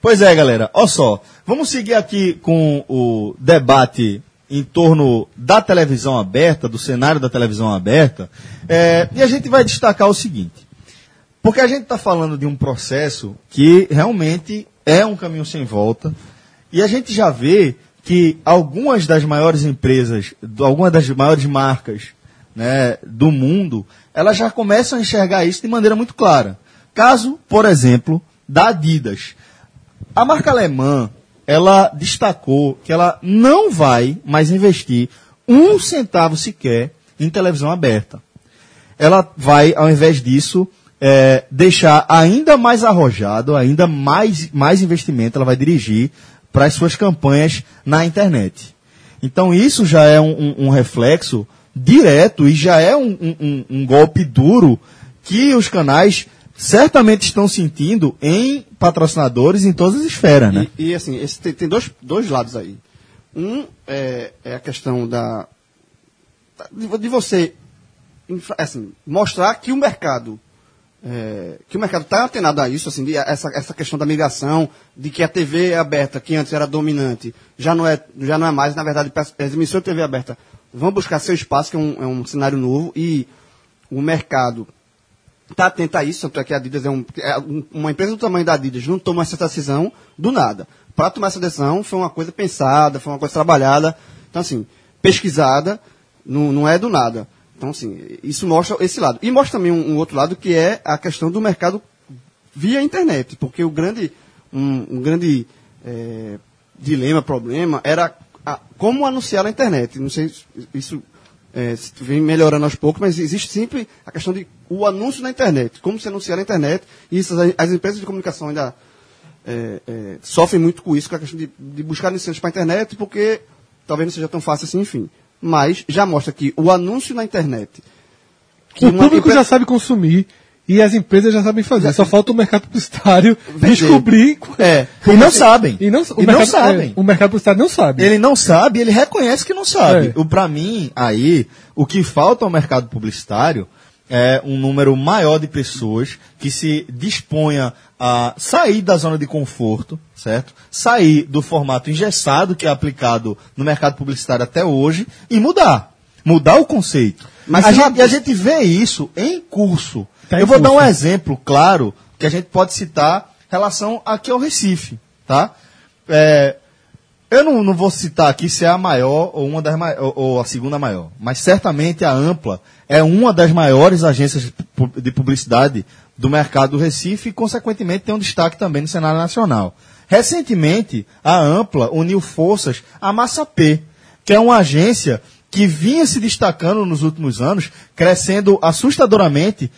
I: Pois é, galera. Olha só. Vamos seguir aqui com o debate em torno da televisão aberta, do cenário da televisão aberta. É, e a gente vai destacar o seguinte. Porque a gente está falando de um processo que realmente é um caminho sem volta. E a gente já vê que algumas das maiores empresas, do- algumas das maiores marcas né, do mundo, elas já começam a enxergar isso de maneira muito clara. Caso, por exemplo, da Adidas. A marca alemã, ela destacou que ela não vai mais investir um centavo sequer em televisão aberta. Ela vai, ao invés disso, eh, deixar ainda mais arrojado, ainda mais, mais investimento ela vai dirigir para as suas campanhas na internet. Então isso já é um, um- um reflexo direto e já é um- um- um- um golpe duro que os canais certamente estão sentindo em patrocinadores em todas as esferas, né?
C: E, e, assim, esse tem, tem dois, dois lados aí. Um é, é a questão da da- de, vo- de você infra- assim, mostrar que o mercado é, que o mercado está atenado a isso, assim, de a- essa, essa questão da migração, de que a TV aberta, que antes era dominante, já não é, já não é mais, na verdade, pe- as emissoras de TV aberta vão buscar seu espaço, que é um, é um cenário novo, e o mercado está atento a isso, tanto é que a Adidas é, um- é um- uma empresa do tamanho da Adidas, não toma essa decisão do nada. Para tomar essa decisão foi uma coisa pensada, foi uma coisa trabalhada, então assim, pesquisada, não, não é do nada. Então assim, isso mostra esse lado. E mostra também um, um outro lado que é a questão do mercado via internet, porque o grande, um, um grande eh, dilema, problema, era a- como anunciar na internet. Não sei se isso eh, se vem melhorando aos poucos, mas existe sempre a questão de o anúncio na internet, como se anunciar na internet, e isso, as, as empresas de comunicação ainda eh, eh, sofrem muito com isso, com a questão de, de buscar anunciantes para a internet, porque talvez não seja tão fácil assim, enfim. Mas já mostra que o anúncio na internet. que
E: o
C: uma
E: público
C: empre-
E: já sabe consumir e as empresas já sabem fazer. Só falta o mercado publicitário
C: Vender.
E: descobrir. qu-
I: É. E não sabem.
E: E não, o
I: E
E: mercado,
I: não sabem.
E: é, o mercado publicitário não sabe.
I: Ele não sabe, ele reconhece que não sabe.
E: É.
I: O para mim aí, o que falta ao mercado publicitário é um número maior de pessoas que se disponha a sair da zona de conforto, certo? Sair do formato engessado que é aplicado no mercado publicitário até hoje e mudar, mudar o conceito.
C: Mas
I: a
C: se-
I: gente, e a gente vê isso em curso.
E: Tá em
I: Eu vou dar um
E: curso.
I: exemplo claro que a gente pode citar em relação aqui ao Recife, tá? É, eu não, não vou citar aqui se é a maior ou uma das mai- ou, ou a segunda maior, mas certamente a Ampla é uma das maiores agências de pu- de publicidade do mercado do Recife e, consequentemente, tem um destaque também no cenário nacional. Recentemente, a Ampla uniu forças à Massa P, que é uma agência que vinha se destacando nos últimos anos, crescendo assustadoramente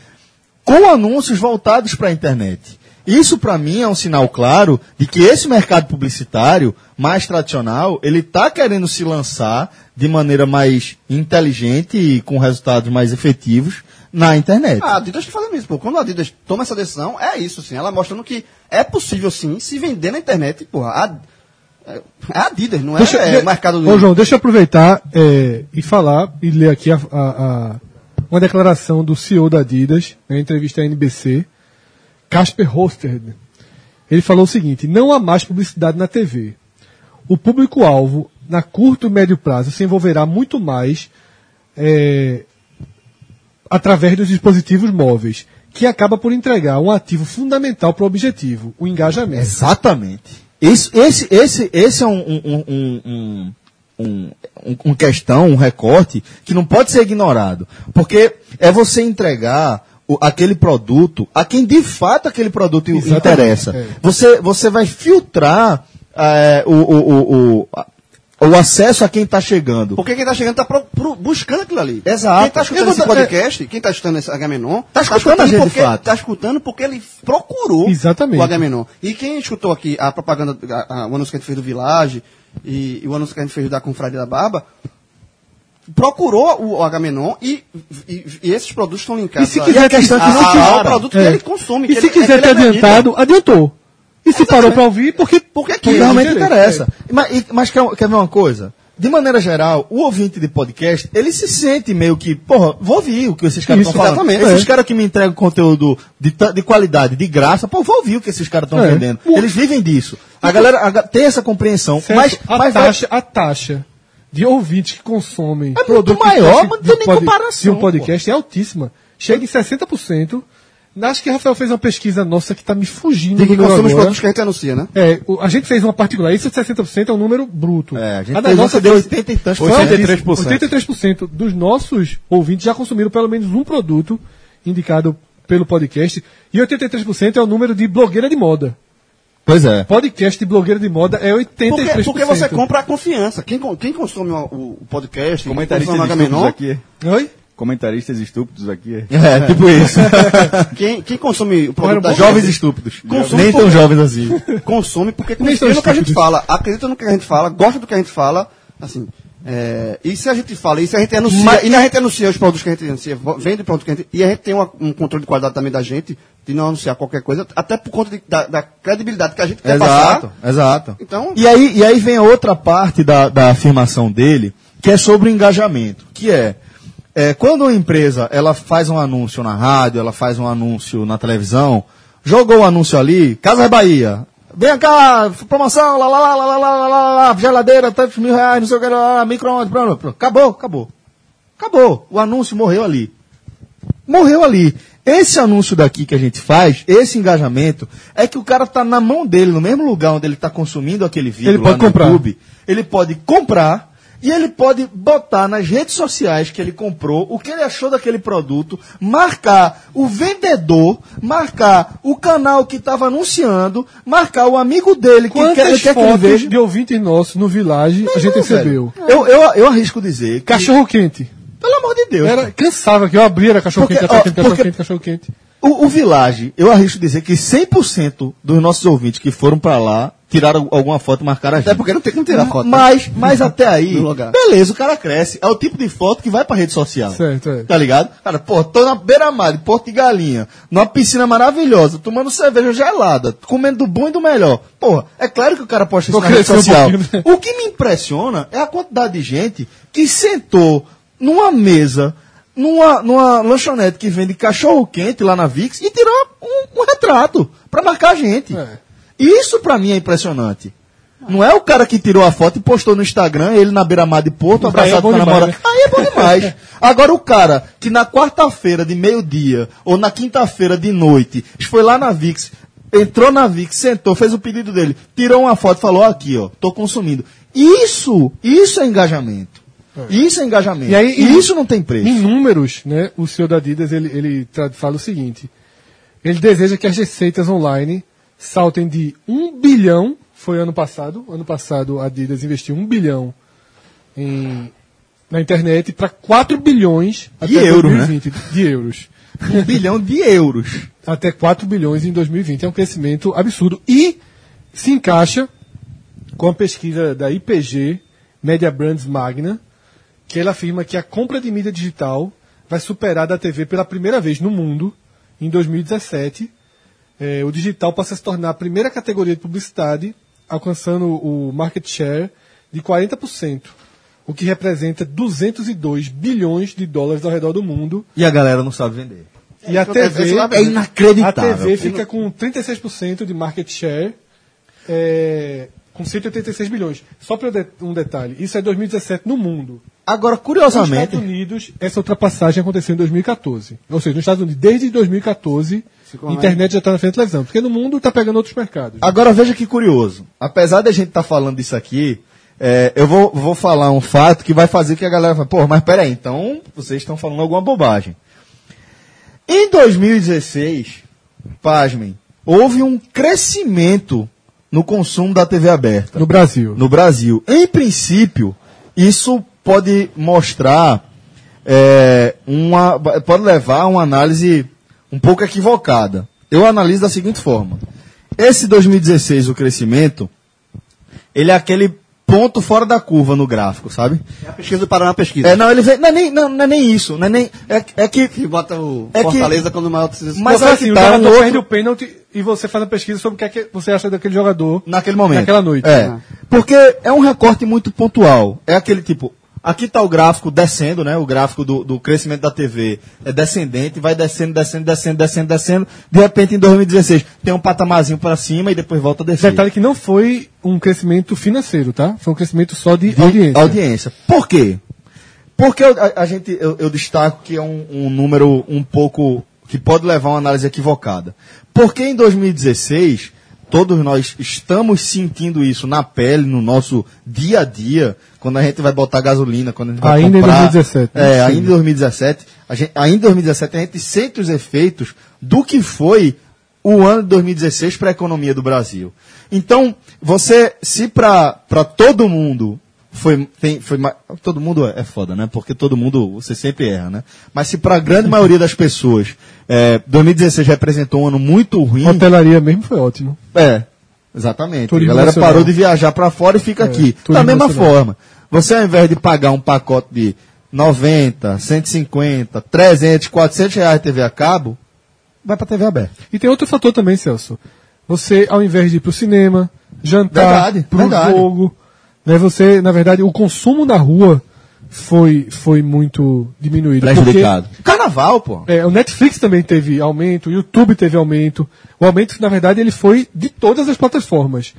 I: com anúncios voltados para a internet. Isso, para mim, é um sinal claro de que esse mercado publicitário mais tradicional, ele está querendo se lançar de maneira mais inteligente e com resultados mais efetivos na internet.
C: A Adidas está fazendo isso, pô. Quando a Adidas toma essa decisão, é isso, sim. Ela mostrando que é possível, sim, se vender na internet, porra. A, é a Adidas, não é,
E: Deixa,
C: é
E: de-
C: o mercado
E: Ô, João, deixa eu aproveitar é, e falar e ler aqui a, a- a- uma declaração do CEO da Adidas, na entrevista à NBC, Casper Hosted. Ele falou o seguinte: não há mais publicidade na TV. O público-alvo, na curto e médio prazo, se envolverá muito mais é, através dos dispositivos móveis, que acaba por entregar um ativo fundamental para o objetivo, o engajamento.
I: Exatamente. Esse, esse, esse, esse é um, um, um, um, um, um- um questão, um recorte que não pode ser ignorado. Porque é você entregar o- aquele produto a quem de fato aquele produto
E: Exatamente,
I: interessa.
E: é.
I: Você, você vai filtrar eh, o, o, o, o, a- o acesso a quem está chegando.
C: Porque quem tá chegando tá pro- pro- buscando aquilo ali.
I: Exato.
C: Quem tá
I: Eu
C: escutando
I: vou
C: esse
I: dar-
C: podcast, quem tá escutando esse Agamenon,
I: Tá escutando a gente, de
C: porque,
I: fato.
C: tá escutando porque ele procurou
E: Exatamente.
C: o Agamenon. E quem escutou aqui a propaganda, a- a- o anúncio que a gente fez do Village e, e o anúncio que a gente fez da Confraria da Barba, procurou o, o Agamenon e, e- e esses produtos estão linkados.
E: E se
C: a-
E: quiser
C: a-
E: questão é que
C: a-
E: não
C: a- ao
E: quiser,
C: produto
E: é.
C: que ele consome.
E: E
C: que
E: se
C: ele- é que
E: quiser
C: ele
E: ter
C: acredita.
E: adiantado, adiantou. E se parou pra ouvir, porque.
I: Porque aquilo realmente interessa. Mas, e- mas quer, quer ver uma coisa? De maneira geral, o ouvinte de podcast, ele se sente meio que, porra, vou ouvir o que esses caras
E: Isso,
I: estão falando.
E: exatamente,
I: esses
E: é.
I: caras que me entregam conteúdo de, ta- de qualidade, de graça, pô, vou ouvir o que esses caras estão
E: É.
I: vendendo. Eles vivem disso. A galera a ga- tem essa compreensão,
E: Certo?
I: mas,
E: a,
I: mas vai-
E: taxa, a taxa de ouvintes que consomem.
I: muito
E: produto
I: maior,
E: de-
I: mas não tem
E: de
I: nem
E: pod-
I: comparação,
E: De um podcast é altíssima. Chega em 60%. Acho que o Rafael fez uma pesquisa nossa que tá me fugindo
C: De que
E: número
C: consome os
E: agora.
C: produtos que a gente anuncia, né?
E: É, o- a gente fez uma particular. Esse de 60% é um número bruto.
I: É, a gente
E: da
I: fez uma
E: nossa
I: que deu
E: foi-
I: 80 e tantos
E: foi
I: por cento.
E: 83%. 83% dos nossos ouvintes já consumiram pelo menos um produto indicado pelo podcast. E 83% é o número de blogueira de moda.
I: Pois é.
E: Podcast de blogueira de moda é
C: Porque,
E: 83%.
C: porque você compra a confiança. Quem, con- quem consome o, o podcast, quem
H: Comentaristas
C: consome o
H: estúpidos
C: Agamenon,
H: aqui. é.
E: Oi?
H: Comentaristas estúpidos aqui.
I: É, tipo
C: *laughs*
E: *laughs*
I: isso. Tá,
C: quem, quem consome o produto da
I: jovens
C: gente,
I: estúpidos.
C: Consome
I: Nem tão
C: por-
I: jovens assim.
C: consome porque
E: Nem são
C: confia no que a gente
E: estúpidos.
C: fala, acredita no que a gente fala, gosta do que a gente fala, assim. é, e se a gente fala, e se a gente anuncia,
I: Mas-
C: e na gente anuncia os produtos que a gente anuncia, vo- vende produtos que a gente, e a gente tem uma- um controle de qualidade também da gente, de não anunciar qualquer coisa, até por conta de- da, da credibilidade que a gente quer
I: Exato,
C: passar.
I: exato.
C: Então,
I: E aí, e aí vem a outra parte da, da afirmação dele, que é sobre o engajamento, que é, é, quando uma empresa ela faz um anúncio na rádio, ela faz um anúncio na televisão, jogou o anúncio ali, Casa Bahia, vem cá, promoção, lá, lá, lá, lá, lá, lá, lá, lá, lá, geladeira, tantos mil reais, não sei o que, lá, lá, lá, micro-ondas, pronto, pronto. acabou, acabou. Acabou, o anúncio morreu ali morreu ali. Esse anúncio daqui que a gente faz, esse engajamento, é que o cara tá na mão dele, no mesmo lugar onde ele tá consumindo aquele vídeo
E: Ele pode
I: no
E: comprar.
I: YouTube. Ele pode comprar e ele pode botar nas redes sociais que ele comprou, o que ele achou daquele produto, marcar o vendedor, marcar o canal que estava anunciando, marcar o amigo dele que quer,
E: Quantas
I: ele quer que ele
E: fotos
I: veja.
E: de ouvintes nossos no Village a gente
I: Não, velho.
E: recebeu?
I: Eu, eu, eu arrisco dizer que,
E: Cachorro quente.
I: pelo amor de Deus,
E: Era, cansava que eu abria, era cachorro quente, cachorro
I: Porque,
E: quente,
I: ó,
E: cachorro
I: porque-
E: quente, cachorro quente.
I: O, o Village, eu arrisco dizer que 100% dos nossos ouvintes que foram pra lá tiraram alguma foto e marcaram a gente.
C: até porque não tem como tirar foto.
I: Mas,
C: *laughs*
I: mas até aí,
C: No lugar.
I: beleza, o cara cresce. É o tipo de foto que vai pra rede social.
E: Certo, é.
I: Tá ligado? Cara, pô, tô na beira-mar, de Porto de Galinha, numa piscina maravilhosa, tomando cerveja gelada, comendo do bom e do melhor. Porra, é claro que o cara posta isso
E: Vou
I: na rede
E: crescer um
I: social.
E: pouquinho, né?
I: O que me impressiona é a quantidade de gente que sentou numa mesa, numa, numa lanchonete que vende cachorro quente lá na VIX e tirou um, um retrato pra marcar a gente.
E: É.
I: Isso pra mim é impressionante. Não é o cara que tirou a foto e postou no Instagram, ele na beira-mar de Porto,
E: Mas aí é
I: abraçado
E: bom
I: com a
E: demais,
I: namorada.
E: né?
I: Aí é bom demais. *laughs* Agora o cara que na quarta-feira de meio-dia ou na quinta-feira de noite foi lá na VIX, entrou na VIX, sentou, fez o pedido dele, tirou uma foto, falou "Ó, aqui, ó, tô consumindo. Isso, isso é engajamento. Isso é engajamento.
E: E
I: E,
E: aí-
I: isso não tem preço.
E: Em números, né, o senhor da Adidas, ele, ele tra- fala o seguinte. Ele deseja que as receitas online saltem de 1 bilhão, foi ano passado, ano passado a Adidas investiu 1 bilhão em, na internet para 4 bilhões
I: De euro, né?
E: de euros.
I: Um *laughs* bilhão de euros.
E: até 4 bilhões em 2020. É um crescimento absurdo. E se encaixa com a pesquisa da IPG, Media Brands Magna, que ela afirma que a compra de mídia digital vai superar a da TV pela primeira vez no mundo em 2017. Eh, o digital passa a se tornar a primeira categoria de publicidade, alcançando o market share de 40%, o que representa 202 bilhões de dólares ao redor do mundo,
I: E a galera não sabe vender.
E: e a TV
I: é inacreditável.
E: A TV fica com 36% de market share, é, com 186 bilhões. Só para um detalhe, isso é 2017 no mundo.
I: Agora,
E: Nos Estados
I: curiosamente,
E: Unidos, essa ultrapassagem aconteceu em 2014. Ou seja, nos Estados Unidos, desde 2014, a internet já está na frente da televisão. Porque no mundo está pegando outros mercados.
I: Agora veja que curioso. Apesar da gente estar falando isso aqui, é, eu vou, vou falar um fato que vai fazer que a galera fale, pô, mas peraí, então vocês estão falando alguma bobagem. Em 2016, pasmem, houve um crescimento no consumo da TV aberta
E: No Brasil.
I: Tá. no Brasil. Em princípio, isso pode mostrar é, uma. pode levar a uma análise um pouco equivocada. Eu analiso da seguinte forma. Esse 2016, o crescimento, ele é aquele ponto fora da curva no gráfico, sabe?
C: É a pesquisa do Paraná Pesquisa.
I: É, não, ele vem, não, é nem, não, não é nem isso, não é nem, é, é que,
C: Que bota o
I: É que-
C: Fortaleza quando o maior precisa.
I: Mas
E: Então,
I: aí
E: assim,
I: que
E: o
I: tá,
E: jogador
I: um outro-
E: perde o pênalti e você faz a pesquisa sobre o que, é que você acha daquele jogador.
I: naquele momento.
E: Naquela noite.
I: É.
E: Ah.
I: Porque é um recorte muito pontual. É aquele tipo, aqui tá o gráfico descendo, né? O gráfico do, do crescimento da TV é descendente, vai descendo, descendo, descendo, descendo, descendo. De repente, em 2016, tem um patamarzinho pra cima e depois volta a descer.
E: Detalhe que não foi um crescimento financeiro, tá? Foi um crescimento só de,
I: de
E: audiência.
I: audiência. Por quê? Porque eu- a, a gente, eu, eu destaco que é um, um número um pouco que pode levar a uma análise equivocada. Porque em 2016, todos nós estamos sentindo isso na pele, no nosso dia a dia, quando a gente vai botar gasolina, quando a gente vai
E: Ainda em
I: comprar.
E: 2017, né?
I: É, ainda
E: Sim.
I: em 2017. A gente, ainda em 2017, a gente sente os efeitos do que foi o ano de 2016 para a economia do Brasil. Então, você, se para todo mundo foi, tem, foi ma- todo mundo é é foda, né? Porque todo mundo, você sempre erra, né? Mas se para a grande maioria das pessoas, é, 2016 representou um ano muito ruim,
E: Hotelaria mesmo foi ótimo.
I: é, exatamente.
E: Turismo
I: a galera
E: nacional. É,
I: parou de viajar para fora e fica aqui.
E: turismo
I: Da mesma
E: nacional.
I: forma, você ao invés de pagar um pacote de 90, 150, 300, 400 reais de TV a cabo, vai para TV é aberta.
E: E tem outro fator também, Celso. Você, ao invés de ir pro cinema, jantar,
I: Verdade,
E: pro
I: verdade.
E: jogo, né? Você, na verdade, o consumo na rua foi, foi muito diminuído.
I: Prejudicado. Carnaval, pô.
E: É, o Netflix também teve aumento, o YouTube teve aumento. O aumento, na verdade, ele foi de todas as plataformas.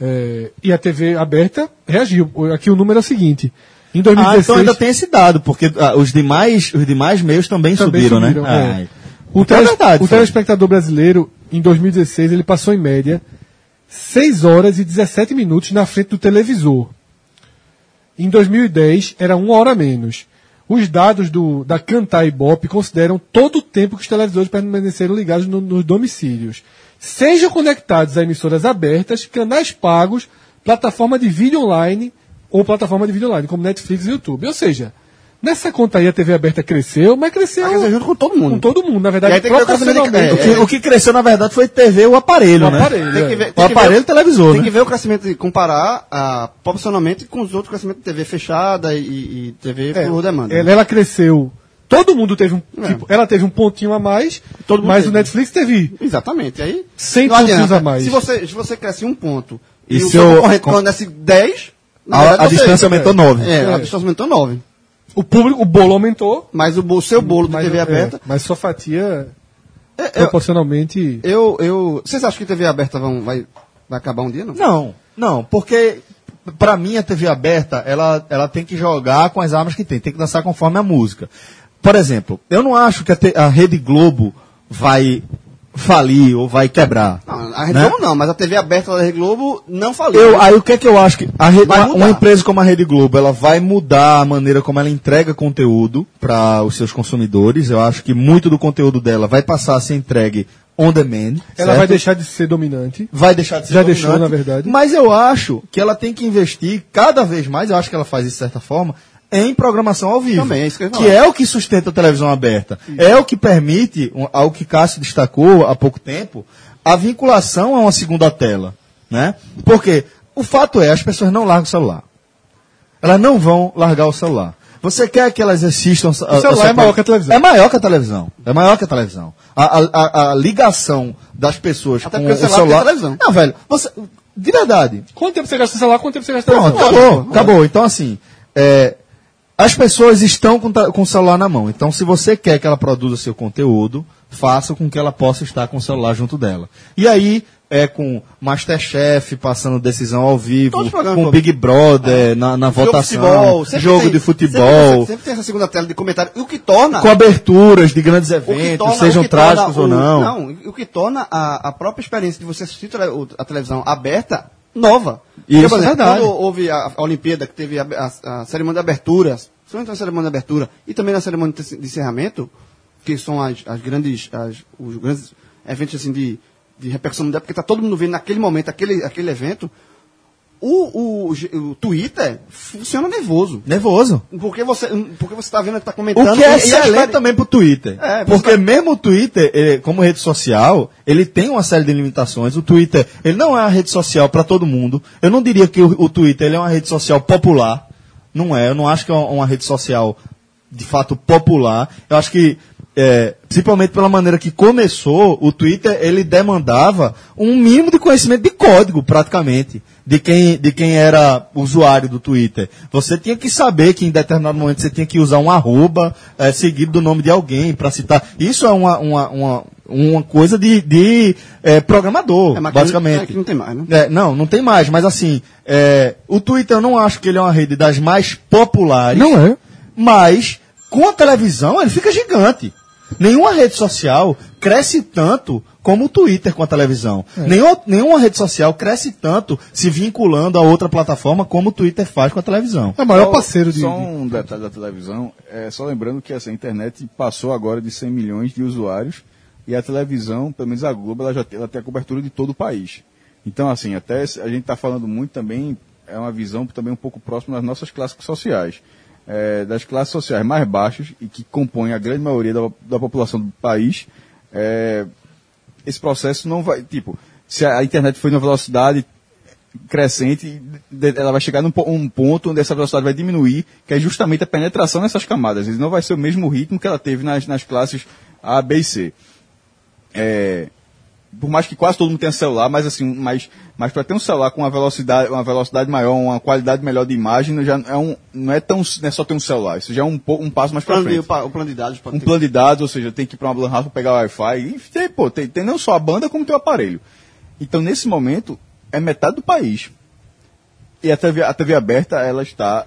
E: É, e a TV aberta reagiu. Aqui o número é o seguinte. Em 2016...
I: Ah, então ainda tem esse dado, porque ah, os, demais, os demais meios também,
E: Também
I: subiram,
E: subiram,
I: né?
E: é.
I: Ah,
E: O,
I: Então é
E: teles-
I: verdade,
E: o
I: foi.
E: telespectador brasileiro, em 2016, ele passou em média 6 horas e 17 minutos na frente do televisor. Em 2010, era uma hora a menos. Os dados do, da Cantar Ibope consideram todo o tempo que os televisores permaneceram ligados no- nos domicílios. Sejam conectados a emissoras abertas, canais pagos, plataforma de vídeo online ou plataforma de vídeo online, como Netflix e YouTube. Ou seja, nessa conta aí a TV aberta cresceu, mas cresceu
C: Mas é junto com todo mundo.
E: com todo mundo, na
C: E
E: verdade,
C: aí tem que ver o crescimento que-
E: proporcionalmente.
I: O, que, o que cresceu, na verdade, foi TV o aparelho,
E: O
I: né?
E: aparelho, é.
I: o aparelho televisor,
C: Tem
I: né?
C: que ver o crescimento, e comparar ah, proporcionalmente com os outros crescimentos de TV fechada e, e TV
E: É,
C: por é, demanda. né? É.
E: Ela, ela cresceu. Todo mundo teve um. tipo, ela teve um pontinho a mais,
C: Todo mundo
E: mas
C: teve.
E: o Netflix teve.
C: Exatamente. Aí,
E: 100
C: não adianta.
E: pontos a mais.
C: Se você, se você cresce um ponto
I: E
C: e, o
I: se
C: seu
I: eu-
C: concorrente cresce 10, na
I: A-
C: verdade,
I: a
C: você-
I: distância aumentou nove.
C: É,
E: É.
C: a distância aumentou 9.
E: O público, o bolo aumentou.
C: Mas o bo- seu bolo de
E: mas,
C: TV
E: é,
C: aberta.
E: mas sua fatia
C: é- é-
E: proporcionalmente.
C: eu, eu, vocês acham que TV aberta vão, vai, vai acabar um dia? Não.
I: Não, não, porque pra mim a TV aberta, ela, ela tem que jogar com as armas que tem, tem que dançar conforme a música. Por exemplo, eu não acho que a, te- a Rede Globo vai falir ou vai quebrar.
C: Não, a Rede
I: né?
C: Globo não, mas a TV aberta da Rede Globo não faliu.
I: Eu, aí o que é que eu acho que a Rede-
C: Vai
I: uma,
C: mudar.
I: uma empresa como a Rede Globo, ela vai mudar a maneira como ela entrega conteúdo para os seus consumidores. Eu acho que muito do conteúdo dela vai passar a ser entregue on demand.
E: Ela
I: certo?
E: vai deixar de ser dominante.
I: vai deixar de ser
E: Já
I: dominante,
E: deixou, na verdade.
I: Mas eu acho que ela tem que investir cada vez mais, eu acho que ela faz isso de certa forma, em programação ao vivo.
C: Também, é isso que eu ia falar.
I: é o que sustenta a televisão aberta. É o que permite, um, ao que Cássio destacou há pouco tempo, a vinculação a uma segunda tela. Né? Porque o fato é, as pessoas não largam o celular. Elas não vão largar o celular. Você quer que elas assistam. O
E: celular é maior que a televisão.
I: É maior que a televisão. É maior que a televisão. A, a- a- a ligação das pessoas
C: Até
I: com
C: porque
I: o
C: o celular
I: celular.
C: tem televisão.
I: Não, velho, você. De verdade.
E: Quanto tempo você gasta no celular, quanto tempo você gasta
I: Pronto,
E: celular?
I: acabou, acabou. Então, assim, é, as pessoas estão com, ta- com o celular na mão. Então, se você quer que ela produza seu conteúdo, faça com que ela possa estar com o celular junto dela. E aí, é com Masterchef passando decisão ao vivo,
C: Todos os programas,
I: com
C: pô.
I: Big Brother na, na
C: É. Jogo de
I: votação,
C: futebol, sempre
I: jogo
C: tem-
I: de
C: Sempre,
I: futebol,
C: tem- sempre tem essa segunda tela de comentário. E o que torna.
I: coberturas de grandes
C: Ah. o que
I: eventos,
C: torna-
I: sejam
C: o que torna
I: trágicos ou
C: o-
I: não.
C: Não, o que torna a, a própria experiência de você assistir tele- o- a televisão aberta nova.
I: Isso,
C: por exemplo,
I: é verdade.
C: Quando houve a, a Olimpíada, que teve a, a- a cerimônia de abertura, somente na cerimônia de abertura e também na cerimônia de encerramento, que são as, as grandes, as- os grandes tá eventos assim, de, de repercussão mundial, porque está todo mundo vendo naquele momento, aquele, aquele evento,
H: O, o, G- o Twitter funciona nervoso.
I: Nervoso.
H: Porque você, porque você tá vendo que tá comentando.
I: O
C: Então,
I: que
H: e- e
I: é
H: a
I: excelente
H: história-
I: também pro Twitter.
H: É, você
I: porque mesmo o Twitter, ele, como rede social, ele tem uma série de limitações. O Twitter, ele não é uma rede social para todo mundo. Eu não diria que o, o Twitter ele é uma rede social popular. Não é. Eu não acho que é uma, uma rede social de fato popular. Eu acho que, é, principalmente pela maneira que começou, o Twitter ele demandava um mínimo de conhecimento de código, praticamente, de quem, de quem era usuário do Twitter. Você tinha que saber que em determinado momento você tinha que usar um arroba é, seguido do nome de alguém para citar. Isso é uma, uma, uma, uma coisa de, de é, programador,
H: É, mas que não-
I: basicamente.
H: é que não tem mais, né?
I: É, não, não tem mais, mas assim, é, o Twitter eu não acho que ele é uma rede das mais populares.
E: Não é.
I: Mas, com a televisão, ele fica gigante. Nenhuma rede social cresce tanto como o Twitter com a televisão. Nenhuma, nenhuma rede social cresce tanto se vinculando a outra plataforma como o Twitter faz com a televisão.
E: É o maior parceiro de.
C: Só
E: de-
C: um detalhe da televisão, é, só lembrando que assim, a internet passou agora de 100 milhões de usuários e a televisão, pelo menos a Globo, ela já tem, ela tem a cobertura de todo o país. Então, assim, até se- a gente está falando muito também, é uma visão também um pouco próxima das nossas classes sociais. É, das classes sociais mais baixas e que compõem a grande maioria da, da população do país, é, esse processo não vai. Tipo, se a a internet foi numa velocidade crescente, de- ela vai chegar num po- um ponto onde essa velocidade vai diminuir, que é justamente a penetração nessas camadas. Ele não vai ser o mesmo ritmo que ela teve nas, nas classes A, B e C. É, por mais que quase todo mundo tenha celular, mas assim, mas, mas para ter um celular com uma velocidade, uma velocidade maior, uma qualidade melhor de imagem, já é um, não é tão, não é só ter um celular, isso já é um, po- um passo mais
H: O
C: para
H: plano de-
C: frente
H: o pa- o plano de dados pode
C: um
H: ter-
C: plano de dados, ou seja, tem que ir para uma lan house pra pegar o Wi-Fi. E tem, pô, tem, tem não só a banda, como tem o aparelho. Então, nesse momento, é metade do país. E a TV, a TV aberta, ela está.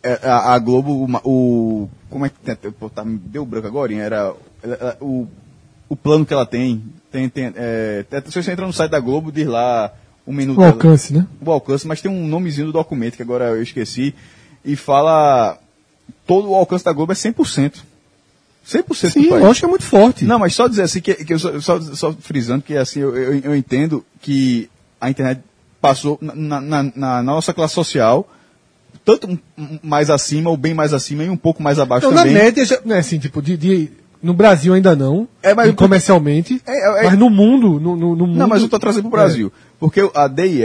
C: é, A, a Globo, uma- o. Como é que. tem- Pô, tá, me deu branco agora, hein? Era. ela- ela- o, o plano que ela tem. tem, tem é, até se você entra no site da Globo, diz lá. Um minuto
E: O alcance, né?
C: o alcance, mas tem um nomezinho do documento que agora eu esqueci, e fala todo o alcance da Globo é 100%. 100% do
E: Sim,
C: país.
E: lógico que é muito forte.
C: Não, mas só dizer assim, que, que eu só, só, só frisando que assim, eu, eu, eu entendo que a internet passou na, na, na- na nossa classe social, tanto um- um- mais acima, ou bem mais acima, e um pouco mais abaixo
E: Então, na
C: também.
E: média, já, né, assim, tipo, de, de- no Brasil ainda não,
C: É, mas-
E: comercialmente,
C: É, é-
E: mas no mundo, no, no, no mundo...
C: Não, mas eu estou trazendo para o
E: É.
C: Brasil. Porque a DIE,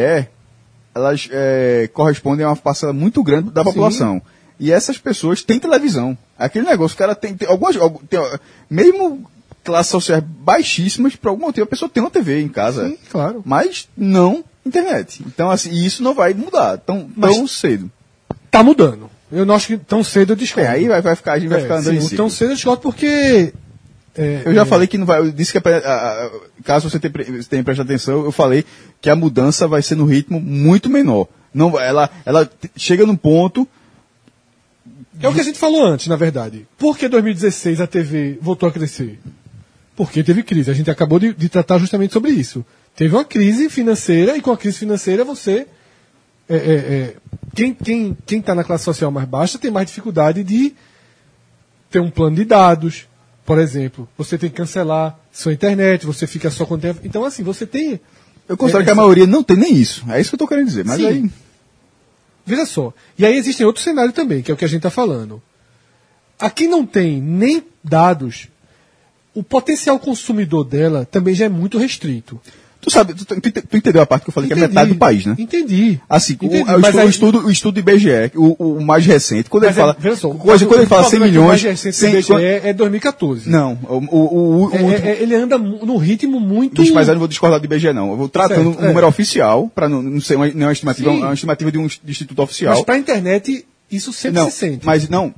C: elas é, correspondem a uma parcela muito grande da população. E essas pessoas têm televisão. Aquele negócio, o cara tem, tem algumas. algu- tem, ó, mesmo classes sociais baixíssimas, por algum motivo, a pessoa tem uma TV em casa.
E: Sim, claro.
C: Mas não internet. Então, assim, isso não vai mudar tão,
E: Mas-
C: tão cedo.
E: Tá mudando. Eu não acho que tão cedo eu discordo. É,
C: É, aí vai, vai ficar, a gente vai ficar andando
E: sim,
C: em ciclo.
E: Tão cedo eu discordo porque... é,
C: Eu já
E: é,
C: falei que não vai. Eu disse que é pra- a- a- caso você tenha, pre- você tenha prestado atenção, eu falei que a mudança vai ser no ritmo muito menor. Não, vai- ela, ela te- chega num ponto.
E: É o que a gente falou antes, na verdade. Por que 2016 a TV voltou a crescer? Porque teve crise. A gente acabou de, de tratar justamente sobre isso. Teve uma crise financeira e com a crise financeira você. é, é, é, quem está quem, quem tá na classe social mais baixa tem mais dificuldade de ter um plano de dados, por exemplo. Você tem que cancelar sua internet, você fica só com o tempo. Então, assim, você tem.
C: Eu considero
E: É,
C: que a
E: essa-
C: maioria não tem nem isso. É isso que eu estou querendo dizer. Mas
E: Sim.
C: aí.
E: Veja só. E aí existem outro cenário também, que é o que a gente está falando. Aqui não tem nem dados. O potencial consumidor dela também já é muito restrito.
C: Tu sabe, tu, tu ente- tu entendeu a parte que eu falei que é metade do país, né?
E: Entendi.
C: Assim, o,
E: Entendi.
C: o
E: mas
C: estudo,
E: aí,
C: o estudo, o estudo IBGE, o, o mais recente, quando
E: mas
C: ele
E: é-
C: fala.
E: veja só,
C: quando, quando ele fala 100 milhões.
E: O mais recente
C: 100
E: do IBGE é 2014.
C: Não, o, o, o, o
E: É-
C: último-
E: é- é- ele anda mu- num ritmo muito.
C: Bicho, mas eu não vou discordar do IBGE, não. Eu vou tratando
E: Certo,
C: um
E: é.
C: número oficial, para não, não ser uma, não é uma estimativa, é
E: Sim.
C: uma estimativa de um inst- instituto oficial.
E: Mas para a internet, isso sempre
C: não,
E: se sente.
C: mas não.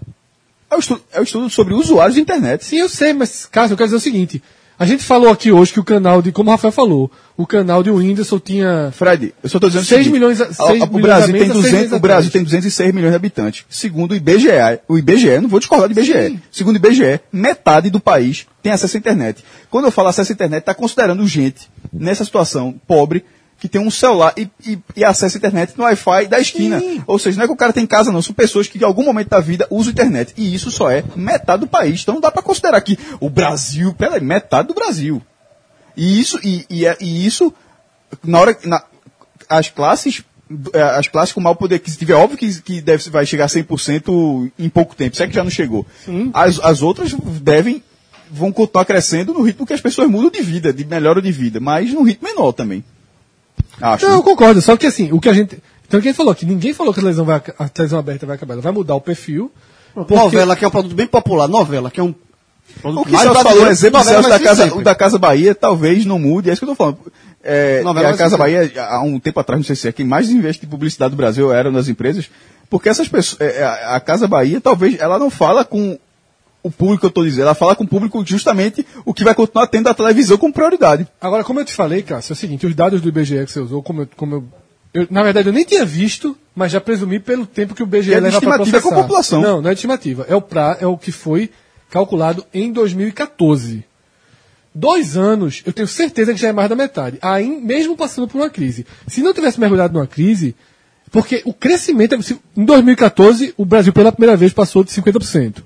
C: É o, estudo, é o estudo sobre usuários de internet.
E: Sim, eu sei, mas, Cássio, eu quero dizer o seguinte. A gente falou aqui hoje que o canal de, como o Rafael falou, o canal de Whindersson tinha
C: Fred, eu só estou dizendo o
E: Seis
C: seguinte,
E: milhões a-
C: a-
E: seis
C: a- o
E: milhões
C: Brasil
E: a
C: tem
E: menos a seis
C: 200,
E: meses
C: o Brasil
E: atrás.
C: tem 206 milhões de habitantes. Segundo o IBGE, o IBGE, não vou discordar do IBGE.
E: Sim.
C: Segundo o IBGE, metade do país tem acesso à internet. Quando eu falo acesso à internet, está considerando gente nessa situação pobre que tem um celular e, e, e acessa a internet no Wi-Fi da esquina. Ou seja, não é que o cara tem em casa, não. São pessoas que, em algum momento da vida, usam internet. E isso só é metade do país. Então não dá para considerar que o Brasil, peraí, metade do Brasil. E isso, e, e, é- e isso na hora na, as classes do- é, as plásticas com mau poder aquisitivo. É óbvio que, que deve, vai chegar a 100% em pouco tempo, se é que já não chegou. As, as outras devem, vão continuar crescendo no ritmo que as pessoas mudam de vida, de melhoram de vida, mas num ritmo menor também. Acho.
E: Não, Então, eu concordo, só que assim, o que a gente. Então quem falou que ninguém falou que a televisão, vai, ac- a televisão aberta vai acabar, ela vai mudar o perfil. porque-
H: Novela, que é um produto bem popular. Novela, que é um.
C: O que
H: mais
C: Celso falou, o
H: brasileiro,
C: exemplo
H: novela
C: Celso
H: vai
C: da
H: ser
C: casa,
H: sempre.
C: o da Casa Bahia talvez não mude, é isso que eu tô falando. É,
H: Novela
C: e a
H: vai ser
C: Casa
H: sempre.
C: Bahia, há um tempo atrás, não sei se é quem mais investe em publicidade do Brasil eram nas empresas, porque essas pessoas, é, é, a Casa Bahia talvez, ela não fala com o público que eu estou dizendo, ela fala com o público justamente o que vai continuar tendo a televisão como prioridade.
E: Agora, como eu te falei, Cássio, é o seguinte, os dados do IBGE que você usou, como eu. Como eu, eu- na verdade, eu nem tinha visto, mas já presumi pelo tempo que o IBGE
C: Que é de
E: leva pra
C: estimativa
E: processar.
C: com a população.
E: Não, não é de estimativa. É o, pra, é o que foi calculado em 2014. Dois anos, eu tenho certeza que já é mais da metade. Aí, mesmo passando por uma crise. Se não tivesse mergulhado numa crise, porque o crescimento. é- se- Em 2014, o Brasil pela primeira vez passou de 50%.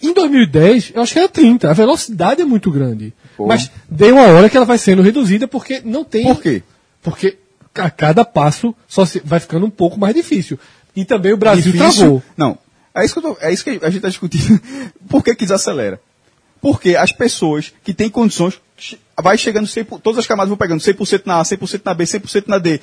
E: Em 2010, eu acho que era 30. A velocidade é muito grande. Mas deu uma hora que ela vai sendo reduzida porque não tem.
C: Por quê?
E: Porque a cada passo só se- vai ficando um pouco mais difícil. E também o Brasil
C: Difícil.
E: travou.
C: Não. É isso, que eu tô- é isso que a gente está discutindo. *laughs* Por que, que desacelera? Porque as pessoas que têm condições, che- vai chegando, 100%, todas as camadas vão pegando 100% na A, 100% na B, 100% na D.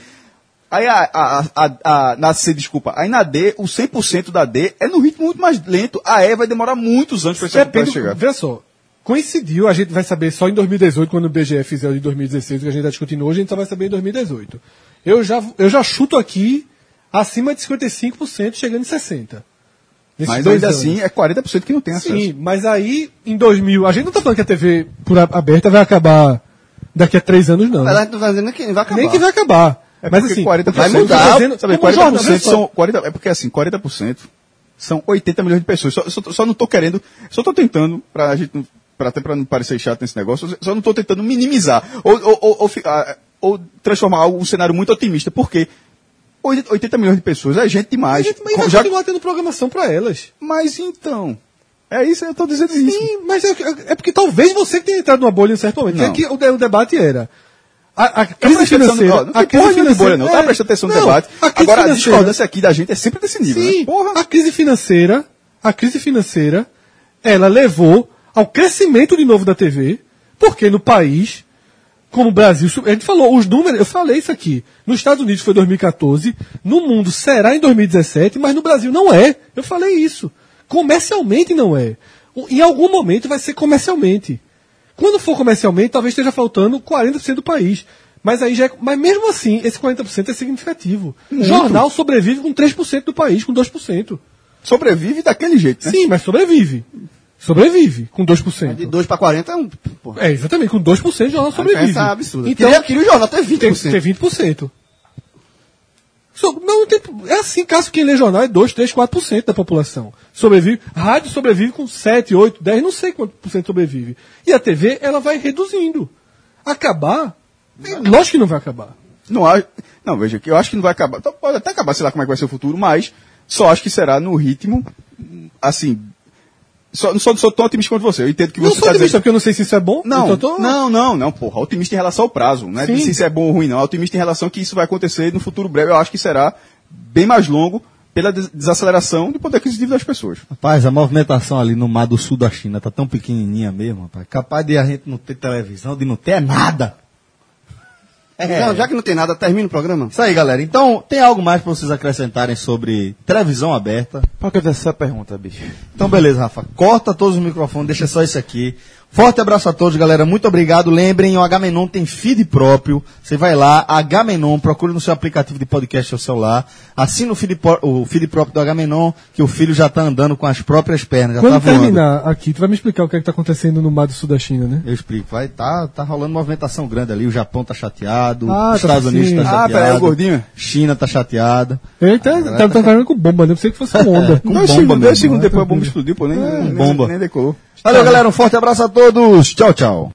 C: Aí a, a, a- a- na C, desculpa. Aí na D, o 100% da D é num ritmo muito mais lento. A E vai demorar muitos anos para
E: Depende,
C: chegar.
E: vê só. Coincidiu, a gente vai saber só em 2018, quando o BGE fizer o de 2016, o que a gente está discutindo hoje, a gente só vai saber em 2018. Eu já, eu já chuto aqui acima de 55%, chegando em 60%. Nesses
C: Mas
E: dois
C: ainda
E: anos.
C: assim, é 40% que não tem acesso.
E: Sim, mas aí, em 2000, a gente não tá falando que a TV por a- aberta vai acabar daqui a três anos, não.
H: Ela não tá dizendo que vai acabar.
E: Nem que vai acabar.
C: É
E: mas
C: porque
E: assim,
C: 40%
E: vai mudar.
C: Tá
E: Dizendo,
C: sabe,
E: como o
C: 40%
E: jornal, vê só.
C: são 40, é porque assim, 40% são 80 milhões de pessoas. Só, só, só não tô querendo, só tô tentando para a gente não- pra, até para não parecer chato nesse negócio, só não tô tentando minimizar ou ou, ou, ou fi- ah, ou transformar algo um cenário muito otimista, porque 80 milhões de pessoas é gente demais.
E: Mas, gente, mas vai
C: Já-
E: continuar tendo programação pra elas.
C: mas então, é isso, eu tô dizendo isso.
E: Sim, mas é, é porque talvez você que tenha entrado numa bolha em um certo momento.
C: Não.
E: É que o, de- o debate era. A, a crise
C: Tá prestando atenção no-
E: financeira.
C: ó, não tem porra nenhuma de bolha, não. Tá prestando atenção no debate. Agora, a
E: discordância
C: discordância aqui da gente é sempre desse nível.
E: Sim,
C: né? Porra.
E: a crise financeira, a crise financeira, ela levou ao crescimento de novo da TV, porque no país, como o Brasil, su- a gente falou os números, eu falei isso aqui. Nos Estados Unidos foi 2014, no mundo será em 2017, mas no Brasil não é. Eu falei isso. Comercialmente não é. O- Em algum momento vai ser comercialmente. Quando for comercialmente, talvez esteja faltando 40% do país. Mas aí já é, mas mesmo assim, esse 40% é significativo. Jornal sobrevive com 3% do país, com 2%.
C: Sobrevive daquele jeito, né?
E: Sim, mas sobrevive. Sobrevive com 2%.
H: De 2 para 40 é um. Pô,
E: É, exatamente, com 2% o jornal sobrevive.
H: diferença é absurda.
E: Então,
H: queria, queria o jornal até 20%.
E: tem que ter 20%. So, não tem, é assim, caso quem lê jornal é 2, 3, 4% da população. Sobrevive, rádio sobrevive com 7, 8, 10, não sei quanto por cento sobrevive. E a TV, ela vai reduzindo. Acabar, é lógico que não vai acabar.
C: Não, acho- não, veja, que eu acho que não vai acabar. Então, Pode até acabar, sei lá como é que vai ser o futuro, mas só acho que será no ritmo, assim. Só, não sou, sou tão otimista quanto você. Eu entendo que
E: Não
C: você
E: sou
C: está
E: otimista,
C: dizendo.
E: porque eu não sei se isso é bom.
C: Não,
E: então tô-
C: não, não, não, porra. Otimista em relação ao prazo. Não é
E: Sim.
C: de se isso é bom ou ruim, não. É Otimista em relação que isso vai acontecer no futuro breve. Eu acho que será bem mais longo pela des- desaceleração do poder aquisitivo das pessoas.
I: Rapaz, a movimentação ali no mar do sul da China tá tão pequenininha mesmo, rapaz. Capaz de a gente não ter televisão, de não ter nada. É.
H: Então, já que não tem nada, termina o programa.
I: Isso aí, galera. Então, tem algo mais pra vocês acrescentarem sobre televisão aberta?
D: Pra que eu fiz essa pergunta, bicho?
I: Então, beleza, Rafa. Corta todos os microfones, deixa só isso aqui. Forte abraço a todos, galera. Muito obrigado. Lembrem, o Hmenon tem feed próprio. Você vai lá, Hmenon, procure no seu aplicativo de podcast ou celular. Assina o feed, pró- o feed próprio do Hmenon, que o filho já tá andando com as próprias pernas, já tá
N: Quando
I: voando.
N: terminar aqui, tu vai me explicar o que é que tá acontecendo no mar do sul da China, né?
I: Eu explico. Vai, tá, tá rolando movimentação grande ali. O Japão tá chateado,
N: Ah,
I: os
N: tá
I: Estados
N: assim.
I: Unidos tá
C: Ah,
I: chateado.
C: peraí, o gordinho?
I: China tá chateada.
N: Ele
E: então,
N: tá, tá, tá trabalhando com bomba, né? Eu pensei que fosse com onda.
C: Ah, dois
I: bomba
C: segundos, dois
I: mesmo,
C: segundos
N: né?
C: depois a bomba explodiu, pô. Nem, nem,
I: bomba.
C: nem decolou.
I: Valeu, galera. Um forte abraço a todos. Tchau, tchau.